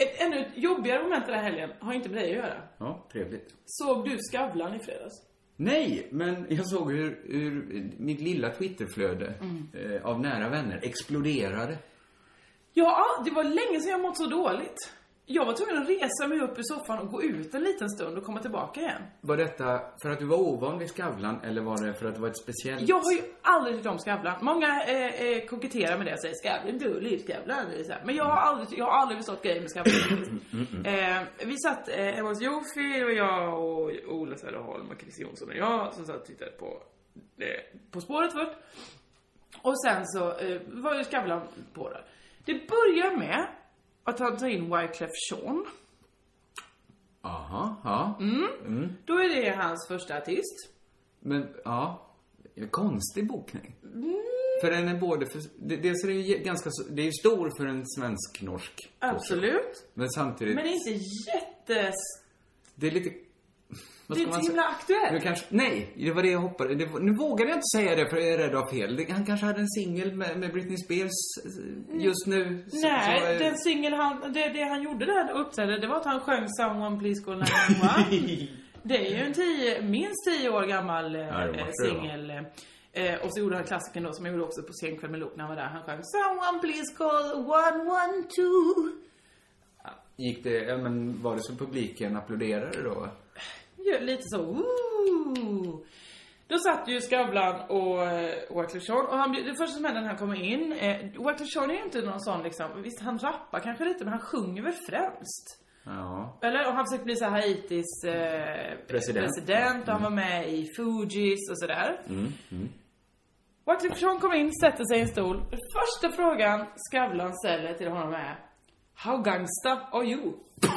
Speaker 4: ett ännu ett jobbigare moment den här helgen har inte med dig att göra.
Speaker 5: Ja, trevligt.
Speaker 4: Såg du Skavlan i fredags?
Speaker 5: Nej, men jag såg hur, hur mitt lilla Twitterflöde
Speaker 4: Mm.
Speaker 5: eh, av nära vänner exploderade.
Speaker 4: Ja, ah, det var länge sedan jag mått så dåligt. Jag var tvungen att resa mig upp ur soffan och gå ut en liten stund och komma tillbaka igen.
Speaker 5: Var detta för att du var ovan vid Skavlan eller var det för att det var ett speciellt...
Speaker 4: Jag har ju aldrig tyckt om Skavlan. Många eh, eh, koketterar med det och säger Skavlan, du är Skavlan. Det är så här. Men jag har aldrig, jag har aldrig förstått grejen med Skavlan. eh, vi satt eh, hemma hos Jofi och jag och Ola Söderholm och Chris Jonsson och jag som satt och tittade på eh, På spåret först. Och sen så eh, var ju Skavlan på det. Det börjar med att han tar in Wyclef Jean.
Speaker 5: Aha, ja.
Speaker 4: Då är det hans första artist.
Speaker 5: Men, ja. En Konstig bokning.
Speaker 4: Mm.
Speaker 5: För den är både för... det- Dels är den ju ganska... så- Det är ju stor för en svensk-norsk.
Speaker 4: Absolut.
Speaker 5: Men samtidigt...
Speaker 4: Men det är inte jättes...
Speaker 5: Det är lite... Vad
Speaker 4: Det är
Speaker 5: ska man
Speaker 4: inte himla
Speaker 5: säga? Nu
Speaker 4: aktuellt.
Speaker 5: kanske, nej, det var det jag hoppade. Det, var- nu vågade jag inte säga det för jag är rädd att ha fel. Det- Han kanske hade en singel med, med Britney Spears eh, just nu. så-
Speaker 4: Nej,
Speaker 5: så, eh,
Speaker 4: den singel han, det, det han gjorde där uppträdde, det var att han sjöng Someone Please Call 911. det är ju en tio, minst tio år gammal eh,
Speaker 5: Ja, det måste
Speaker 4: eh,
Speaker 5: det vara.
Speaker 4: singel. eh, Och så gjorde han klassikern då som han gjorde också på scenkväll med Luke när han var där. Han sjöng Someone Please Call 112.
Speaker 5: Gick det, ja, men var det så publiken applåderade då?
Speaker 4: Ja, lite så, ooh. Då satt ju Skavlan och eh, Wyclef Jean och han, blir- det första som händer när han kommer in, eh, Wyclef Jean är ju inte någon sån liksom, visst han rappar kanske lite men han sjunger väl främst?
Speaker 5: Ja.
Speaker 4: Eller och han försökte bli så här Haitis eh,
Speaker 5: President.
Speaker 4: president och han var med i Fugees och sådär. Wyclef Jean kommer in, sätter sig i en stol. Första frågan Skavlan ställer till honom är How gangsta are you?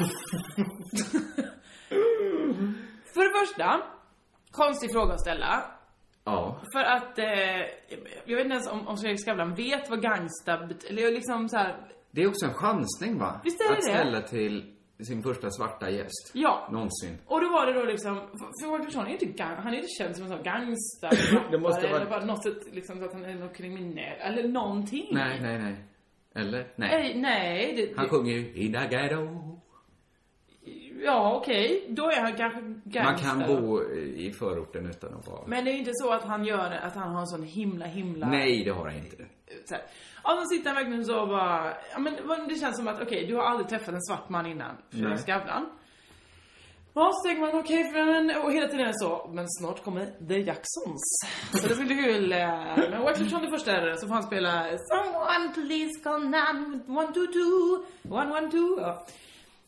Speaker 4: För det första, konstig fråga att ställa.
Speaker 5: Ja.
Speaker 4: För att, eh, jag vet inte ens om, om Fredrik Skavlan vet vad gangsta bet- eller liksom så här,
Speaker 5: Det är också en chansning va?
Speaker 4: Visst är det
Speaker 5: Att
Speaker 4: det?
Speaker 5: ställa till sin första svarta gäst.
Speaker 4: Ja.
Speaker 5: Någonsin.
Speaker 4: Och då var det då liksom, för- för Walter Persson är ju inte, gang, han är inte känd som en sån gangster
Speaker 5: Det måste
Speaker 4: eller
Speaker 5: vara-
Speaker 4: bara något sätt liksom så att han är någon kriminell, eller någonting.
Speaker 5: Nej, nej, nej. Eller? Nej.
Speaker 4: Nej, nej det,
Speaker 5: Han
Speaker 4: det,
Speaker 5: sjunger ju In a ghetto.
Speaker 4: ja okej, då är han kanske
Speaker 5: Man
Speaker 4: gangster.
Speaker 5: kan bo i förorten utan att vara...
Speaker 4: Men det är inte så att han gör, att han har en sån himla, himla...
Speaker 5: Nej, det har han inte.
Speaker 4: Så här. Ja, men sitter han verkligen så och bara, ja men vad- det känns som att okej, du har aldrig träffat en svart man innan, Fredrik
Speaker 5: Nej.
Speaker 4: Skavlan. Hans Tegman och Kevin och hela tiden är det så. Men snart kommer The Jacksons. Så det ska bli kul. eh, Men Wax John det första är det, så får han spela Someone please call 912 112. Ja.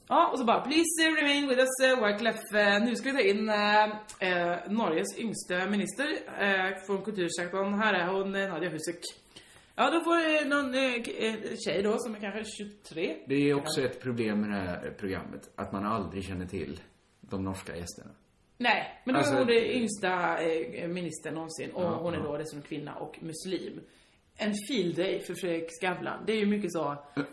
Speaker 4: ja, och så bara Please eh, remain with us eh, Wyclef. Eh, Nu ska vi ta in eh, eh, Norges yngste minister eh, från kultursektorn. Här är hon, eh, Nadia Husek. Ja, då får eh, någon eh, k- eh, tjej då som är kanske 23.
Speaker 5: Det är också ett problem med det här programmet, att man aldrig känner till de norska gästerna.
Speaker 4: Nej, men då
Speaker 5: Alltså-
Speaker 4: är hon den yngsta eh, ministern någonsin och
Speaker 5: Ja,
Speaker 4: hon är
Speaker 5: ja.
Speaker 4: då dessutom kvinna och muslim. En field day för Fredrik Skavlan. Det är ju mycket så... uh,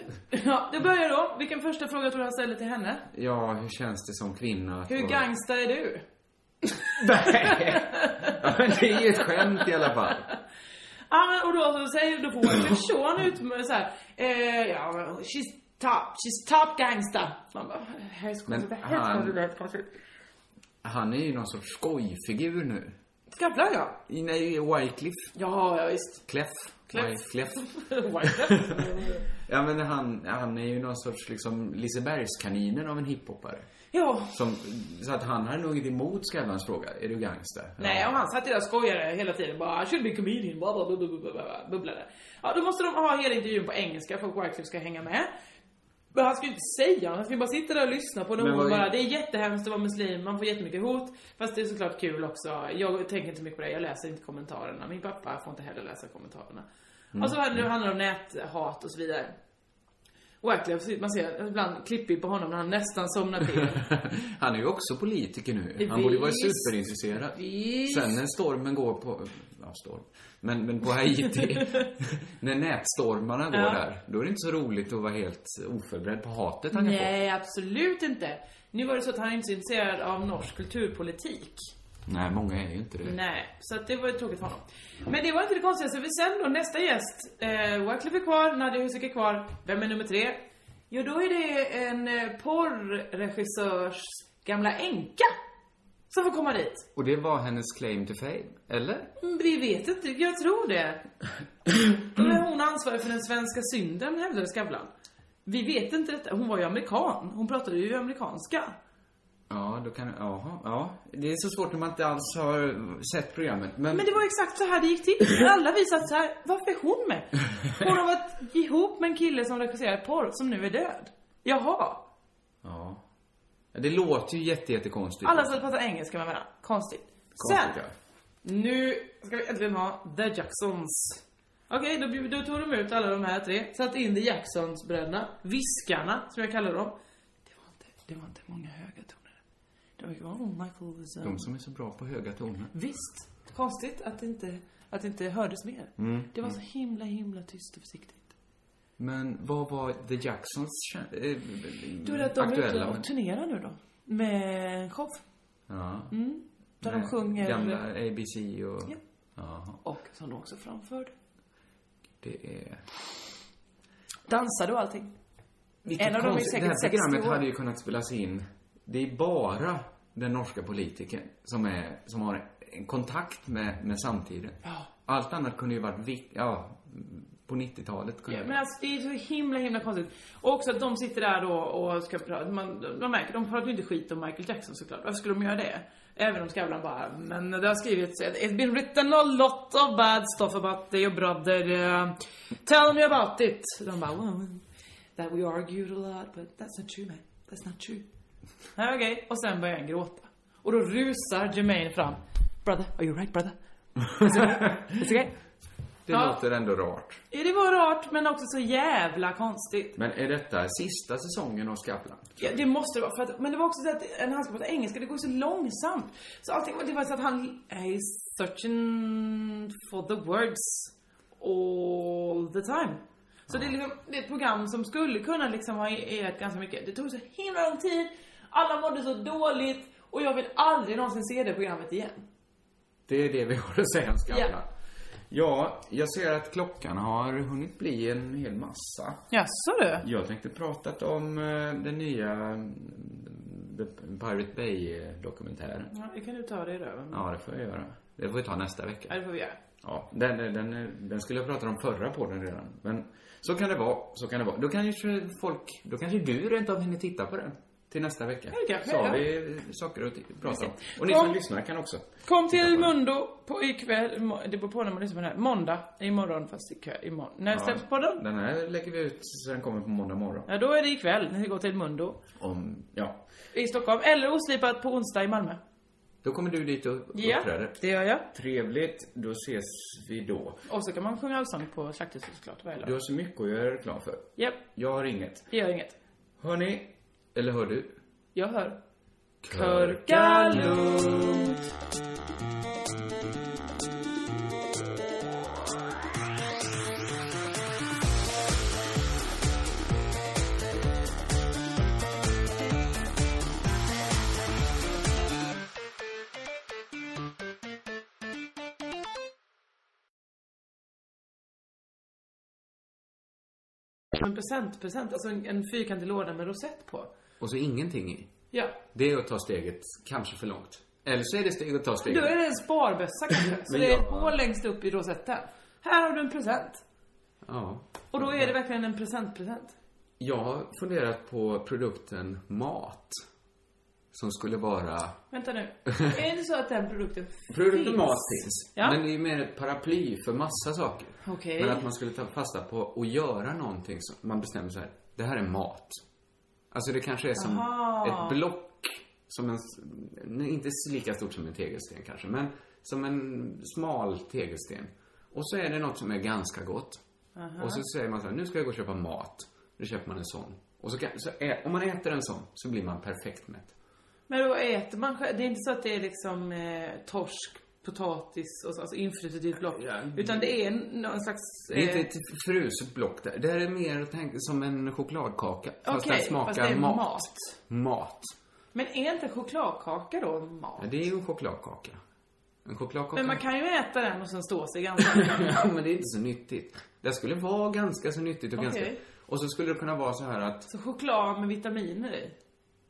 Speaker 4: Ja, det börjar då. Vilken första fråga tror du han ställer till henne?
Speaker 5: Ja, hur känns det som kvinna att
Speaker 4: Hur
Speaker 5: vara-
Speaker 4: gangsta är du?
Speaker 5: Ja, men det är ju ett skämt i alla fall.
Speaker 4: Ja, men och då så säger då får Michael Sean ut med så här, eh, ja, she's top, she's top gangsta. Man bara, här ska
Speaker 5: Men
Speaker 4: det här ska
Speaker 5: han-
Speaker 4: det här ska det
Speaker 5: Han är ju någon sorts skojfigur nu.
Speaker 4: Skavlan ja.
Speaker 5: Nej, Wycliffe.
Speaker 4: Ja, ja visst.
Speaker 5: Clef.
Speaker 4: Clef.
Speaker 5: Wyclef.
Speaker 4: Wyclef.
Speaker 5: Ja, men han, han är ju någon sorts liksom Lisebergskaninen av en hiphoppare.
Speaker 4: ja,
Speaker 5: Som, så att han har nog inte emot Skavlans fråga. Är du gangster?
Speaker 4: Nej, och han satt ju där och skojade hela tiden. Bara, I should be a comedian, bla, bla, bla, bla, bla, bla, bla, bubblade. Ja, då måste de ha hela intervjun på engelska för att Wycliffe ska hänga med. Men han ska ju inte säga, han ska ju bara sitta där och lyssna på dem
Speaker 5: Men
Speaker 4: och
Speaker 5: vad är-
Speaker 4: bara, det är jättehemskt att vara muslim, man får jättemycket hot. Fast det är såklart kul också. Jag tänker inte mycket på det, jag läser inte kommentarerna. Min pappa får inte heller läsa kommentarerna.
Speaker 5: Mm.
Speaker 4: Och så handlar det- handlar det om näthat och så vidare. Wycliffe, man ser ibland klippbild på honom när han nästan somnar till.
Speaker 5: Han är ju också politiker nu.
Speaker 4: Visst.
Speaker 5: Han borde ju vara superintresserad.
Speaker 4: Visst.
Speaker 5: Sen när stormen går på... Ja, storm. Men, men på Haiti. när nätstormarna går
Speaker 4: Ja.
Speaker 5: där. Då är det inte så roligt att vara helt oförberedd på hatet han kan få.
Speaker 4: Nej, absolut inte. Nu var det så att han inte är så intresserad av norsk kulturpolitik.
Speaker 5: Nej, många är ju inte det.
Speaker 4: Nej, så att det var ju tråkigt för honom. Men det var inte det konstigaste, för sen då nästa gäst, eh, Wyclef är kvar, Nadia Husek är kvar. Vem är nummer tre? Jo, då är det en eh, porrregissörs gamla änka som får komma dit.
Speaker 5: Och det var hennes claim to fame. Eller?
Speaker 4: Mm, Vi vet inte, jag tror det. Men hon är ansvarig för den svenska synden, hävdade Skavlan. Vi vet inte detta. Hon var ju amerikan. Hon pratade ju amerikanska.
Speaker 5: Ja, då kan... Jaha, ja. Det är så svårt när man inte alls har sett programmet. Men...
Speaker 4: Men det var exakt så här det gick till. Alla vi satt så här, varför är hon med? Hon har varit ihop med en kille som regisserar porr som nu är död. Jaha.
Speaker 5: Ja. Ja, Det låter ju jätte, jättekonstigt.
Speaker 4: Alla satt och pratade engelska med varandra. Konstigt. Sen,
Speaker 5: Konstigt, ja.
Speaker 4: nu ska vi äntligen ha The Jacksons. Okej, då, bjud- då tog de ut alla de här tre. Satte in The Jacksons-bröderna. Viskarna, som jag kallar dem. Det var inte, det var inte många höga toner. Det var ju, oh, Michael was... um,
Speaker 5: De som är så bra på höga toner.
Speaker 4: Visst. Konstigt att det inte, att det inte hördes mer.
Speaker 5: Mm.
Speaker 4: Det var så himla, himla tyst och försiktigt.
Speaker 5: Men vad var The Jacksons kä- eh,
Speaker 4: Du är att de är ute
Speaker 5: aktuella?
Speaker 4: och turnerar nu då. Med en show.
Speaker 5: Ja.
Speaker 4: Mm. Där de sjunger.
Speaker 5: Gamla ABC och...
Speaker 4: Ja.
Speaker 5: Jaha,
Speaker 4: Och som de också framförde.
Speaker 5: det är...
Speaker 4: Dansade och allting.
Speaker 5: Vilket
Speaker 4: av dem är
Speaker 5: konstigt.
Speaker 4: säkert
Speaker 5: Det här
Speaker 4: 60
Speaker 5: programmet
Speaker 4: år.
Speaker 5: hade ju kunnat spelas in. Det är bara den norska politikern som, är, som har en kontakt med, med samtiden.
Speaker 4: Ja.
Speaker 5: Allt annat kunde ju varit... vik- Ja, på 90-talet kunde
Speaker 4: Ja,
Speaker 5: det
Speaker 4: men alltså det är så himla, himla konstigt. Och också att de sitter där då och ska prata. Man, man märker, de pratar ju inte skit om Michael Jackson såklart. Varför skulle de göra det? Även om Skavlan bara, men det har skrivits, it's been written a lot of bad stuff about your brother. eh, Tell me about it. De bara, well, that we argued a lot, but that's not true man. That's not true. Nej, Okej, och sen börjar han gråta. Och då rusar Jermaine fram. Brother, are you right brother? It's okay. It's okay.
Speaker 5: Det
Speaker 4: Ja.
Speaker 5: låter ändå rart.
Speaker 4: Ja, Det var rart men också så jävla konstigt.
Speaker 5: Men är detta sista säsongen av Skavlan?
Speaker 4: Ja, det måste det vara. För att, men det var också så att när han ska prata engelska, det går så långsamt. Så allting, det var så att han är searching for the words all the time. Så det är, liksom, det är ett program som skulle kunna liksom ha erat ganska mycket. Det tog så himla lång tid, alla mådde så dåligt och jag vill aldrig någonsin se det programmet igen.
Speaker 5: Det är det vi har att säga om Skavlan.
Speaker 4: Ja.
Speaker 5: Ja, jag ser att klockan har hunnit bli en hel massa.
Speaker 4: Jaså du?
Speaker 5: Jag tänkte prata om eh, den nya mm, The Pirate Bay-dokumentären.
Speaker 4: Ja, det kan du ta dig i röven. Ja.
Speaker 5: Ja, det får jag göra. Det får vi ta nästa vecka.
Speaker 4: det får vi göra.
Speaker 5: Ja, den, den, den, den skulle jag prata om förra podden redan. Men så kan det vara. Så kan det vara. Då kanske folk, då kanske du rent av hinner titta på den. till nästa vecka.
Speaker 4: Ja, det kanske
Speaker 5: Så har
Speaker 4: är.
Speaker 5: vi saker att prata om.
Speaker 4: Precis.
Speaker 5: Och ni som
Speaker 4: Kom.
Speaker 5: lyssnar kan också.
Speaker 4: Kom till Mundo på ikväll, må- det beror på när man lyssnar på det här, måndag imorgon fast ikväll, imorgon. När
Speaker 5: Ja.
Speaker 4: släpps podden?
Speaker 5: Den här lägger vi ut så den kommer på måndag morgon.
Speaker 4: Ja, då är det ikväll ni går till Mundo
Speaker 5: Om, ja.
Speaker 4: i Stockholm. Eller oslipat på onsdag i Malmö.
Speaker 5: Då kommer du dit och
Speaker 4: Ja,
Speaker 5: uppträder.
Speaker 4: det gör jag.
Speaker 5: Trevligt, då ses vi då.
Speaker 4: Och så kan man sjunga allsång på Slakthuset såklart varje
Speaker 5: Du
Speaker 4: lördag.
Speaker 5: har så mycket att göra reklam för.
Speaker 4: Japp,
Speaker 5: Jag har inget.
Speaker 4: det gör inget.
Speaker 5: Hör ni? Eller hör du?
Speaker 4: Jag hör.
Speaker 5: Körka
Speaker 4: lugnt. En present, present, alltså en, en fyrkantig låda med rosett på.
Speaker 5: Och så ingenting i.
Speaker 4: Ja.
Speaker 5: Det är att ta steget kanske för långt. Eller så är det steg att ta
Speaker 4: Då
Speaker 5: steget.
Speaker 4: är det en sparbössa kanske. Så
Speaker 5: Men
Speaker 4: det är ett
Speaker 5: jag-
Speaker 4: hål längst upp i rosetten. Här har du en present.
Speaker 5: Ja.
Speaker 4: Och då är det verkligen en presentpresent.
Speaker 5: Jag har funderat på produkten mat. Som skulle vara...
Speaker 4: Vänta nu. Är det så att den produkten
Speaker 5: Produkten
Speaker 4: finns?
Speaker 5: mat finns.
Speaker 4: Ja.
Speaker 5: Men det är ju mer ett paraply för massa saker.
Speaker 4: Okej.
Speaker 5: Men att man skulle ta fasta på och göra någonting som man bestämmer sig det här är mat. Alltså det kanske är som
Speaker 4: Aha.
Speaker 5: ett block. Som en, s- nej, inte lika stort som en tegelsten kanske, men som en smal tegelsten. Och så är det något som är ganska gott. Och så säger man så här, nu ska jag gå och köpa mat. Då köper man en sån. Och så kan, så ä, om man äter en sån så blir man perfekt mätt.
Speaker 4: Men då äter man själv. Det är inte så att det är liksom eh, torsk, potatis och så, alltså infrutet i ett block.
Speaker 5: Ja.
Speaker 4: Utan det är en- någon slags...
Speaker 5: Det är inte
Speaker 4: eh,
Speaker 5: ett fruset block där. Det här är mer tänk, som en chokladkaka. Fast
Speaker 4: Okej,
Speaker 5: den smakar
Speaker 4: fast det är
Speaker 5: mat.
Speaker 4: mat.
Speaker 5: Mat.
Speaker 4: Men är inte chokladkaka då mat?
Speaker 5: Ja, det är ju en chokladkaka. En chokladkaka.
Speaker 4: Men man kan ju äta den och sen stå sig ganska länge.
Speaker 5: Ja, men det är inte så nyttigt. Det skulle vara ganska så nyttigt och
Speaker 4: Okej.
Speaker 5: ganska... Och så skulle det kunna vara så här att,
Speaker 4: Så choklad med vitaminer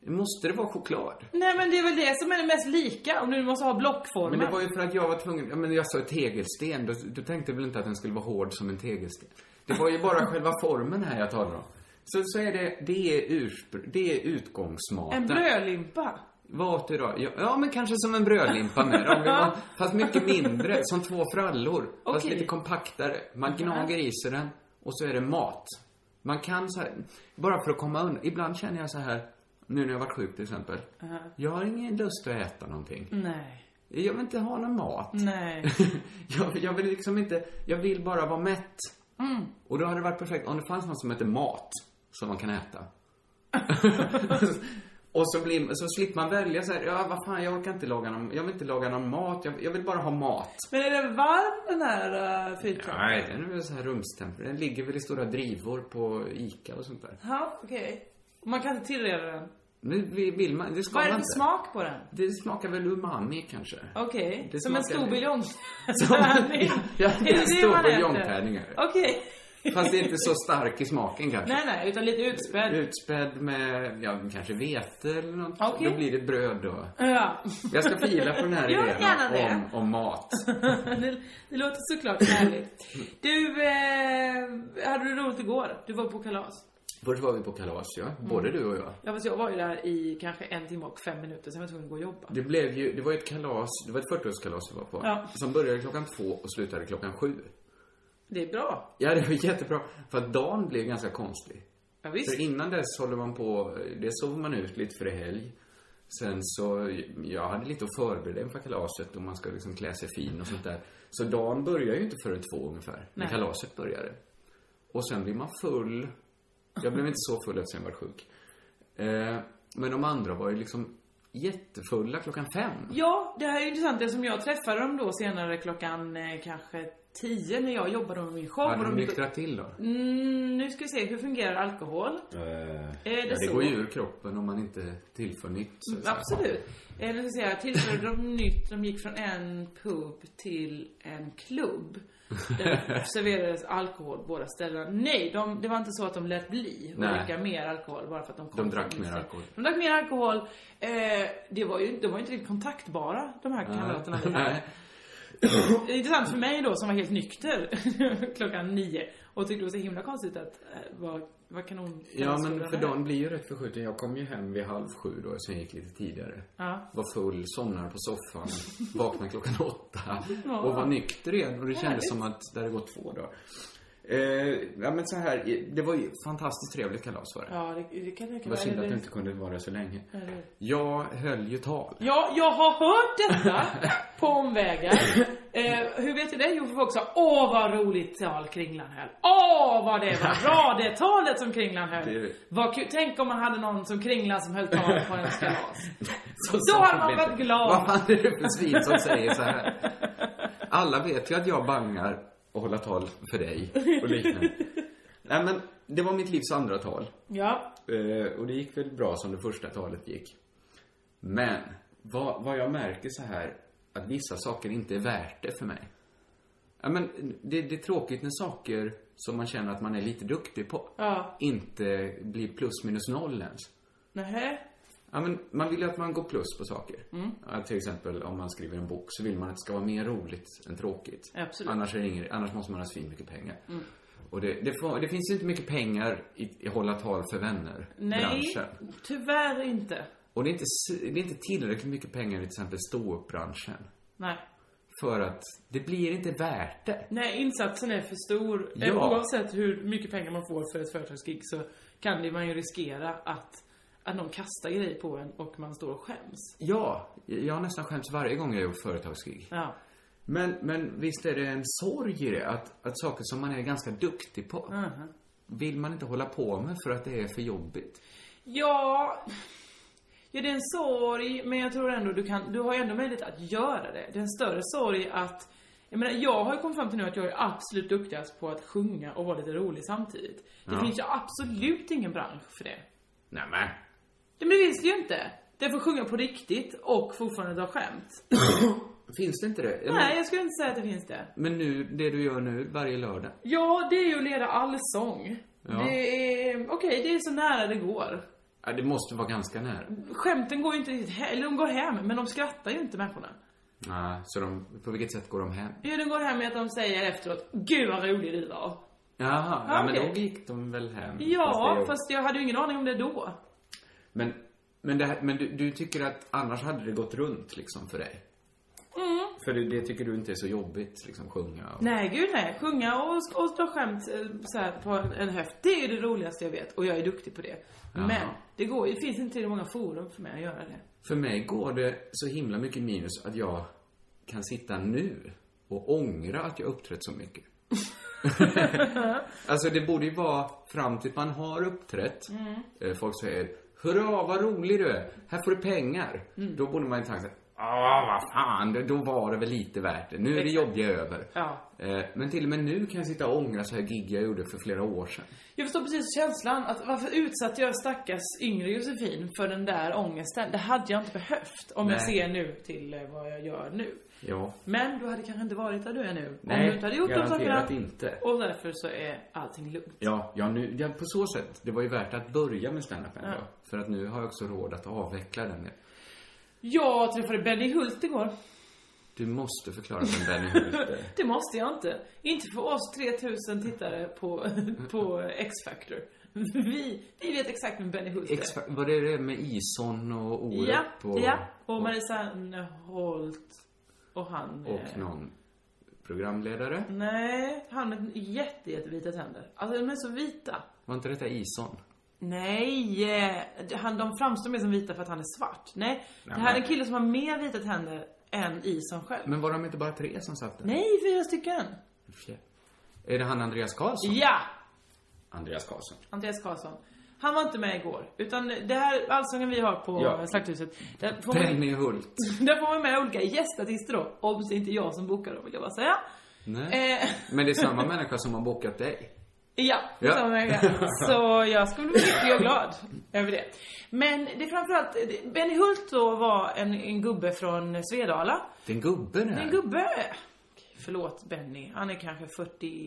Speaker 4: i.
Speaker 5: måste det vara choklad?
Speaker 4: Nej men det är väl det som är det mest lika om du måste ha blockformen.
Speaker 5: Men det var ju för att jag var tvungen, ja men jag sa tegelsten, du, du tänkte väl inte att den skulle vara hård som en tegelsten? Det var ju bara själva formen här jag talar om. Så, så är det, det är urspr- det är utgångsmaten.
Speaker 4: En brödlimpa.
Speaker 5: Vart idag? Ja, ja, men kanske som en brödlimpa med. Om vi var, fast mycket mindre, som två frallor. Fast
Speaker 4: Okej.
Speaker 5: lite kompaktare. Man gnager i sig den och så är det mat. Man kan så här, bara för att komma undan. Ibland känner jag så här, nu när jag varit sjuk till exempel.
Speaker 4: Uh-huh.
Speaker 5: Jag har ingen lust att äta någonting.
Speaker 4: Nej.
Speaker 5: Jag vill inte ha någon mat.
Speaker 4: Mm. Nej.
Speaker 5: jag, jag vill liksom inte, jag vill bara vara mätt.
Speaker 4: Mm.
Speaker 5: Och då hade det varit perfekt om det fanns något som heter mat, som man kan äta. och så, blir, så slipper man välja så här, ja vad fan jag orkar inte laga någon, jag vill inte laga någon mat, jag, jag vill bara ha mat.
Speaker 4: Men är den varm den här uh, fyrkanten?
Speaker 5: Nej, den är väl så här rumstemper, den ligger väl i stora drivor på ICA och sånt där.
Speaker 4: Ja, okej. Man kan inte tillreda den.
Speaker 5: Men vi- vill man, det ska
Speaker 4: Vad är det
Speaker 5: man
Speaker 4: för
Speaker 5: inte.
Speaker 4: smak på den?
Speaker 5: Det smakar väl umami kanske.
Speaker 4: Okej.
Speaker 5: Det
Speaker 4: Som en
Speaker 5: smakar-
Speaker 4: stor buljong.
Speaker 5: Som- Ja, det är en stor buljongtärning är det.
Speaker 4: Okej.
Speaker 5: Fast det är inte så stark i smaken kanske.
Speaker 4: Nej, nej, utan lite utspädd.
Speaker 5: Utspädd med, ja, kanske vete eller något.
Speaker 4: Okej.
Speaker 5: Då blir det bröd då.
Speaker 4: Ja.
Speaker 5: Jag ska fila på den här
Speaker 4: Gör gärna det.
Speaker 5: idén om, om mat.
Speaker 4: det, det låter såklart härligt. Du, eh, hade du roligt igår? Du var på kalas.
Speaker 5: Först var vi på kalas, ja.
Speaker 4: Mm.
Speaker 5: Både du och jag.
Speaker 4: Ja, fast jag var ju där i kanske en timme och fem minuter, sen var jag tvungen att gå och jobba.
Speaker 5: Det blev ju, det var ju ett kalas, det var ett 40-årskalas vi var på.
Speaker 4: Ja.
Speaker 5: Som började klockan två och slutade klockan sju.
Speaker 4: Det är bra.
Speaker 5: Ja, det var jättebra. För att dagen blev ganska konstig.
Speaker 4: Ja, visst.
Speaker 5: För innan dess håller man på, det sover man ut lite för det är helg. Sen så, jag hade lite att förbereda inför kalaset och man ska liksom klä sig fin och sånt där. Så dagen börjar ju inte förrän två ungefär, när
Speaker 4: Nej.
Speaker 5: kalaset började. Och sen blir man full. Jag blev inte så full eftersom jag var sjuk. Eh, men de andra var ju liksom jättefulla klockan fem.
Speaker 4: Ja, det här är intressant eftersom jag träffade dem då senare klockan eh, kanske tio när jag jobbade med min show.
Speaker 5: Hade
Speaker 4: och
Speaker 5: de
Speaker 4: de gick-
Speaker 5: nyktrat till då?
Speaker 4: Mm, nu ska vi se, hur fungerar alkohol?
Speaker 5: Eh,
Speaker 4: Är det
Speaker 5: ja, det
Speaker 4: så?
Speaker 5: går ju ur kroppen om man inte tillför nytt. så att säga.
Speaker 4: Absolut. Eh, nu ska jag säga, tillförde de nytt, de gick från en pub till en klubb. Där det serverades alkohol på båda ställena. Nej, de, det var inte så att de lät bli att
Speaker 5: Nej.
Speaker 4: dricka mer alkohol bara för att de kom
Speaker 5: De drack
Speaker 4: från-
Speaker 5: mer alkohol.
Speaker 4: De drack mer alkohol. Eh, det var ju, de var ju inte riktigt kontaktbara, de här kamraterna vi hade.
Speaker 5: Nej.
Speaker 4: Det är intressant för mig då som var helt nykter klockan nio och tyckte det var så himla konstigt att eh, vara Det var kanon.
Speaker 5: Ja, men
Speaker 4: kanonskolan
Speaker 5: för
Speaker 4: där.
Speaker 5: dagen blir ju rätt förskjuten. Jag kom ju hem vid halv sju då, sen gick lite tidigare.
Speaker 4: Ja.
Speaker 5: Var full, somnade på soffan, vaknade klockan åtta
Speaker 4: Ja.
Speaker 5: och var nykter igen. Och det
Speaker 4: Härligt.
Speaker 5: kändes som att det hade gått två dagar. Eh, ja, men så här, det var ju fantastiskt trevligt kalas var det.
Speaker 4: Ja, det, det kan jag
Speaker 5: det
Speaker 4: kan
Speaker 5: var synd att
Speaker 4: eller-
Speaker 5: du inte kunde vara där så länge.
Speaker 4: eller-
Speaker 5: Jag höll ju tal.
Speaker 4: Ja, jag har hört detta på omvägar. Eh, hur vet jag det? Jo, för folk sa Åh vad roligt tal Kringlan höll. Åh vad det var bra det talet som Kringlan höll.
Speaker 5: Det-
Speaker 4: Vad kul. Tänk om man hade någon som Kringlan som höll tal på en kalas.
Speaker 5: Så
Speaker 4: Då
Speaker 5: sa
Speaker 4: hade man
Speaker 5: Peter,
Speaker 4: varit glad.
Speaker 5: Vad fan är det för svin som säger så här? Alla vet ju att jag bangar och håller tal för dig och liknande. Nej men, det var mitt livs andra tal.
Speaker 4: Ja,
Speaker 5: Eh, och det gick väl bra som det första talet gick. Men, vad, vad jag märker så här, att vissa saker inte är värt det för mig. Ja, men det, det är tråkigt när saker som man känner att man är lite duktig på
Speaker 4: Ja.
Speaker 5: inte blir plus minus noll ens.
Speaker 4: nähä.
Speaker 5: Ja, men man vill ju att man går plus på saker.
Speaker 4: Mm.
Speaker 5: Ja, till exempel om man skriver en bok så vill man att det ska vara mer roligt än tråkigt.
Speaker 4: Absolut. Mm.
Speaker 5: Annars, är det inget, annars måste man ha svin mycket pengar. Och det, det, får, det finns ju inte mycket pengar i, i hålla tal för vänner
Speaker 4: Nej,
Speaker 5: branschen.
Speaker 4: tyvärr inte.
Speaker 5: Och det är, inte, s- det är inte tillräckligt mycket pengar i till exempel ståuppbranschen.
Speaker 4: Nej.
Speaker 5: För att det blir inte värt det.
Speaker 4: Nej, insatsen är för stor.
Speaker 5: Ja.
Speaker 4: Eh, Oavsett hur mycket pengar man får för ett företagsgig så kan det man ju riskera att, att någon kastar grejer på en och man står och skäms.
Speaker 5: Ja, jag har nästan skämts varje gång jag gjort företagsgig.
Speaker 4: Ja.
Speaker 5: Men, men visst är det en sorg i det att, att saker som man är ganska duktig på
Speaker 4: Mhm.
Speaker 5: vill man inte hålla på med för att det är för jobbigt.
Speaker 4: Ja, ja det är en sorg, men jag tror ändå du kan, du har ju ändå möjlighet att göra det. Det är en större sorg att, jag menar jag har ju kommit fram till nu att jag är absolut duktigast på att sjunga och vara lite rolig samtidigt. Det
Speaker 5: Ja.
Speaker 4: finns ju absolut ingen bransch för det.
Speaker 5: Nämen.
Speaker 4: Ja, men det finns det ju inte. Det får sjunga på riktigt och fortfarande dra skämt.
Speaker 5: Finns det inte det? Jag
Speaker 4: Nej, jag skulle inte säga att det finns det.
Speaker 5: Men, men nu, det du gör nu varje lördag.
Speaker 4: Ja, det är ju att leda allsång.
Speaker 5: Ja.
Speaker 4: Det är, okej, det är så nära det går.
Speaker 5: Ja, det måste vara ganska nära.
Speaker 4: Skämten går ju inte riktigt, he- eller de går hem, men de skrattar ju inte människorna.
Speaker 5: Nej, så de, på vilket sätt går de hem?
Speaker 4: Jo, den går hem med att de säger efteråt Gud vad rolig du var.
Speaker 5: Jaha,
Speaker 4: Ja,
Speaker 5: ja, men
Speaker 4: okej.
Speaker 5: då gick de väl hem?
Speaker 4: Ja,
Speaker 5: det är-
Speaker 4: fast, jag hade ju ingen aning om det då.
Speaker 5: Men, men, det här, men du, du tycker att annars hade det gått runt liksom för dig?
Speaker 4: Mm.
Speaker 5: För det, det tycker du inte är så jobbigt, liksom sjunga och...
Speaker 4: Nej, gud nej. Sjunga och, och dra skämt eh, så här, på en, en höft, det är ju det roligaste jag vet. Och jag är duktig på det. Men det, går, det finns inte tillräckligt många forum för mig att göra det.
Speaker 5: För mig går det så himla mycket minus att jag kan sitta nu och ångra att jag uppträtt så mycket. alltså det borde ju vara fram till man har uppträtt. Eh, Folk säger Hurra, vad rolig du är! Här får du pengar! Då borde man ju tänka så här, Ah, vad fan, det- då var det väl lite värt det. Nu är det jobbiga över.
Speaker 4: Ja.
Speaker 5: Eh, Men till och med nu kan jag sitta och ångra så här gig jag gjorde för flera år sedan.
Speaker 4: Jag förstår precis känslan att varför utsatte jag stackars yngre Josefin för den där ångesten? Det hade jag inte behövt om jag
Speaker 5: Nej.
Speaker 4: ser nu till eh, vad jag gör nu.
Speaker 5: Ja.
Speaker 4: Men du hade kanske inte varit där du är nu. om
Speaker 5: Nej,
Speaker 4: du inte hade gjort de
Speaker 5: garanterat
Speaker 4: sakerna.
Speaker 5: inte.
Speaker 4: Och därför så är allting lugnt.
Speaker 5: Ja, ja, nu, ja, på så sätt. Det var ju värt att börja med standup ändå. För att nu har jag också råd att avveckla den. nu.
Speaker 4: Jag träffade Benny Hult igår.
Speaker 5: Du måste förklara vem Benny Hult är.
Speaker 4: Det måste jag inte. Inte för oss 3000 tittare på, på X-Factor. Vi, vi vet exakt vem Benny Hult är.
Speaker 5: Ex- Vad är det med Ison och Orup
Speaker 4: Ja,
Speaker 5: och,
Speaker 4: ja. Och Marisa Holt och han... eh,
Speaker 5: och någon programledare?
Speaker 4: Mm. Nej, han med jätte, jättevita tänder. Alltså de är så vita.
Speaker 5: Var inte detta Ison?
Speaker 4: Nej! eh, Han, de framstår mer som vita för att han är svart. Nej, det här är en kille som har mer vita tänder än Ison själv.
Speaker 5: Men var de inte bara tre som satt där?
Speaker 4: Nej, fyra stycken!
Speaker 5: Fjär- Är det han Andreas Karlsson?
Speaker 4: Ja!
Speaker 5: Andreas Karlsson.
Speaker 4: Andreas Karlsson. Han var inte med igår. Utan det här allsången vi har på
Speaker 5: Ja.
Speaker 4: Slakthuset. Där får, man,
Speaker 5: Benny Hult.
Speaker 4: där får man med olika gästartister då. Obs, det är inte jag som bokar dem vill jag bara säga.
Speaker 5: Nej.
Speaker 4: Eh,
Speaker 5: Men det är samma människa som har bokat dig.
Speaker 4: Ja, det
Speaker 5: Ja.
Speaker 4: sa man ju. Så jag skulle bli lycklig och glad över det. Men det är framförallt, Benny Hult då var en, en gubbe från Svedala.
Speaker 5: Det är en gubbe det
Speaker 4: Det är
Speaker 5: här.
Speaker 4: En gubbe. Förlåt Benny, han är kanske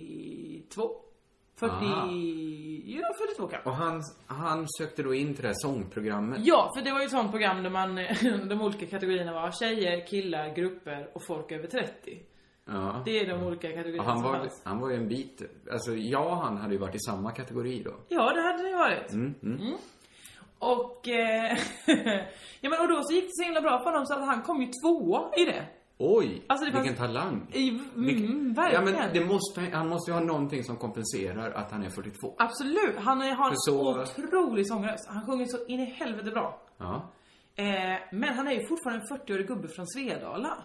Speaker 4: 42? 40...
Speaker 5: Aha.
Speaker 4: Ja, 42 kanske.
Speaker 5: Och han, han sökte då in till det här sångprogrammet.
Speaker 4: Ja, för det var ju ett sånt program där man, de olika kategorierna var tjejer, killar, grupper och folk över 30.
Speaker 5: Ja.
Speaker 4: Det är de olika kategorierna
Speaker 5: Och han,
Speaker 4: som
Speaker 5: var,
Speaker 4: fanns.
Speaker 5: han var ju en bit... Alltså, jag och han hade ju varit i samma kategori då.
Speaker 4: Ja, det hade det varit.
Speaker 5: Mm, mm.
Speaker 4: Och, eh, ja, men, och då så gick det så himla bra för honom så att han kom ju tvåa i det.
Speaker 5: Oj!
Speaker 4: Alltså, det fanns-
Speaker 5: vilken talang!
Speaker 4: I, mm,
Speaker 5: Vilken- ja,
Speaker 4: verkligen.
Speaker 5: men det måste, han måste ju ha någonting som kompenserar att han är 42.
Speaker 4: Ah. Absolut. Han är- har en
Speaker 5: För så-
Speaker 4: otrolig sångröst. Han sjunger så in i helvete bra.
Speaker 5: Ja.
Speaker 4: Eh, men han är ju fortfarande en 40-årig gubbe från Svedala.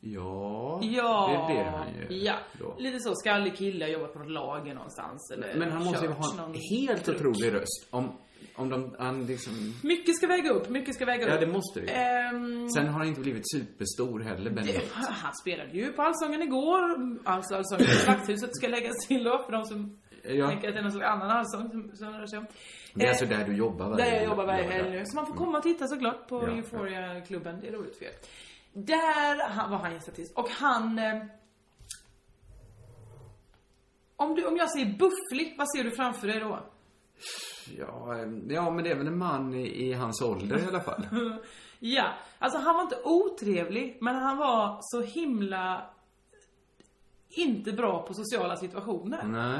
Speaker 5: Ja,
Speaker 4: Ja.
Speaker 5: det är det han ju.
Speaker 4: Ja.
Speaker 5: Då.
Speaker 4: Lite så skallig kille, har jobbat på något lager någonstans. Eller
Speaker 5: Men han måste ju
Speaker 4: kört
Speaker 5: ha en
Speaker 4: någon
Speaker 5: helt
Speaker 4: truck.
Speaker 5: otrolig röst. Om, om de, han liksom...
Speaker 4: Mycket ska väga upp, mycket ska väga upp.
Speaker 5: Ja, det måste det ju.
Speaker 4: Ehm,
Speaker 5: Sen har han inte blivit superstor heller,
Speaker 4: det,
Speaker 5: Benedikt.
Speaker 4: han spelade ju på Allsången igår. Alltså Allsången i Slakthuset ska läggas till då, för de som
Speaker 5: Ja.
Speaker 4: tänker att det är någon slags annan allsång som, som rör sig om.
Speaker 5: Det är
Speaker 4: Eh,
Speaker 5: alltså där du jobbar varje
Speaker 4: Där jag jobbar varje
Speaker 5: lördag.
Speaker 4: helg nu. Så man får komma och titta såklart på
Speaker 5: Mm. Ja, ja.
Speaker 4: Euphoria-klubben. Det är roligt för er. Där han- var han gästartist. Och han... eh, Om, du, om jag säger bufflig, vad ser du framför dig då?
Speaker 5: Ja, eh, ja, men det är väl en man i, i hans ålder i alla fall.
Speaker 4: Ja, alltså han var inte otrevlig, men han var så himla inte bra på sociala situationer.
Speaker 5: Nej.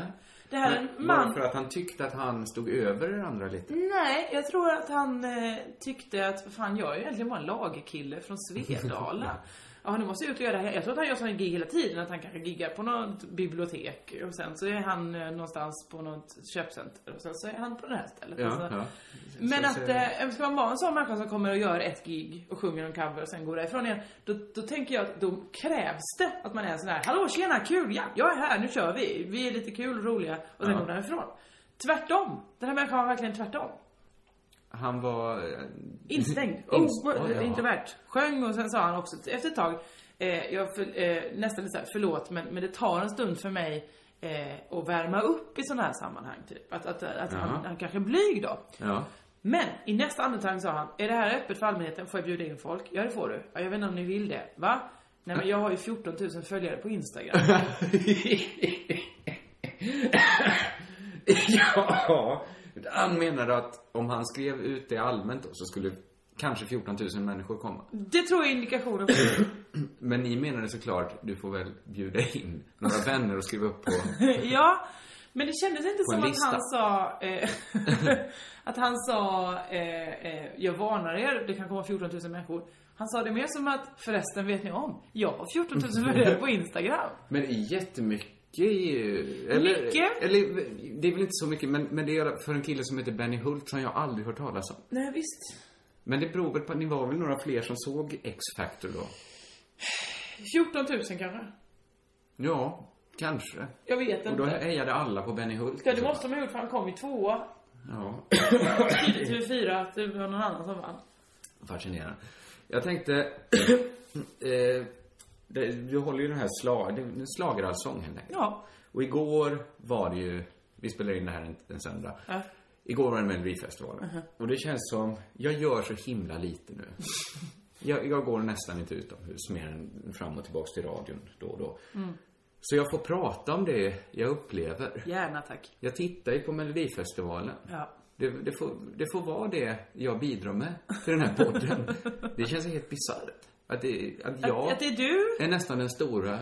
Speaker 4: Det här är
Speaker 5: Men
Speaker 4: en
Speaker 5: Var det
Speaker 4: man... Mm.
Speaker 5: för att han tyckte att han stod över er andra lite?
Speaker 4: Nej, jag tror att han eh, tyckte att, vad fan jag är ju egentligen bara en lagerkille från Svedala. Ja, nu måste jag ut och göra det här. Jag tror att han gör sådana gig hela tiden, att han kanske giggar på något bibliotek och sen så är han eh, någonstans på något köpcenter och sen så är han på det här stället.
Speaker 5: Ja,
Speaker 4: Alltså,
Speaker 5: ja.
Speaker 4: Men
Speaker 5: Så-
Speaker 4: att,
Speaker 5: så-
Speaker 4: eh, ska man vara en sån människa som kommer och gör ett gig och sjunger en cover och sen går därifrån igen, då, då tänker jag att då krävs det att man är en sån här, hallå tjena kul, ja, jag är här, nu kör vi, vi är lite kul och roliga och sen
Speaker 5: Ja.
Speaker 4: går man därifrån. Tvärtom! Den här människan var verkligen tvärtom.
Speaker 5: Han var... eh,
Speaker 4: Instängd,
Speaker 5: Inst-
Speaker 4: oh,
Speaker 5: Oj, ja.
Speaker 4: introvert. Sjöng och sen sa han också efter ett tag, eh, jag för, eh, nästan lite såhär, förlåt men, men det tar en stund för mig eh, att värma upp i sådana här sammanhang typ. Att, att, att han,
Speaker 5: Ja.
Speaker 4: han kanske är blyg då.
Speaker 5: Ja.
Speaker 4: Men i nästa andetag sa han, är det här öppet för allmänheten? Får jag bjuda in folk? Ja det får du. Ja, jag vet inte om ni vill det. Va? Nej men jag har ju 14 000 följare på Instagram.
Speaker 5: ja. Han menade att om han skrev ut det allmänt då, så skulle kanske 14 000 människor komma.
Speaker 4: Det tror jag är indikationen på.
Speaker 5: Men ni menade såklart, du får väl bjuda in några vänner och skriva upp på...
Speaker 4: ja. Men det kändes inte
Speaker 5: På en
Speaker 4: som att
Speaker 5: lista.
Speaker 4: han sa, eh, att han sa, eh, eh, jag varnar er, det kan komma 14 000 människor. Han sa det mer som att, förresten vet ni om, jag har 14 000 följare på Instagram.
Speaker 5: Men det är jättemycket ju. Eller,
Speaker 4: Mycket.
Speaker 5: Eller, det är väl inte så mycket, men, men det är för en kille som heter Benny Hult som jag aldrig hört talas om.
Speaker 4: Nej visst.
Speaker 5: Men det beror väl på att ni var väl några fler som såg X-Factor då?
Speaker 4: 14 000 kanske?
Speaker 5: Ja, kanske.
Speaker 4: Jag vet
Speaker 5: Och då
Speaker 4: inte.
Speaker 5: hejade alla på Benny Hult.
Speaker 4: Ja, det måste de ha gjort för han kom ju tvåa.
Speaker 5: Ja.
Speaker 4: TV4 att det var någon annan som vann.
Speaker 5: Fascinerande. Jag tänkte... eh, det, du håller ju den här slag, det är en schlagerallsång helt enkelt.
Speaker 4: Ja.
Speaker 5: Och igår var det ju... Vi spelar in det här en, en söndag.
Speaker 4: Ja. Uh-huh.
Speaker 5: Igår var det Melodifestivalen. Och det känns som... Jag gör så himla lite nu. jag, jag går nästan inte utomhus mer än fram och tillbaks till radion då och då.
Speaker 4: Mm.
Speaker 5: Så jag får prata om det jag upplever.
Speaker 4: Gärna tack.
Speaker 5: Jag tittar ju på Melodifestivalen.
Speaker 4: Ja.
Speaker 5: Det, det, får, det får vara det jag bidrar med till den här podden. det känns helt bisarrt. Att, det- att jag
Speaker 4: Att, att det är du.
Speaker 5: är nästan den stora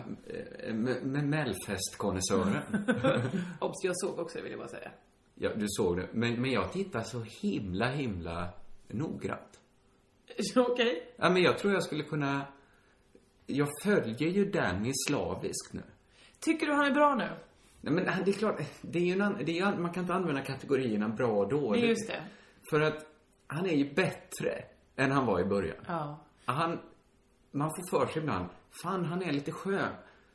Speaker 5: eh, me- me- Melfest-konnässören.
Speaker 4: Obs, jag såg också vill jag bara säga.
Speaker 5: ja, du såg det. Men, men jag tittar så himla, himla noggrant.
Speaker 4: Okej.
Speaker 5: Ja, men jag tror jag skulle kunna... Jag följer ju Danny slaviskt nu.
Speaker 4: Tycker du han är bra nu?
Speaker 5: Nej, men han- det är klart, det är ju en, ann- det är, ju an- man kan inte använda kategorierna bra och
Speaker 4: Det
Speaker 5: dåligt.
Speaker 4: är just det.
Speaker 5: För att han är ju bättre än han var i början.
Speaker 4: Ja.
Speaker 5: Han, man får för sig ibland, fan han är lite skön.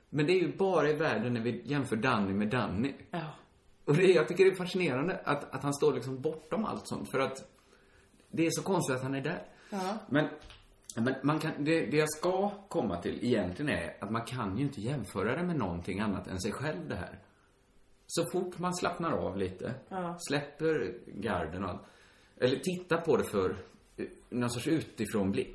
Speaker 5: Men det är ju bara i världen när vi jämför Danny med Danny.
Speaker 4: Ja.
Speaker 5: Och det, jag tycker det är fascinerande att, att han står liksom bortom allt sånt. För att det är så konstigt att han är där.
Speaker 4: Ja.
Speaker 5: Men, men man kan, det, det jag ska komma till egentligen är att man kan ju inte jämföra det med någonting annat än sig själv det här. Så fort man slappnar av lite,
Speaker 4: Ja.
Speaker 5: släpper garden och allt, eller tittar på det för eh, någon sorts utifrånblick.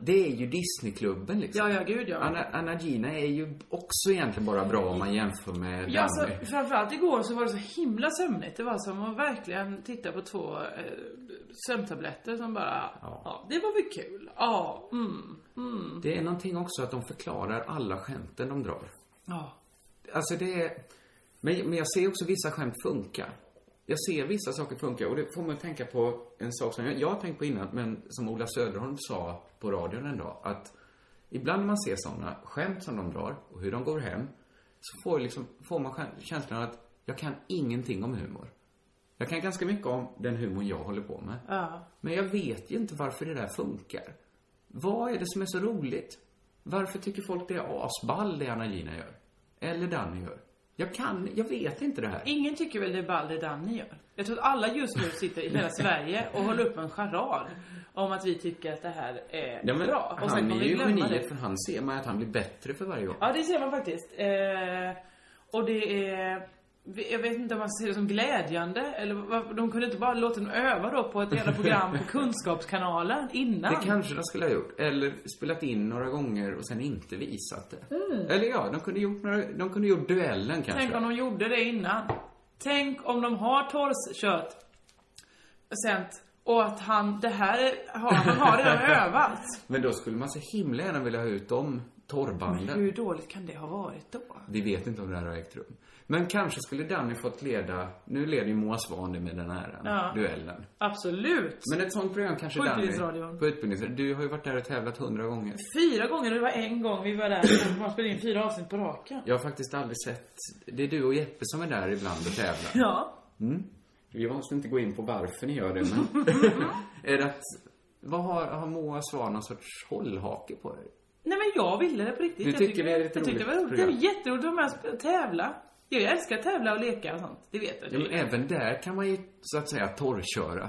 Speaker 5: Det är ju Disneyklubben liksom.
Speaker 4: Ja, ja, gud, ja.
Speaker 5: Anna, Anna Gina är ju också egentligen bara bra om man jämför med
Speaker 4: Ja, alltså,
Speaker 5: Danny.
Speaker 4: framförallt igår så var det så himla sömnigt. Det var som att verkligen titta på två eh, sömntabletter som bara, ja. det var väl kul. Ja, mm, mm.
Speaker 5: Det är någonting också att de förklarar alla skämten de drar.
Speaker 4: Ja.
Speaker 5: Alltså det är... Men, men jag ser också vissa skämt funka. Jag ser vissa saker funka och det får man tänka på en sak som jag, jag har tänkt på innan men som Ola Söderholm sa på radion en dag att ibland när man ser sådana skämt som de drar och hur de går hem så får, liksom, får man skä- känslan att jag kan ingenting om humor. Jag kan ganska mycket om den humor jag håller på med.
Speaker 4: Ja.
Speaker 5: Men jag vet ju inte varför det där funkar. Vad är det som är så roligt? Varför tycker folk det är asball det Anna-Gina gör? Eller Danny gör? Jag kan, jag vet inte det här.
Speaker 4: Ingen tycker väl det är ball det Danny gör? Jag tror att alla just nu sitter i hela Sverige och håller upp en charad om att vi tycker att det här är
Speaker 5: Ja, men
Speaker 4: bra. Och
Speaker 5: han
Speaker 4: kommer
Speaker 5: är
Speaker 4: vi
Speaker 5: ju
Speaker 4: glömma
Speaker 5: geniet
Speaker 4: det.
Speaker 5: för han ser man att han blir bättre för varje år.
Speaker 4: Ja, det ser man faktiskt. Eh, och det är... Jag vet inte om man ser det som glädjande eller vad- de kunde inte bara låta dem öva då på ett jävla program på Kunskapskanalen innan.
Speaker 5: Det kanske de skulle ha gjort. Eller spelat in några gånger och sen inte visat det. Eller ja, de kunde gjort några, de kunde gjort duellen kanske.
Speaker 4: Mm. Tänk om de gjorde det innan. Tänk om de har torrkört sent och att han, det här är- har han har redan övat.
Speaker 5: Men då skulle man så himla gärna vilja ha ut de torrbanden.
Speaker 4: Hur dåligt kan det ha varit då?
Speaker 5: Vi vet inte om det här har ägt rum. Men kanske skulle Danny fått leda, nu leder ju Moa Svahn det med den här eh,
Speaker 4: Ja.
Speaker 5: duellen.
Speaker 4: Absolut.
Speaker 5: Men ett sånt program kanske
Speaker 4: På
Speaker 5: Danny...
Speaker 4: Utbildningsradion.
Speaker 5: På Utbildningsradion. Du har ju varit där och tävlat hundra gånger.
Speaker 4: Fyra gånger, det var en gång vi var där, man spelade in fyra avsnitt på raken.
Speaker 5: Jag har faktiskt aldrig sett... Det är du och Jeppe som är där ibland och tävlar.
Speaker 4: Ja.
Speaker 5: Mm. Vi måste inte gå in på varför ni gör det, men... är det att... Vad har, har Moa Svahn någon sorts hållhake på er?
Speaker 4: Nej men jag ville det på riktigt.
Speaker 5: Du
Speaker 4: jag
Speaker 5: tycker det är ett
Speaker 4: jag tyckte det var
Speaker 5: roligt
Speaker 4: roligt. Det var
Speaker 5: program.
Speaker 4: jätteroligt att vara med och sp- tävla. Jag älskar att tävla och leka och sånt. Det vet jag.
Speaker 5: Ja, men även där kan man ju så att säga torrköra.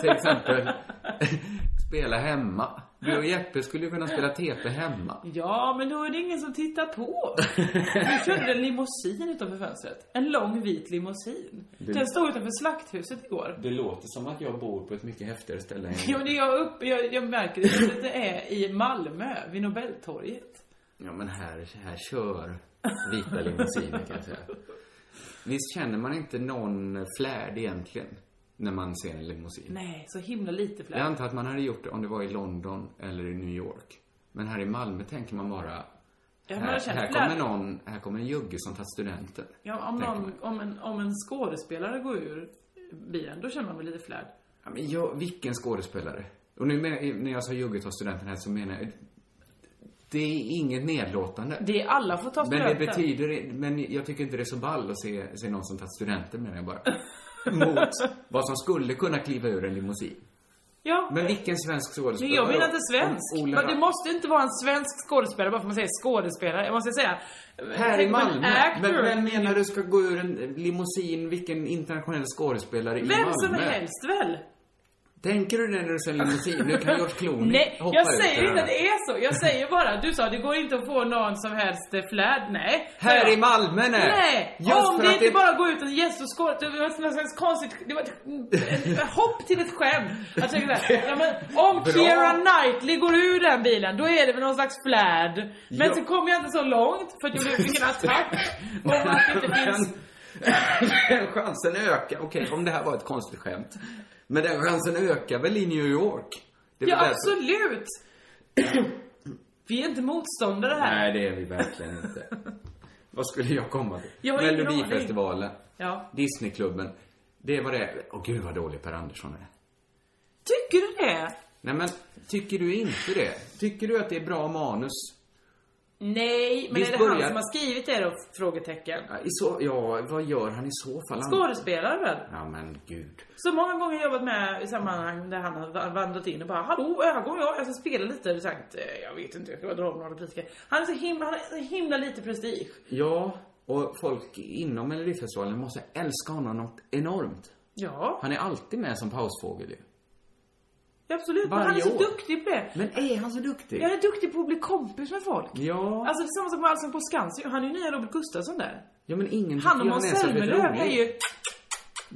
Speaker 5: Till exempel spela hemma. Du och Jeppe skulle ju kunna spela TP hemma.
Speaker 4: Ja, men då är det ingen som tittar på. Vi körde en limousin utanför fönstret. En lång vit limousin.
Speaker 5: Det-
Speaker 4: Den stod utanför slakthuset igår.
Speaker 5: Det låter som att jag bor på ett mycket häftigare ställe än
Speaker 4: Jo, det är jag, upp, jag, jag märker det att det är i Malmö, vid Nobeltorget.
Speaker 5: Ja, men här, här kör vita limousiner kan jag säga. Visst känner man inte någon flärd egentligen när man ser en limousin?
Speaker 4: Nej, så himla lite
Speaker 5: Jag
Speaker 4: fler.
Speaker 5: antar att man hade gjort det om det var i London eller i New York. Men här i Malmö tänker man bara
Speaker 4: Ja, men jag
Speaker 5: här,
Speaker 4: känner
Speaker 5: här
Speaker 4: flärd.
Speaker 5: kommer någon, här kommer en jugge som tar studenten.
Speaker 4: Ja, om,
Speaker 5: tänker
Speaker 4: någon,
Speaker 5: man.
Speaker 4: om, en, om en skådespelare går ur bilen, då känner man väl lite flärd.
Speaker 5: Ja, men jag, vilken skådespelare. Och nu men, när jag sa jugget tar studenten här så menar jag, det är inget nedlåtande.
Speaker 4: Det är alla får ta
Speaker 5: Men det
Speaker 4: studenten.
Speaker 5: betyder, men jag tycker inte det är så ball att se, se någon som tagit studenten menar jag bara. Mot vad som skulle kunna kliva ur en limousin.
Speaker 4: Ja,
Speaker 5: Men vilken svensk
Speaker 4: men
Speaker 5: skådespelare?
Speaker 4: jag menar inte
Speaker 5: Om
Speaker 4: svensk.
Speaker 5: Ola
Speaker 4: Men det
Speaker 5: Rask-
Speaker 4: måste inte vara en svensk skådespelare bara för att man säger skådespelare. Jag måste säga...
Speaker 5: Här i
Speaker 4: tänk på en
Speaker 5: Malmö?
Speaker 4: actor.
Speaker 5: Men vem menar du ska gå ur en limousin, vilken internationell skådespelare i Malmö?
Speaker 4: Vem som helst väl?
Speaker 5: Tänker du det när du säger limousin? Nu kan George Clooney
Speaker 4: Nej,
Speaker 5: hoppa
Speaker 4: jag
Speaker 5: ut
Speaker 4: säger
Speaker 5: där.
Speaker 4: inte att det är så. Jag säger bara, du sa det går inte att få någon som helst eh, flärd. Nej.
Speaker 5: Här
Speaker 4: Ja.
Speaker 5: i Malmö, nej!
Speaker 4: Nej!
Speaker 5: Just
Speaker 4: Om
Speaker 5: för
Speaker 4: det
Speaker 5: att
Speaker 4: inte bara går ut en gäst och skål, det var ett sånt här konstigt, det var ett, ett hopp till ett skämt. Jag tänker såhär, ja, men om
Speaker 5: Bra.
Speaker 4: Keira Knightley går ur den bilen, då är det väl någon slags flärd. Men
Speaker 5: Ja.
Speaker 4: så kom jag inte så långt för att jag blev- fick en attack om att det inte finns...
Speaker 5: den chansen ökar. Okej, om det här var ett konstigt skämt. Men den chansen ökar väl i New York? Det är
Speaker 4: Ja,
Speaker 5: väl därför-
Speaker 4: absolut! Vi är inte motståndare här.
Speaker 5: Nej, det är vi verkligen inte. vad skulle jag komma till?
Speaker 4: Jag har ingen
Speaker 5: Melodifestivalen.
Speaker 4: Ja.
Speaker 5: Disneyklubben. Det var det. Åh gud vad dålig Per Andersson är.
Speaker 4: Tycker du det?
Speaker 5: Nej men, tycker du inte det? Tycker du att det är bra manus?
Speaker 4: Nej, men är
Speaker 5: Visst
Speaker 4: det han
Speaker 5: börjar-
Speaker 4: som har skrivit det då? Frågetecken.
Speaker 5: Ja, I så, ja, vad gör han i så fall? Han-
Speaker 4: Skådespelare väl?
Speaker 5: Ja men gud.
Speaker 4: Så många gånger jag varit med i sammanhang där han har va- vandrat in och bara Hallå, här går jag, jag ska spela lite. Och sagt, "Eh, jag vet inte, jag ska dra några repliker. Han är så himla, han är så himla lite prestige.
Speaker 5: Ja, och folk inom Melodifestivalen måste älska honom något enormt.
Speaker 4: Ja,
Speaker 5: Han är alltid med som pausfågel ju.
Speaker 4: absolut. Men han är
Speaker 5: Varje
Speaker 4: så
Speaker 5: år.
Speaker 4: duktig på det.
Speaker 5: Men är han så duktig?
Speaker 4: Jag är duktig på att bli kompis med folk.
Speaker 5: Ja.
Speaker 4: Alltså det är samma sak med Allsång på Skansen. Han är ju nya Robert Gustafsson där.
Speaker 5: ja, men ingen
Speaker 4: Han och
Speaker 5: tycker
Speaker 4: Måns
Speaker 5: han är särskilt
Speaker 4: Zelmerlöw är
Speaker 5: rolig.
Speaker 4: ju...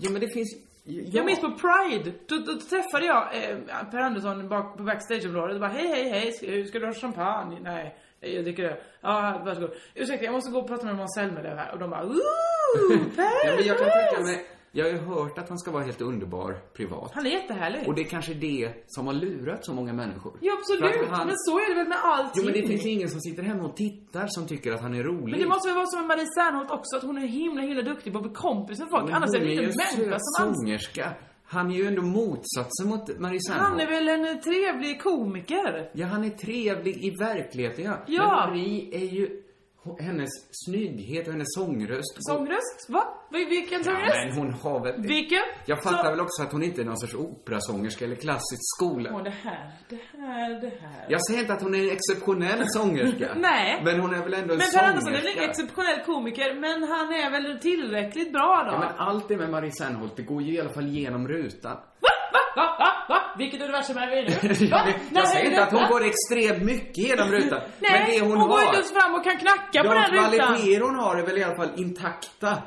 Speaker 5: Ja, men det finns
Speaker 4: Jag minns på Pride, då, då träffade jag eh, Per Andersson bak, på backstageområdet och bara hej hej hej, ska, ska du ha champagne? Nej, jag dricker det. Ja, varsågod. Ursäkta, jag måste gå och prata med Måns Zelmerlöw här. Och de bara ooh,
Speaker 5: Ja,
Speaker 4: Per!
Speaker 5: men jag kan tänka mig, jag har ju hört att han ska vara helt underbar privat.
Speaker 4: Han är jättehärlig.
Speaker 5: Och det är kanske det som har lurat så många människor.
Speaker 4: Ja
Speaker 5: För
Speaker 4: absolut,
Speaker 5: att han-
Speaker 4: men så är det väl med
Speaker 5: Jo,
Speaker 4: allting.
Speaker 5: men det finns ju ingen som sitter hemma och tittar som tycker att han är rolig.
Speaker 4: Men det måste väl vara som med Marie Serneholt också, att hon är himla himla duktig på att bli kompis med folk.
Speaker 5: Men
Speaker 4: Annars är
Speaker 5: hon
Speaker 4: det
Speaker 5: ju
Speaker 4: inte en
Speaker 5: en
Speaker 4: människa som alls.
Speaker 5: sångerska. Han är ju ändå motsatsen mot Marie
Speaker 4: Han är
Speaker 5: Serneholt.
Speaker 4: väl en eh, trevlig komiker?
Speaker 5: Ja, han är trevlig i verkligheten, ja.
Speaker 4: Ja.
Speaker 5: Men Marie är ju... Hennes snygghet och hennes sångröst.
Speaker 4: Sångröst? Va? Vil- Vilken
Speaker 5: Ja,
Speaker 4: sångröst?
Speaker 5: men hon har väl...
Speaker 4: Vilken?
Speaker 5: Jag fattar
Speaker 4: Så-
Speaker 5: väl också att hon inte är någon sorts operasångerska eller klassisk skola.
Speaker 4: Åh, det här, det här, det här.
Speaker 5: Jag säger inte att hon är en exceptionell sångerska.
Speaker 4: Nej.
Speaker 5: Men hon är väl ändå en
Speaker 4: Men Per
Speaker 5: sångerska.
Speaker 4: Andersson är väl en exceptionell komiker, men han är väl tillräckligt bra då?
Speaker 5: Ja, men allt det med Marie Serneholt, det går ju i alla fall genom rutan.
Speaker 4: Va, va, va? Vilket universum är vi i nu? Va?
Speaker 5: Jag, vet- jag säger inte att hon går extremt mycket genom rutan.
Speaker 4: Nej,
Speaker 5: men det hon,
Speaker 4: hon går
Speaker 5: har,
Speaker 4: inte ens fram och kan knacka på
Speaker 5: de
Speaker 4: den rutan.
Speaker 5: kvaliteter hon har är väl i alla fall intakta.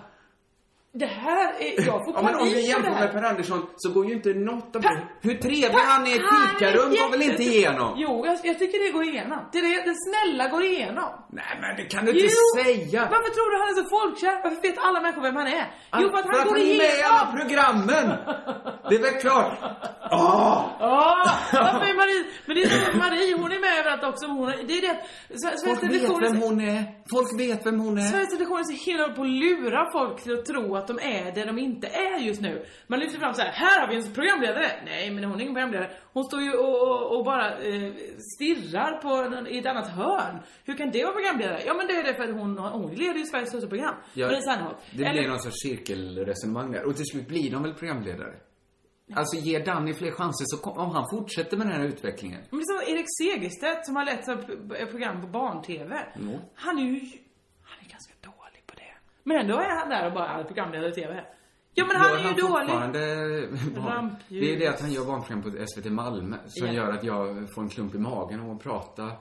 Speaker 4: Det här är... Jag får
Speaker 5: Ja, men om vi
Speaker 4: panik av det
Speaker 5: jämför med
Speaker 4: här.
Speaker 5: Per Andersson så går ju inte något av
Speaker 4: Per-
Speaker 5: det. Hur trevlig han är i ett fikarum går väl inte igenom?
Speaker 4: Jo, jag, jag tycker det går igenom. Det, är det, det snälla går igenom.
Speaker 5: Nej men det kan du inte säga!
Speaker 4: Varför tror du han är så folkkär? Varför vet alla människor vem han är? jo, för att han
Speaker 5: för att
Speaker 4: går
Speaker 5: han är
Speaker 4: igenom!
Speaker 5: med i alla programmen! Det är väl klart! Åh!
Speaker 4: Ja, varför är Marie... Men det är så att Marie, hon är med överallt också. Hon, är- det är det att Sve- Sveriges
Speaker 5: Folk vet
Speaker 4: Television...
Speaker 5: vem hon är. Folk vet vem hon är.
Speaker 4: Sveriges Television är så himla på att lura folk till att tro att de är det de inte är just nu. Man lyfter fram så här, här har vi en programledare. Nej, men hon är ingen programledare. Hon står ju och, och, och bara eh, stirrar på en, i ett annat hörn. Hur kan det vara programledare? Ja, men det är det för att hon, har- hon leder ju Sveriges största program.
Speaker 5: Ja,
Speaker 4: Marie Serneholt.
Speaker 5: det blir
Speaker 4: Eller-
Speaker 5: någon sorts cirkelresonemang där. Och till slut blir de väl programledare? Alltså ge Danny fler chanser så kom, om han fortsätter med den här utvecklingen.
Speaker 4: Men det är som Erik Segerstedt som har lett så här p- program på barn-tv.
Speaker 5: Jo.
Speaker 4: Han är ju... Han är ganska dålig på det. Men ändå är han där och bara är programledare i tv. Ja men han
Speaker 5: Gör
Speaker 4: är ju dålig.
Speaker 5: fortfarande barn?
Speaker 4: Rampljus.
Speaker 5: Det är det att han gör barnprogram på SVT Malmö som
Speaker 4: Ja.
Speaker 5: gör att jag får en klump i magen av att prata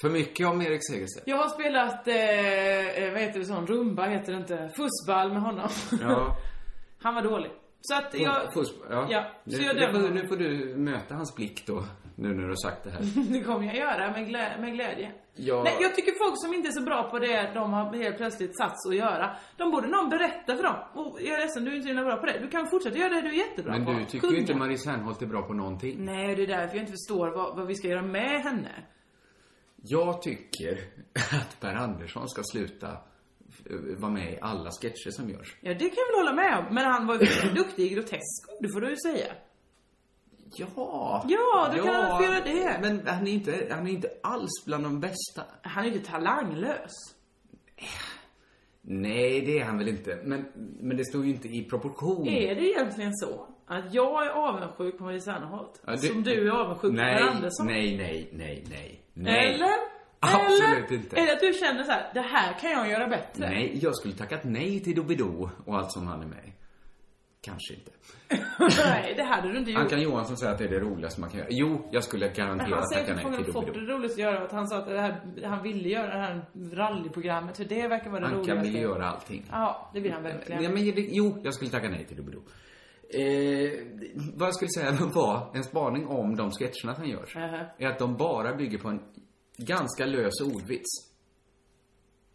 Speaker 5: för mycket om Erik Segerstedt.
Speaker 4: Jag har spelat, eh, eh, vad heter det sån, rumba heter det inte, fussball med honom.
Speaker 5: Ja.
Speaker 4: Han var dålig. Så att jag...
Speaker 5: Puss, ja.
Speaker 4: Ja,
Speaker 5: nu,
Speaker 4: så jag
Speaker 5: nu,
Speaker 4: dömer
Speaker 5: får,
Speaker 4: honom.
Speaker 5: nu får du möta hans blick då, nu när du har sagt det här.
Speaker 4: Det kommer jag göra med, glä, med glädje.
Speaker 5: Ja.
Speaker 4: Nej, jag tycker folk som inte är så bra på det de har helt plötsligt satts att göra, de borde någon berätta för dem. Och jag är ledsen, du är inte så himla bra på det. Du kan fortsätta göra det du är jättebra
Speaker 5: Men
Speaker 4: på.
Speaker 5: du tycker ju inte
Speaker 4: Kunna.
Speaker 5: Marie Serneholt är bra på någonting.
Speaker 4: Nej, det är därför jag inte förstår vad, vad vi ska göra med henne.
Speaker 5: Jag tycker att Per Andersson ska sluta eh, vara med i alla sketcher som görs.
Speaker 4: Ja, det kan jag väl hålla med om. Men han var ju väldigt duktig i grotesk, det får du ju säga.
Speaker 5: Ja!
Speaker 4: Ja, du kan väl få göra det.
Speaker 5: Men han är, inte, han är inte alls bland de bästa.
Speaker 4: Han är ju inte talanglös.
Speaker 5: Nej, det är han väl inte. Men, men det står ju inte i proportion.
Speaker 4: Är det egentligen så att jag är avundsjuk på Marie Serneholt?
Speaker 5: Ja, det-
Speaker 4: Som du är avundsjuk på
Speaker 5: nej,
Speaker 4: Per Andersson?
Speaker 5: Nej, nej, nej, nej, nej.
Speaker 4: Eller?
Speaker 5: Absolut
Speaker 4: eller,
Speaker 5: inte.
Speaker 4: Eller att du känner så här, det här kan jag göra bättre.
Speaker 5: Nej, jag skulle tackat nej till Doobidoo och allt som han är med i. Kanske inte.
Speaker 4: Nej, det hade du inte gjort.
Speaker 5: Ankan Johansson säger att det är det roligaste man kan göra. Jo, jag skulle
Speaker 4: Men
Speaker 5: garanterat
Speaker 4: han säger
Speaker 5: tacka nej
Speaker 4: fortfarande
Speaker 5: till
Speaker 4: att folk det
Speaker 5: Doobidoo.
Speaker 4: roligaste att göra. Att han sa att det här, han ville göra det här rallyprogrammet. För det verkar vara det
Speaker 5: Ankan
Speaker 4: roligaste.
Speaker 5: vill göra allting.
Speaker 4: Ja, det vill han verkligen.
Speaker 5: Ja, men, det- jo, jag skulle tacka nej till Doobidoo. Eh, vad jag skulle säga var, en spaning om de sketcherna som görs,
Speaker 4: Aha.
Speaker 5: är att de bara bygger på en ganska lös ordvits.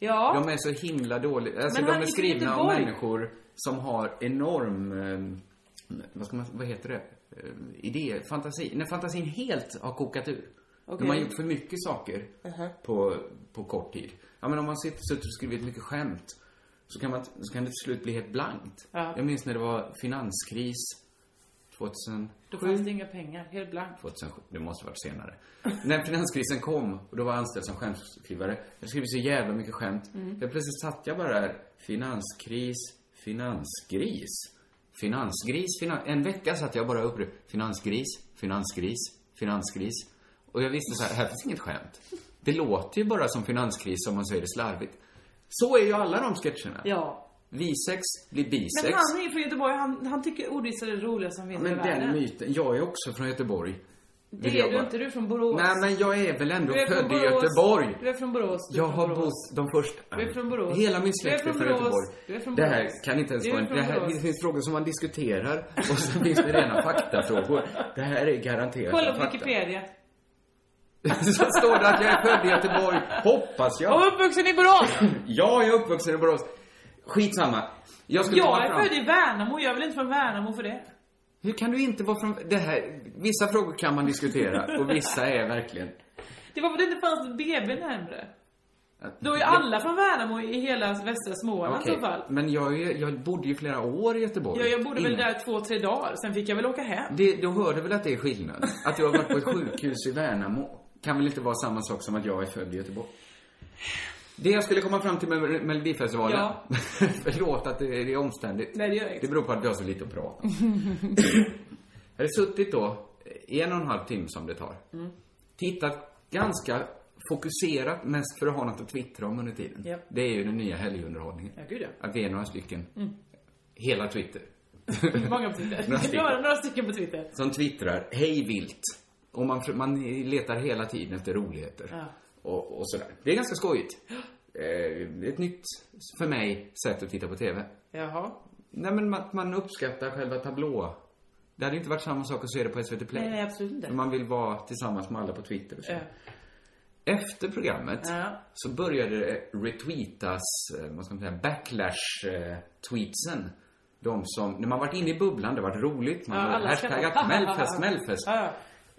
Speaker 4: Ja.
Speaker 5: De är så himla dåliga. Alltså,
Speaker 4: Men
Speaker 5: de
Speaker 4: han
Speaker 5: är
Speaker 4: är från
Speaker 5: skrivna om
Speaker 4: Göteborg.
Speaker 5: människor som har enorm, eh, vad, ska man, vad heter det, eh, idé, fantasi. När fantasin helt har kokat ur.
Speaker 4: Okej.
Speaker 5: De har gjort för mycket saker på, på kort tid. Ja, men om man sitter suttit och skrivit mycket skämt så kan, man, så kan det till slut bli helt blankt.
Speaker 4: Ja.
Speaker 5: Jag minns när det var finanskris 2000...
Speaker 4: Då fanns det inga pengar, helt blankt.
Speaker 5: 2007, det måste varit senare. När finanskrisen kom och då var jag anställd som skämtskrivare. Jag skrev så jävla mycket skämt.
Speaker 4: Mm.
Speaker 5: Jag plötsligt satt jag bara där. Finanskris, finansgris. Finansgris, finan... En vecka satt jag bara uppe. Finansgris, finansgris, finansgris. Och jag visste så här, här finns inget skämt. Det låter ju bara som finanskris om man säger det slarvigt. Så är ju alla de sketcherna.
Speaker 4: Ja.
Speaker 5: Visex blir bisex.
Speaker 4: Men han är ju från Göteborg, han, han tycker ordvitsar är det roligaste som finns i
Speaker 5: Men den
Speaker 4: världen.
Speaker 5: myten, jag är också från Göteborg.
Speaker 4: Det är du inte, du är från Borås.
Speaker 5: Nej, men jag är väl ändå
Speaker 4: Du är från
Speaker 5: född i
Speaker 4: Borås.
Speaker 5: Göteborg.
Speaker 4: Du är från Borås. Du är
Speaker 5: Jag
Speaker 4: från
Speaker 5: har
Speaker 4: Borås.
Speaker 5: bott de första...
Speaker 4: Du är från Borås.
Speaker 5: Hela min
Speaker 4: Du är
Speaker 5: släkt är
Speaker 4: från
Speaker 5: från
Speaker 4: Borås.
Speaker 5: Göteborg.
Speaker 4: Du är från
Speaker 5: Det här
Speaker 4: Borås.
Speaker 5: kan inte ens
Speaker 4: Du är
Speaker 5: vara...
Speaker 4: från
Speaker 5: Det, här,
Speaker 4: Borås.
Speaker 5: det finns frågor som man diskuterar och sen finns det rena faktafrågor. Det här är garanterat
Speaker 4: Kolla på
Speaker 5: fakta.
Speaker 4: Wikipedia.
Speaker 5: Så står det att jag är född i Göteborg, hoppas jag.
Speaker 4: Jag är uppvuxen i Borås.
Speaker 5: Ja, jag är uppvuxen i Borås. Skitsamma. Jag skulle
Speaker 4: Jag
Speaker 5: komma
Speaker 4: är
Speaker 5: fram.
Speaker 4: född i Värnamo, jag är väl inte från Värnamo för det.
Speaker 5: Hur kan du inte vara från... Det här, vissa frågor kan man diskutera och vissa är verkligen...
Speaker 4: Det var för att det inte fanns BB närmre. Då är ju alla från Värnamo i hela västra Småland i
Speaker 5: Okej,
Speaker 4: så fall.
Speaker 5: men jag, är- jag bodde ju flera år i Göteborg.
Speaker 4: Ja, jag bodde väl
Speaker 5: Innan.
Speaker 4: där två, tre dagar, sen fick jag väl åka hem.
Speaker 5: Det, du hörde väl att det är skillnad? Att du har varit på ett sjukhus i Värnamo kan väl inte vara samma sak som att jag är född i Göteborg? Det jag skulle komma fram till med Mel- Melodifestivalen.
Speaker 4: Ja.
Speaker 5: Förlåt att det är det är omständigt.
Speaker 4: Nej, det gör inget.
Speaker 5: Det beror på att vi har så lite att prata om. Jag hade suttit då en och en halv timme som det tar.
Speaker 4: Mm.
Speaker 5: Tittat ganska fokuserat mest för att ha något att twittra om under tiden.
Speaker 4: Japp.
Speaker 5: Det är ju den nya helgunderhållningen.
Speaker 4: Ja, gud ja. Mm.
Speaker 5: Att vi är några stycken. Hela Twitter.
Speaker 4: Många på Twitter. Det
Speaker 5: Några stycken.
Speaker 4: var några stycken på Twitter.
Speaker 5: Som twittrar, hej vilt. Och man, man letar hela tiden efter roligheter.
Speaker 4: Ja.
Speaker 5: Och, och sådär. Det är ganska skojigt. Eh, det är ett nytt, för mig, sätt att titta på TV.
Speaker 4: Jaha.
Speaker 5: Nej men att man uppskattar själva tablå. Det hade inte varit samma sak att se det på SVT Play.
Speaker 4: Nej, nej, absolut inte.
Speaker 5: För Man vill vara tillsammans med alla på Twitter och så.
Speaker 4: Ja.
Speaker 5: Efter programmet
Speaker 4: Ja.
Speaker 5: så började det retweetas, eh, vad ska man säga, backlash-tweetsen. De som, när man varit inne i bubblan, det har varit roligt, man
Speaker 4: Ja,
Speaker 5: har
Speaker 4: alla
Speaker 5: hashtaggat
Speaker 4: kämpar.
Speaker 5: Melfest, Melfest.
Speaker 4: Ja.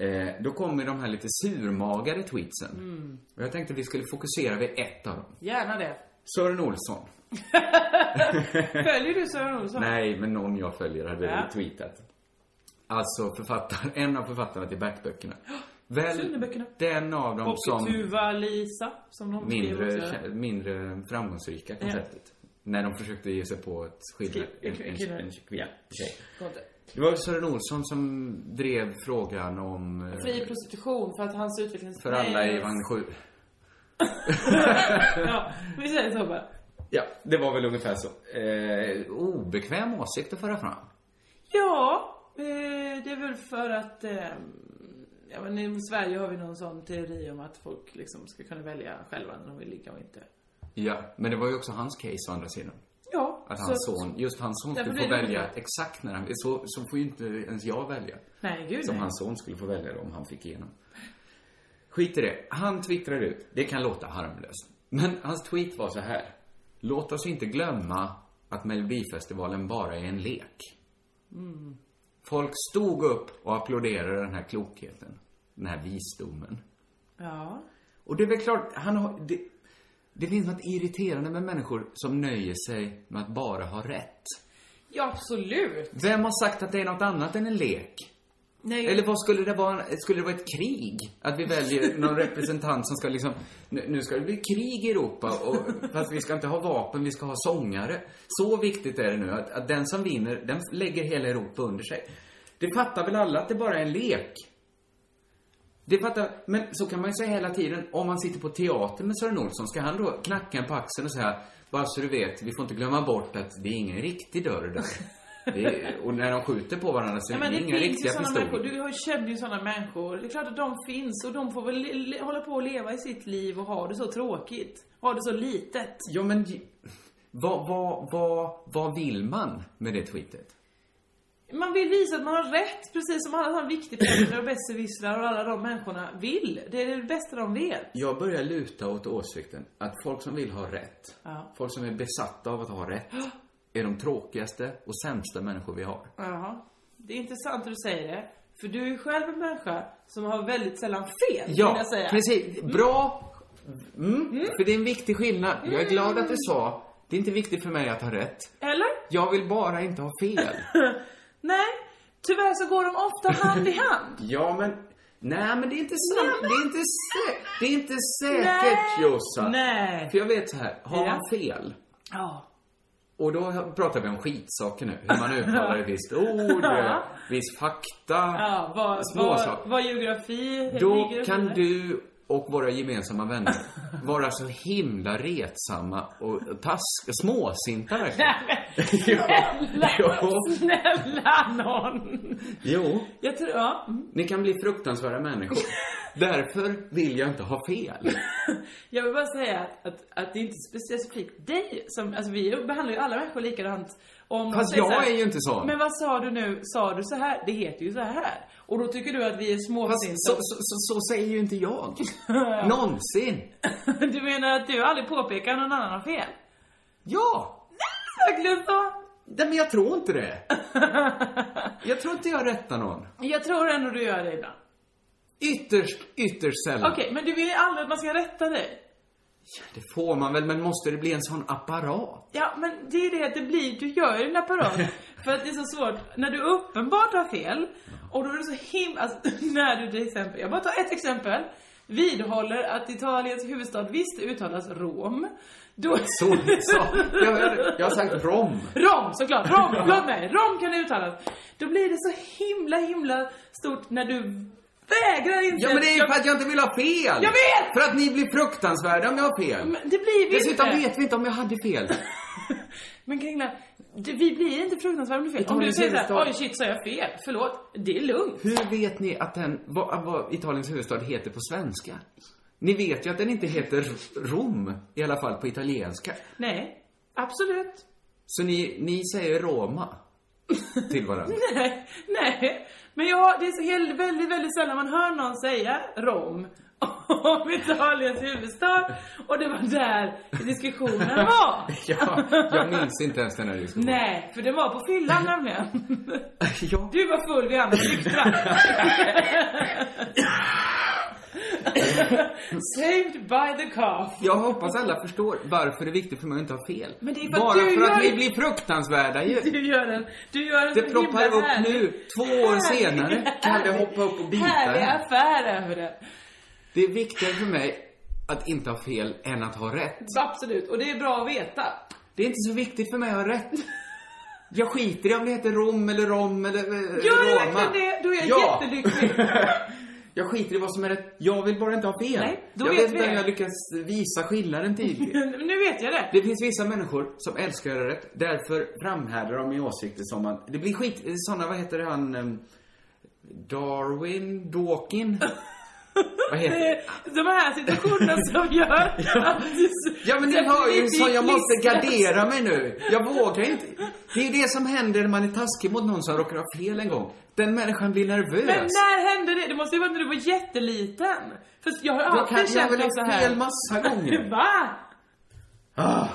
Speaker 5: Eh, då kommer de här lite surmagade tweetsen.
Speaker 4: Mm.
Speaker 5: Och jag tänkte vi skulle fokusera vid ett av dem.
Speaker 4: Gärna det.
Speaker 5: Sören Olsson.
Speaker 4: Följer du Sören Olsson?
Speaker 5: Nej, men någon jag följer hade
Speaker 4: Alltså- Ja.
Speaker 5: retweetat. Alltså författaren, en av författarna till Bert-böckerna. Väl
Speaker 4: Sunneböckerna.
Speaker 5: den av dem
Speaker 4: Och
Speaker 5: som
Speaker 4: Tuva-Lisa, som de
Speaker 5: mindre,
Speaker 4: skrev också.
Speaker 5: kä- mindre framgångsrika konceptet. När de försökte ge sig på ett skilja,
Speaker 4: Skri-
Speaker 5: en, en,
Speaker 4: kille.
Speaker 5: en, en kvinna. tjej.
Speaker 4: Går inte.
Speaker 5: Det var Sören Olsson som drev frågan om... eh,
Speaker 4: Fri prostitution för att hans utvecklings...
Speaker 5: För alla
Speaker 4: Nej,
Speaker 5: i vagn 7.
Speaker 4: Ja, vi säger så bara.
Speaker 5: Ja, det var väl ungefär så. Eh, obekväm åsikt att föra fram.
Speaker 4: Ja, eh, det är väl för att eh, ja, men i Sverige har vi någon sån teori om att folk liksom ska kunna välja själva när de vill ligga och inte.
Speaker 5: Ja, men det var ju också hans case å andra sidan.
Speaker 4: Ja,
Speaker 5: Att hans son, just hans son
Speaker 4: Därför
Speaker 5: skulle få
Speaker 4: blir det
Speaker 5: välja
Speaker 4: olika.
Speaker 5: exakt när han så, så får ju inte ens jag välja.
Speaker 4: Nej, gud
Speaker 5: Som
Speaker 4: nej.
Speaker 5: hans son skulle få välja då, om han fick igenom. Skit i det. Han twittrar ut. Det kan låta harmlöst. Men hans tweet var så här. Låt oss inte glömma att Melodifestivalen bara är en lek.
Speaker 4: Mm.
Speaker 5: Folk stod upp och applåderade den här klokheten. Den här visdomen.
Speaker 4: Ja.
Speaker 5: Och det är väl klart, han har, det, det finns något irriterande med människor som nöjer sig med att bara ha rätt.
Speaker 4: ja, absolut.
Speaker 5: Vem har sagt att det är något annat än en lek?
Speaker 4: Nej,
Speaker 5: Eller vad skulle det vara, skulle det vara ett krig? Att vi väljer någon representant som ska liksom, nu nu ska det bli krig i Europa och, fast vi ska inte ha vapen, vi ska ha sångare. Så viktigt är det nu att, att den som vinner, den lägger hela Europa under sig. Det fattar väl alla att det bara är en lek? Det fattar, men så kan man ju säga hela tiden, om man sitter på teater med Sören Olsson, ska han då knacka en på axeln och säga, bara så du vet, vi får inte glömma bort att det är ingen riktig dörr där. Det är, och när de skjuter på varandra så
Speaker 4: Ja,
Speaker 5: är
Speaker 4: men
Speaker 5: det,
Speaker 4: det
Speaker 5: inga
Speaker 4: finns ju
Speaker 5: riktiga
Speaker 4: såna
Speaker 5: pistoler.
Speaker 4: människor. Du har- känner ju såna människor. Det är klart att de finns och de får väl le- le- hålla på och leva i sitt liv och ha det så tråkigt. Ha det så litet.
Speaker 5: Ja, men j- vad, vad, vad, vad vill man med det tweetet?
Speaker 4: Man vill visa att man har rätt, precis som alla de viktigföräldrar och besserwissrar och alla de människorna vill. Det är det bästa de vet.
Speaker 5: Jag börjar luta åt åsikten att folk som vill ha rätt,
Speaker 4: Ja.
Speaker 5: folk som är besatta av att ha rätt, är de tråkigaste och sämsta människor vi har.
Speaker 4: Jaha. Det är intressant att du säger det. För du är ju själv en människa som har väldigt sällan fel, vill
Speaker 5: Ja,
Speaker 4: jag säga.
Speaker 5: precis. Bra. Mm. För det är en viktig skillnad. Jag är glad att du sa, det är inte viktigt för mig att ha rätt.
Speaker 4: Eller?
Speaker 5: Jag vill bara inte ha fel.
Speaker 4: Nej. Tyvärr så går de ofta hand i hand.
Speaker 5: ja, men... Nej, men det är inte sant.
Speaker 4: Nej, men-
Speaker 5: Det är inte, sä- det är inte säkert, Jossan.
Speaker 4: Nej.
Speaker 5: För jag vet så här, har
Speaker 4: Ja.
Speaker 5: man fel,
Speaker 4: Ja.
Speaker 5: Och då pratar vi om skitsaker nu. Hur man uttalar ett visst ord,
Speaker 4: Ja.
Speaker 5: viss fakta,
Speaker 4: Ja, vad,
Speaker 5: små
Speaker 4: vad,
Speaker 5: saker.
Speaker 4: vad geografi
Speaker 5: Då
Speaker 4: ligger och
Speaker 5: kan
Speaker 4: skiter.
Speaker 5: du och våra gemensamma vänner vara så himla retsamma och task, småsinta verkligen. Jo.
Speaker 4: Snälla någon!
Speaker 5: Jo,
Speaker 4: Jag tror, ja. mm.
Speaker 5: ni kan bli fruktansvärda människor. Därför vill jag inte ha fel.
Speaker 4: Jag vill bara säga att, att, att det är inte specifikt dig som, alltså vi behandlar ju alla människor likadant. Om man
Speaker 5: Fast
Speaker 4: säger
Speaker 5: jag
Speaker 4: så här,
Speaker 5: är ju inte sån.
Speaker 4: Men vad sa du nu? Sa du så här? Det heter ju så här. Och då tycker du att vi är småsinta.
Speaker 5: Så, så, så, så säger ju inte jag. Någonsin.
Speaker 4: Du menar att du aldrig påpekar när någon annan har fel?
Speaker 5: Ja!
Speaker 4: Verkligen så!
Speaker 5: Nej, men jag tror inte det. Jag tror inte jag rättar någon.
Speaker 4: Jag tror ändå du gör det ibland.
Speaker 5: Ytterst, ytterst sällan.
Speaker 4: Okej, men du vill ju aldrig att man ska rätta dig.
Speaker 5: Det får man väl, men måste det bli en sån apparat?
Speaker 4: Ja, men det är det att det blir, du gör ju din apparat. för att det är så svårt, när du uppenbart har fel, och då är det så himla, alltså, när du till exempel, jag bara tar ett exempel. Vidhåller att Italiens huvudstad visst uttalas Rom. Då...
Speaker 5: Så, så. Jag, hörde- jag har sagt rom.
Speaker 4: Rom såklart, rom, förlåt mig, rom kan uttalas. Då blir det så himla himla stort när du vägrar inte.
Speaker 5: Ja, men det är ju
Speaker 4: Jag-
Speaker 5: för att jag inte vill ha fel!
Speaker 4: Jag vet!
Speaker 5: För att ni blir fruktansvärda om jag har fel.
Speaker 4: Men det blir vi
Speaker 5: Dessutom
Speaker 4: inte.
Speaker 5: vet vi inte om jag hade fel.
Speaker 4: Men Kringla, du, vi blir inte fruktansvärda om du fel. Om du
Speaker 5: Italiens
Speaker 4: säger såhär,
Speaker 5: huvudstad.
Speaker 4: oj shit sa jag fel, förlåt. Det är lugnt.
Speaker 5: Hur vet ni att den, vad, vad Italiens huvudstad heter på svenska? Ni vet ju att den inte heter Rom, i alla fall på italienska.
Speaker 4: Nej, absolut.
Speaker 5: Så ni, ni säger Roma till varandra.
Speaker 4: Nej, nej. Men jag, det är så helt, väldigt, väldigt sällan man hör någon säga Rom om Italiens huvudstad. Och det var där diskussionen var.
Speaker 5: Ja, jag minns inte ens den här diskussionen.
Speaker 4: Nej, för det var på fyllan nämligen.
Speaker 5: Ja.
Speaker 4: Du var full, vi andra var nyktra. Saved by the cough.
Speaker 5: Jag hoppas alla förstår varför det är viktigt för mig att inte ha fel.
Speaker 4: Men det är för att
Speaker 5: Bara
Speaker 4: du
Speaker 5: för att
Speaker 4: gör-
Speaker 5: ni blir fruktansvärda ju.
Speaker 4: Du gör en, du gör en
Speaker 5: Det
Speaker 4: så
Speaker 5: ploppar
Speaker 4: himla
Speaker 5: upp
Speaker 4: härlig-
Speaker 5: nu, två år
Speaker 4: härlig-
Speaker 5: senare, kan det hoppa upp och bita
Speaker 4: Härlig
Speaker 5: henne.
Speaker 4: affär över det.
Speaker 5: Det är viktigare för mig att inte ha fel än att ha rätt.
Speaker 4: Absolut, och det är bra att veta.
Speaker 5: Det är inte så viktigt för mig att ha rätt. Jag skiter i om det heter Rom eller Rom eller eh,
Speaker 4: Gör du
Speaker 5: Roma.
Speaker 4: verkligen det, då är jag
Speaker 5: Ja.
Speaker 4: jättelycklig.
Speaker 5: Jag skiter i vad som är rätt. Jag vill bara inte ha fel.
Speaker 4: Nej, då
Speaker 5: jag
Speaker 4: vet
Speaker 5: vet
Speaker 4: vi
Speaker 5: inte
Speaker 4: det.
Speaker 5: om jag lyckas visa skillnaden tydligt.
Speaker 4: nu vet jag det.
Speaker 5: Det finns vissa människor som älskar att göra rätt. Därför framhärdar de i åsikter som man... Det blir skit... Såna, vad heter han... em, Darwin? Dawkin? vad heter
Speaker 4: Det är De här situationerna som gör att du-
Speaker 5: Ja men ni hör ju så jag måste
Speaker 4: definitivt missar.
Speaker 5: gardera mig nu. Jag vågar inte. Det är det som händer när man är taskig mot någon som råkar ha fel en gång. Den människan blir nervös.
Speaker 4: Men när hände det? Det måste ju vara när du var jätteliten. För jag har
Speaker 5: jag
Speaker 4: alltid
Speaker 5: kan jag
Speaker 4: känt
Speaker 5: väl
Speaker 4: mig så
Speaker 5: ha
Speaker 4: här.
Speaker 5: fel massa gånger.
Speaker 4: Va?
Speaker 5: Ah.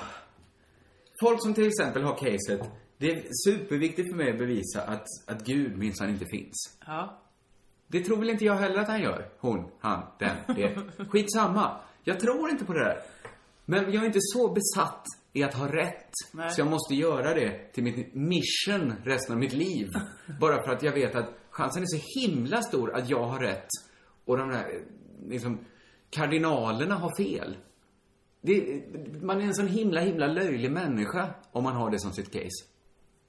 Speaker 5: Folk som till exempel har caset. Det är superviktigt för mig att bevisa att, att Gud minsann inte finns.
Speaker 4: Ja.
Speaker 5: Det tror väl inte jag heller att han gör. Hon, han, den, det. Skitsamma. Jag tror inte på det där. Men jag är inte så besatt i att ha rätt.
Speaker 4: Nej.
Speaker 5: Så jag måste göra det till mitt mission resten av mitt liv. Bara för att jag vet att chansen är så himla stor att jag har rätt. Och de där, eh, liksom, kardinalerna har fel. Det, man är en sån himla, himla löjlig människa om man har det som sitt case.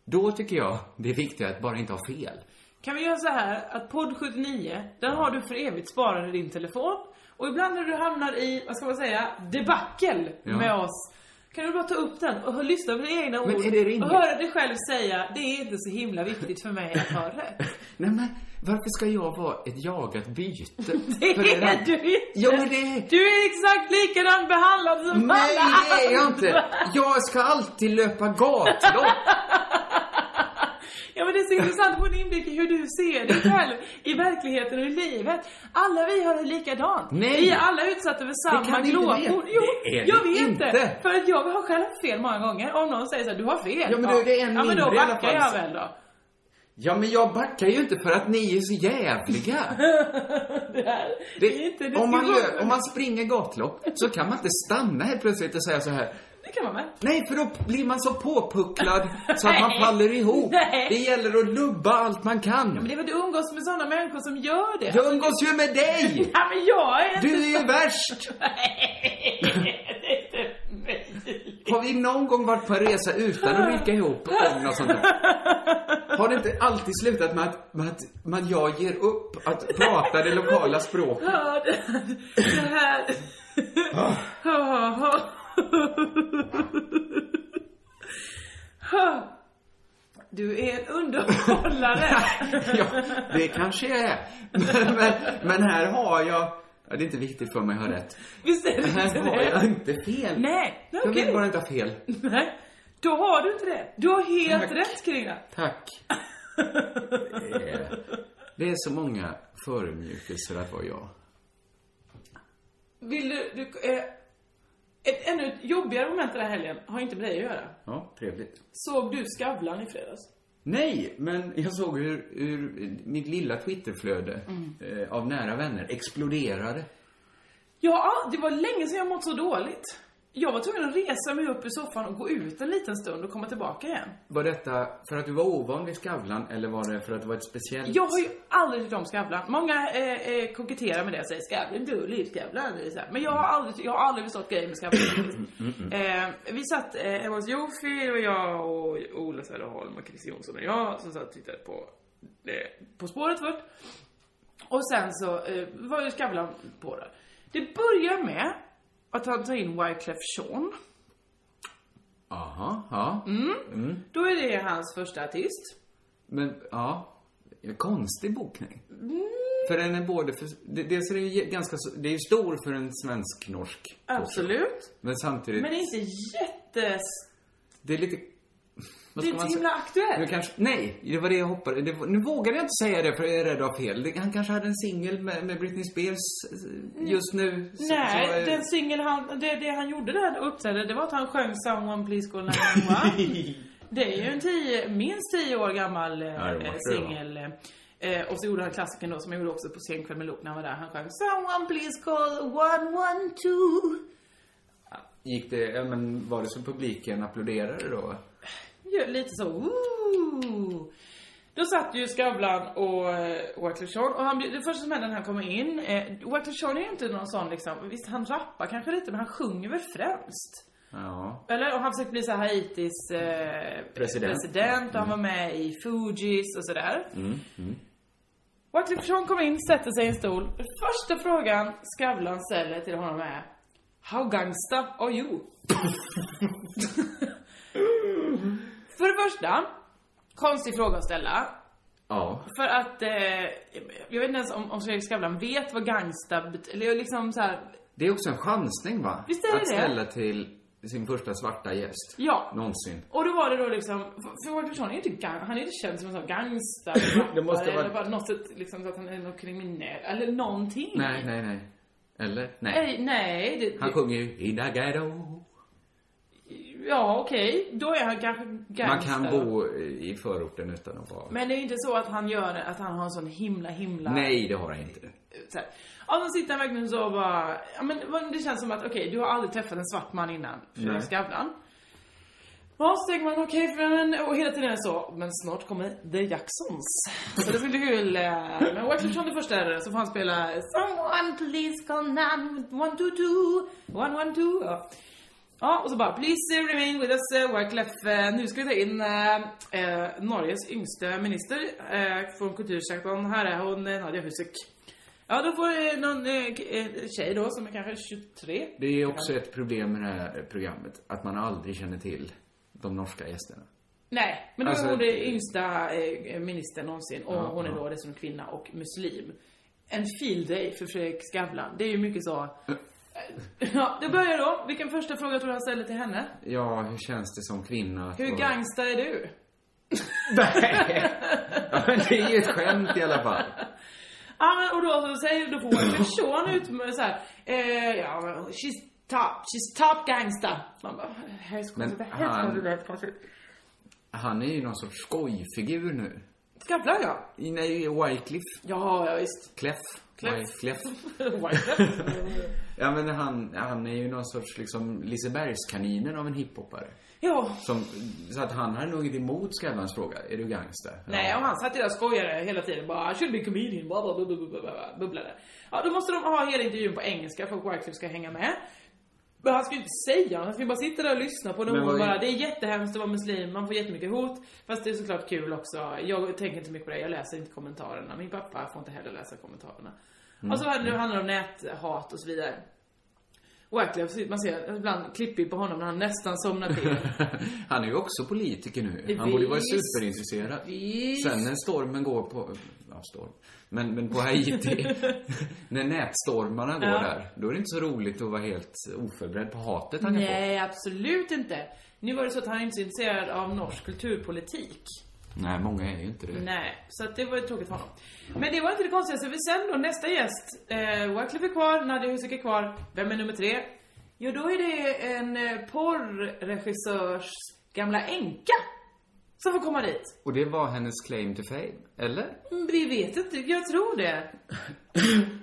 Speaker 5: Då tycker jag det är viktigt att bara inte ha fel.
Speaker 4: Kan vi göra så här att podd 79, den har du för evigt sparad i din telefon. Och ibland när du hamnar i, vad ska man säga, debacle
Speaker 5: Ja.
Speaker 4: med oss. Kan du bara ta upp den och hö- lyssna på dina egna
Speaker 5: Men
Speaker 4: ord
Speaker 5: är det rimligt?
Speaker 4: och höra dig själv säga det är inte så himla viktigt för mig att ha rätt.
Speaker 5: Nej men, varför ska jag vara ett jagat byte?
Speaker 4: Det
Speaker 5: För den här-
Speaker 4: är du inte!
Speaker 5: Jo men det...
Speaker 4: Du är exakt likadan behandlad som
Speaker 5: Nej
Speaker 4: alla
Speaker 5: det är jag
Speaker 4: andra.
Speaker 5: inte! Jag ska alltid löpa gatlopp!
Speaker 4: Ja men det är så intressant att få en inblick i hur du ser dig själv i verkligheten och i livet. Alla vi har det likadant.
Speaker 5: Nej.
Speaker 4: Vi är alla utsatta för samma
Speaker 5: kan ni inte
Speaker 4: glåpord.
Speaker 5: veta.
Speaker 4: Jo,
Speaker 5: Det är
Speaker 4: jag
Speaker 5: ni
Speaker 4: vet
Speaker 5: inte.
Speaker 4: För att jag har själv haft fel många gånger. Om någon säger så här, du har fel.
Speaker 5: Ja, men du, det är en
Speaker 4: ja, men då
Speaker 5: mindre i alla
Speaker 4: backar
Speaker 5: fall.
Speaker 4: jag väl då.
Speaker 5: Ja men jag backar ju inte för att ni är så jävliga!
Speaker 4: Det, här, det,
Speaker 5: Det,
Speaker 4: är inte en
Speaker 5: om, man
Speaker 4: diskussion.
Speaker 5: gör, om man springer gatlopp så kan man inte stanna helt plötsligt och säga så här.
Speaker 4: Det kan man väl?
Speaker 5: Nej för då blir man så påpucklad så att man faller ihop.
Speaker 4: Nej.
Speaker 5: Det gäller att lubba allt man
Speaker 4: Men
Speaker 5: kan.
Speaker 4: det är väl du umgås med sådana människor som gör det.
Speaker 5: Jag umgås ju med dig!
Speaker 4: Ja, men jag är inte
Speaker 5: Du är ju värst!
Speaker 4: Nej, det är inte möjligt.
Speaker 5: Har vi någon gång varit på en resa utan att rycka ihop om något sånt där? Har det inte alltid slutat med att, med att, med att jag ger upp att prata det lokala språket?
Speaker 4: Ja, det, det här... Du är en underhållare.
Speaker 5: ja, det kanske jag är. Men, men, men här har jag... Ja, det är inte viktigt för mig att ha rätt.
Speaker 4: Visst är det
Speaker 5: Här
Speaker 4: inte
Speaker 5: har
Speaker 4: det?
Speaker 5: jag inte fel.
Speaker 4: Nej,
Speaker 5: Jag
Speaker 4: okej.
Speaker 5: vill bara inte ha fel.
Speaker 4: Nej, då har du inte det. Du har helt rätt kring det.
Speaker 5: Tack. Det är- Det är så många förödmjukelser att vara jag.
Speaker 4: Vill du... du eh, ett ännu jobbigare moment den här helgen har inte med dig att göra.
Speaker 5: Ja, trevligt.
Speaker 4: Såg du Skavlan i fredags?
Speaker 5: Nej, men jag såg hur, hur mitt lilla Twitterflöde
Speaker 4: Mm.
Speaker 5: eh, av nära vänner exploderade.
Speaker 4: Ja, ah, det var länge sedan jag mått så dåligt. Jag var tvungen att resa mig upp ur soffan och gå ut en liten stund och komma tillbaka igen.
Speaker 5: Var detta för att du var ovan vid Skavlan eller var det för att det var ett speciellt...
Speaker 4: Jag har ju aldrig tyckt om Skavlan. Många eh, eh, koketterar med det och säger Skavlan, du liv Skavlan. Det är så här. Men jag har aldrig, jag har aldrig förstått grejen med Skavlan. eh, vi satt eh, hemma hos Jofi och jag och Ola Söderholm och Chris Jonsson och jag som satt och tittade på eh, På spåret först. Och sen så eh, var ju Skavlan på det. Det börjar med att han tar in Wyclef Jean.
Speaker 5: Aha, ja.
Speaker 4: Mm. Då är det hans första artist.
Speaker 5: Men, ja. En Konstig bokning.
Speaker 4: Mm.
Speaker 5: För den är både för... det- Dels är den ju ganska... så- Det är ju stor för en svensk-norsk.
Speaker 4: Absolut.
Speaker 5: Men samtidigt...
Speaker 4: Men det är inte jättes...
Speaker 5: Det är lite... Vad
Speaker 4: Det är
Speaker 5: ska
Speaker 4: inte
Speaker 5: man säga?
Speaker 4: himla aktuellt.
Speaker 5: Nu kanske, nej, det var det jag hoppade. Det, var- nu vågade jag inte säga det för jag är rädd att ha fel. Det, han kanske hade en singel med, med Britney Spears eh, just nu. Så-
Speaker 4: Nej,
Speaker 5: så, eh,
Speaker 4: den singeln han, det, det han gjorde där och uppträdde, det var att han sjöng Someone Please Call 911. det är ju en tio, minst tio år gammal eh,
Speaker 5: Ja, det måste
Speaker 4: eh,
Speaker 5: det vara.
Speaker 4: singel. eh, Eh, och så gjorde han klassikern då som jag gjorde också på scenkväll med Luke när han var där. Han sjöng Someone Please Call 112.
Speaker 5: Gick det, ja, men var det så publiken applåderade då?
Speaker 4: Ja, lite så, ooh. Då satt ju Skavlan och eh, Wyclef Jean och han, blir- det första som händer när han kommer in, eh, Wyclef Jean är ju inte någon sån liksom, visst han rappar kanske lite men han sjunger väl främst?
Speaker 5: Ja.
Speaker 4: Eller och han försökte bli så här Haitis eh,
Speaker 5: President.
Speaker 4: president och han var med i Fugees och sådär. Wyclef Jean kommer in, sätter sig i en stol. Första frågan Skavlan ställer till honom är How gangsta are you? För det första, konstig fråga att ställa.
Speaker 5: Ja.
Speaker 4: För att, eh, jag vet inte ens om, om Fredrik Skavlan vet vad gangsta bet- eller liksom så här,
Speaker 5: Det är också en chansning va?
Speaker 4: Visst är det
Speaker 5: Att
Speaker 4: det?
Speaker 5: ställa till sin första svarta gäst.
Speaker 4: Ja.
Speaker 5: Någonsin.
Speaker 4: Och då var det då liksom, för- för Walter Persson är ju inte gang, han är inte känd som en sån gangster eller
Speaker 5: Det måste
Speaker 4: rappare
Speaker 5: vara-
Speaker 4: eller bara något sätt liksom så att han är någon kriminell eller någonting.
Speaker 5: Nej, nej, nej. Eller? Nej.
Speaker 4: Nej, nej det,
Speaker 5: Han
Speaker 4: det,
Speaker 5: sjunger ju In the ghetto.
Speaker 4: ja okej, då är han kanske gangster.
Speaker 5: Man kan bo i förorten utan att vara...
Speaker 4: Men det är inte så att han gör, att han har en sån himla himla...
Speaker 5: Nej, det har han inte.
Speaker 4: Så här. Ja, men sitter han verkligen så och bara, ja men vad- det känns som att okej, du har aldrig träffat en svart man innan, Fredrik
Speaker 5: Nej.
Speaker 4: Skavlan. Ja, så tänker man okej, men, och hela tiden är det så, men snart kommer The Jacksons. Så det skulle bli kul. eh, Men Wexford John det första är det, så får han spela Someone please call 912, 112. Ja. Ja, och så bara Please eh, remain with us, eh, Wyclef. Eh, Nu ska vi ta in eh, eh, Norges yngste minister eh, från kultursektorn. Här är hon, eh, Nadia Husek. Ja, då får eh, någon eh, k- eh, tjej då som är kanske 23.
Speaker 5: Det är också ett problem med det här programmet, att man aldrig känner till de norska gästerna.
Speaker 4: Nej, men då
Speaker 5: Alltså-
Speaker 4: är hon den yngsta eh, ministern någonsin och hon är då dessutom kvinna och muslim. En field day för Fredrik Skavlan. Det är ju mycket så...
Speaker 5: Äh.
Speaker 4: Ja, det börjar då. Vilken första fråga tror du han ställer till henne?
Speaker 5: Ja, hur känns det som kvinna att
Speaker 4: Hur
Speaker 5: vara-
Speaker 4: gangsta är du?
Speaker 5: Nej! Ja, men det är ju ett skämt i alla fall.
Speaker 4: Ja men och då så säger då får en person ut med så här, eh, ja men she's top, she's top gangsta. Man bara, här är så
Speaker 5: Men
Speaker 4: konstigt, det här är så
Speaker 5: han-
Speaker 4: konstigt, det här är så konstigt.
Speaker 5: Han är ju någon sorts skojfigur nu.
Speaker 4: Skavlan ja.
Speaker 5: I- Nej, Wycliffe.
Speaker 4: Ja, ja visst.
Speaker 5: Clef.
Speaker 4: Clef.
Speaker 5: Wyclef.
Speaker 4: Wyclef.
Speaker 5: Ja, men han, han är ju någon sorts liksom Lisebergskaninen av en hiphoppare.
Speaker 4: ja.
Speaker 5: Som, så att han hade nog inte emot Skavlans fråga. Är du gangster?
Speaker 4: Nej, och han satt ju där och skojade hela tiden. Bara, I should be comedian, bla bla bla bla bla, bla bla, bubblade. Ja, då måste de ha hela intervjun på engelska för att Wyclef ska hänga med. Men han skulle inte säga något. Han skulle bara sitta där och lyssna på det
Speaker 5: Men
Speaker 4: och
Speaker 5: vad är-
Speaker 4: bara, det är jättehemskt att vara muslim, man får jättemycket hot. Fast det är såklart kul också. Jag tänker inte mycket på det, jag läser inte kommentarerna. Min pappa får inte heller läsa kommentarerna.
Speaker 8: Mm.
Speaker 4: Och så hade- det handlar det om näthat och så vidare. Och verkligen, man ser ibland klippbild på honom när han nästan somnar till.
Speaker 5: Han är ju också politiker nu. Han
Speaker 4: Visst.
Speaker 5: borde ju vara superintresserad.
Speaker 4: Visst.
Speaker 5: Sen när stormen går på... Ja, storm. Men, men på Haiti. när nätstormarna går
Speaker 4: Ja.
Speaker 5: där. Då är det inte så roligt att vara helt oförberedd på hatet han kan få.
Speaker 4: Nej, absolut inte. Nu var det så att han är inte så intresserad av norsk kulturpolitik.
Speaker 5: Nej, många är ju inte det.
Speaker 4: Nej, så att det var ju tråkigt för honom. Men det var inte det konstigaste, för sen då nästa gäst, eh, Wyclef är kvar, Nadia Husik är kvar. Vem är nummer tre? Jo, då är det en eh, porrregissörs gamla änka som får komma dit.
Speaker 5: Och det var hennes claim to fame, eller?
Speaker 4: Mm, Vi vet inte, jag tror det.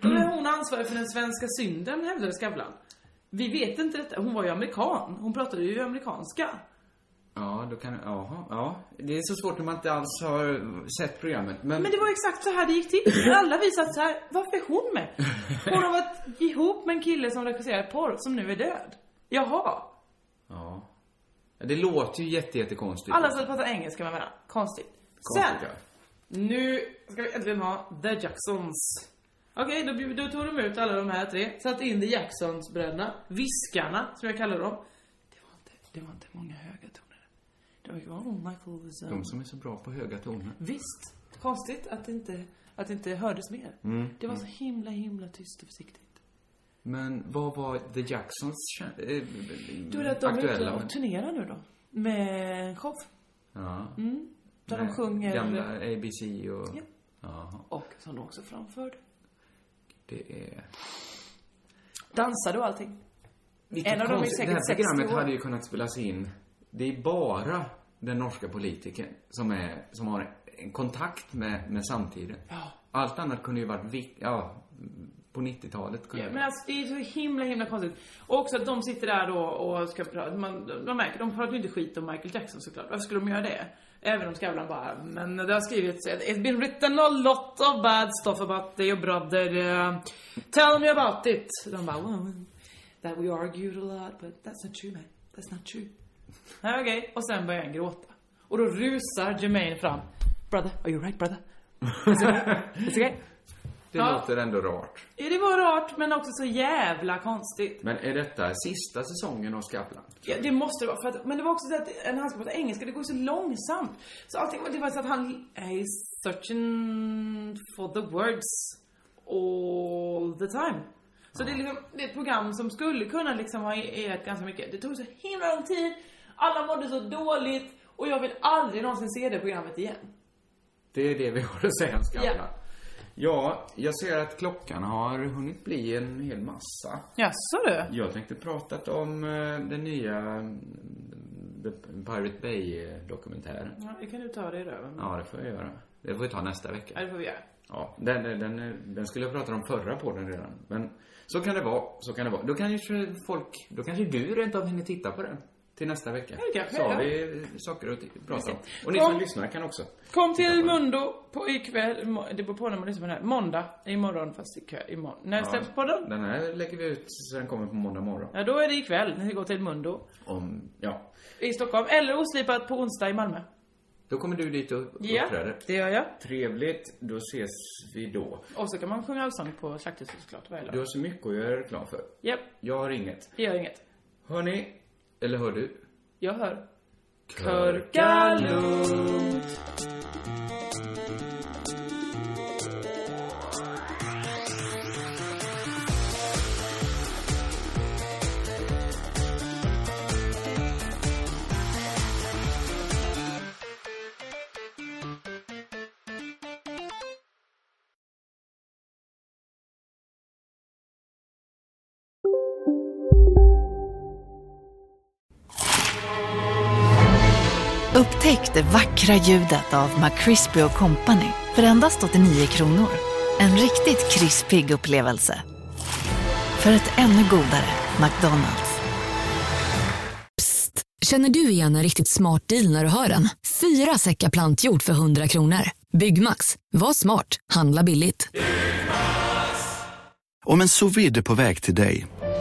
Speaker 4: Då är hon ansvarig för den svenska synden, hävdade Skavlan. Vi vet inte detta. Hon var ju amerikan. Hon pratade ju amerikanska.
Speaker 5: Ja, då kan... Jaha, ja. Det är så svårt när man inte alls har sett programmet. Men,
Speaker 4: Men det var exakt så här det gick till. Alla vi satt så här. varför är hon med? Hon har varit ihop med en kille som regisserar porr som nu är död. Jaha.
Speaker 5: Ja. Det låter ju jätte, jättekonstigt.
Speaker 4: Alla satt och pratade engelska med varandra. Konstigt.
Speaker 5: Konstigt,
Speaker 4: Sen,
Speaker 5: ja.
Speaker 4: nu ska vi äntligen ha The Jacksons. Okej, då, bjud- då tog de ut alla de här tre. Satte in The Jacksons-bröderna. Viskarna, som jag kallar dem. Det var inte, det var inte många höga toner. Det var ju oh, Michael was, um,
Speaker 5: De som är så bra på höga toner.
Speaker 4: Visst. Konstigt att det inte, att det inte hördes mer.
Speaker 5: Mm,
Speaker 4: Det var så
Speaker 5: mm.
Speaker 4: himla, himla tyst och försiktigt.
Speaker 5: Men vad var The Jacksons kä- eh,
Speaker 4: Du är att de är ute
Speaker 5: aktuella?
Speaker 4: och
Speaker 5: men-
Speaker 4: turnerar nu då. Med en show.
Speaker 5: Ja.
Speaker 4: Mm. Där de
Speaker 5: Med
Speaker 4: sjunger.
Speaker 5: Gamla ABC och...
Speaker 4: Ja.
Speaker 5: Jaha.
Speaker 4: Och som de också framförde.
Speaker 5: Det är...
Speaker 4: Dansade och allting. en av dem är
Speaker 5: konstigt.
Speaker 4: säkert
Speaker 5: Det här
Speaker 4: 60
Speaker 5: programmet
Speaker 4: år.
Speaker 5: hade ju kunnat spelas in. Det är bara den norska politikern som, är, som har en kontakt med, med samtiden.
Speaker 4: Ja.
Speaker 5: Allt annat kunde ju varit vikt, ja, på 90-talet kunde
Speaker 4: Ja,
Speaker 5: det
Speaker 4: men alltså det är så himla, himla konstigt. Och också att de sitter där då och ska prata. Man, man märker, de pratar ju inte skit om Michael Jackson såklart. Varför skulle de göra det? Även om Skavlan bara, men det har skrivits, eh, it's been written a lot of bad stuff about your brother. Uh, tell me about it. De bara, well, that we argued a lot, but that's not true man. That's not true. Nej, Okej, och sen börjar han gråta. Och då rusar Jermaine fram. Brother, are you right brother? It's okay? It's okay?
Speaker 5: Det
Speaker 4: Ja.
Speaker 5: låter ändå rart.
Speaker 4: Ja, det var rart men också så jävla konstigt.
Speaker 5: Men är detta sista säsongen av Skavlan?
Speaker 4: Ja, det måste det vara. För att, men det var också så att när han ska prata engelska, det går så långsamt. Så allting, och det var så att han, eh, he's searching for the words all the time. Så det, är liksom, det är ett program som skulle kunna liksom ha erat ganska mycket. Det tog så himla lång tid, alla mådde så dåligt och jag vill aldrig någonsin se det programmet igen.
Speaker 5: Det är det vi har att säga om Skavlan.
Speaker 4: Ja.
Speaker 5: Ja, jag ser att klockan har hunnit bli en hel massa.
Speaker 4: Jaså du?
Speaker 5: Jag tänkte prata om eh, den nya mm, The Pirate Bay-dokumentären.
Speaker 4: Ja, det kan du ta dig i röven.
Speaker 5: Ja, det får jag göra. Det får vi ta nästa
Speaker 4: Ja,
Speaker 5: vecka.
Speaker 4: det får vi göra.
Speaker 5: Ja, den, den, den, den skulle jag prata om förra podden redan. Men så kan det vara. Så kan det vara. Då kanske folk, då kanske du rent av hinner titta på den. Till nästa vecka.
Speaker 4: Ja, det kanske
Speaker 5: Så har
Speaker 4: jag
Speaker 5: vi saker att prata om.
Speaker 4: Precis.
Speaker 5: Och ni som
Speaker 4: Kom.
Speaker 5: lyssnar kan också.
Speaker 4: Kom till Mundo på ikväll, må- det beror på när man lyssnar på den här, måndag, imorgon fast ikväll, imorgon. När
Speaker 5: Ja,
Speaker 4: släpps podden?
Speaker 5: Den här lägger vi ut så den kommer på måndag morgon.
Speaker 4: Ja, då är det ikväll när vi går till Mundo
Speaker 5: Om, ja.
Speaker 4: i Stockholm, eller oslipat på onsdag i Malmö.
Speaker 5: Då kommer du dit och
Speaker 4: Ja,
Speaker 5: uppträder.
Speaker 4: det gör jag.
Speaker 5: Trevligt. Då ses vi då.
Speaker 4: Och så kan man sjunga allsång på Slakthuset såklart varje
Speaker 5: Du
Speaker 4: lördag.
Speaker 5: har så mycket att göra reklam för.
Speaker 4: Japp,
Speaker 5: Jag har inget.
Speaker 4: det gör inget.
Speaker 5: Hör ni? Eller hör du?
Speaker 4: Jag hör.
Speaker 5: Körka
Speaker 4: lugnt.
Speaker 9: Upptäck det vackra ljudet av McCrispy Company för endast 89 kronor. En riktigt krispig upplevelse. För ett ännu godare McDonalds.
Speaker 10: Känner du igen en riktigt smart deal när du hör den? Fyra säckar plantjord för 100 kronor. Byggmax, var smart, handla billigt.
Speaker 11: Om en sous vide är på väg till dig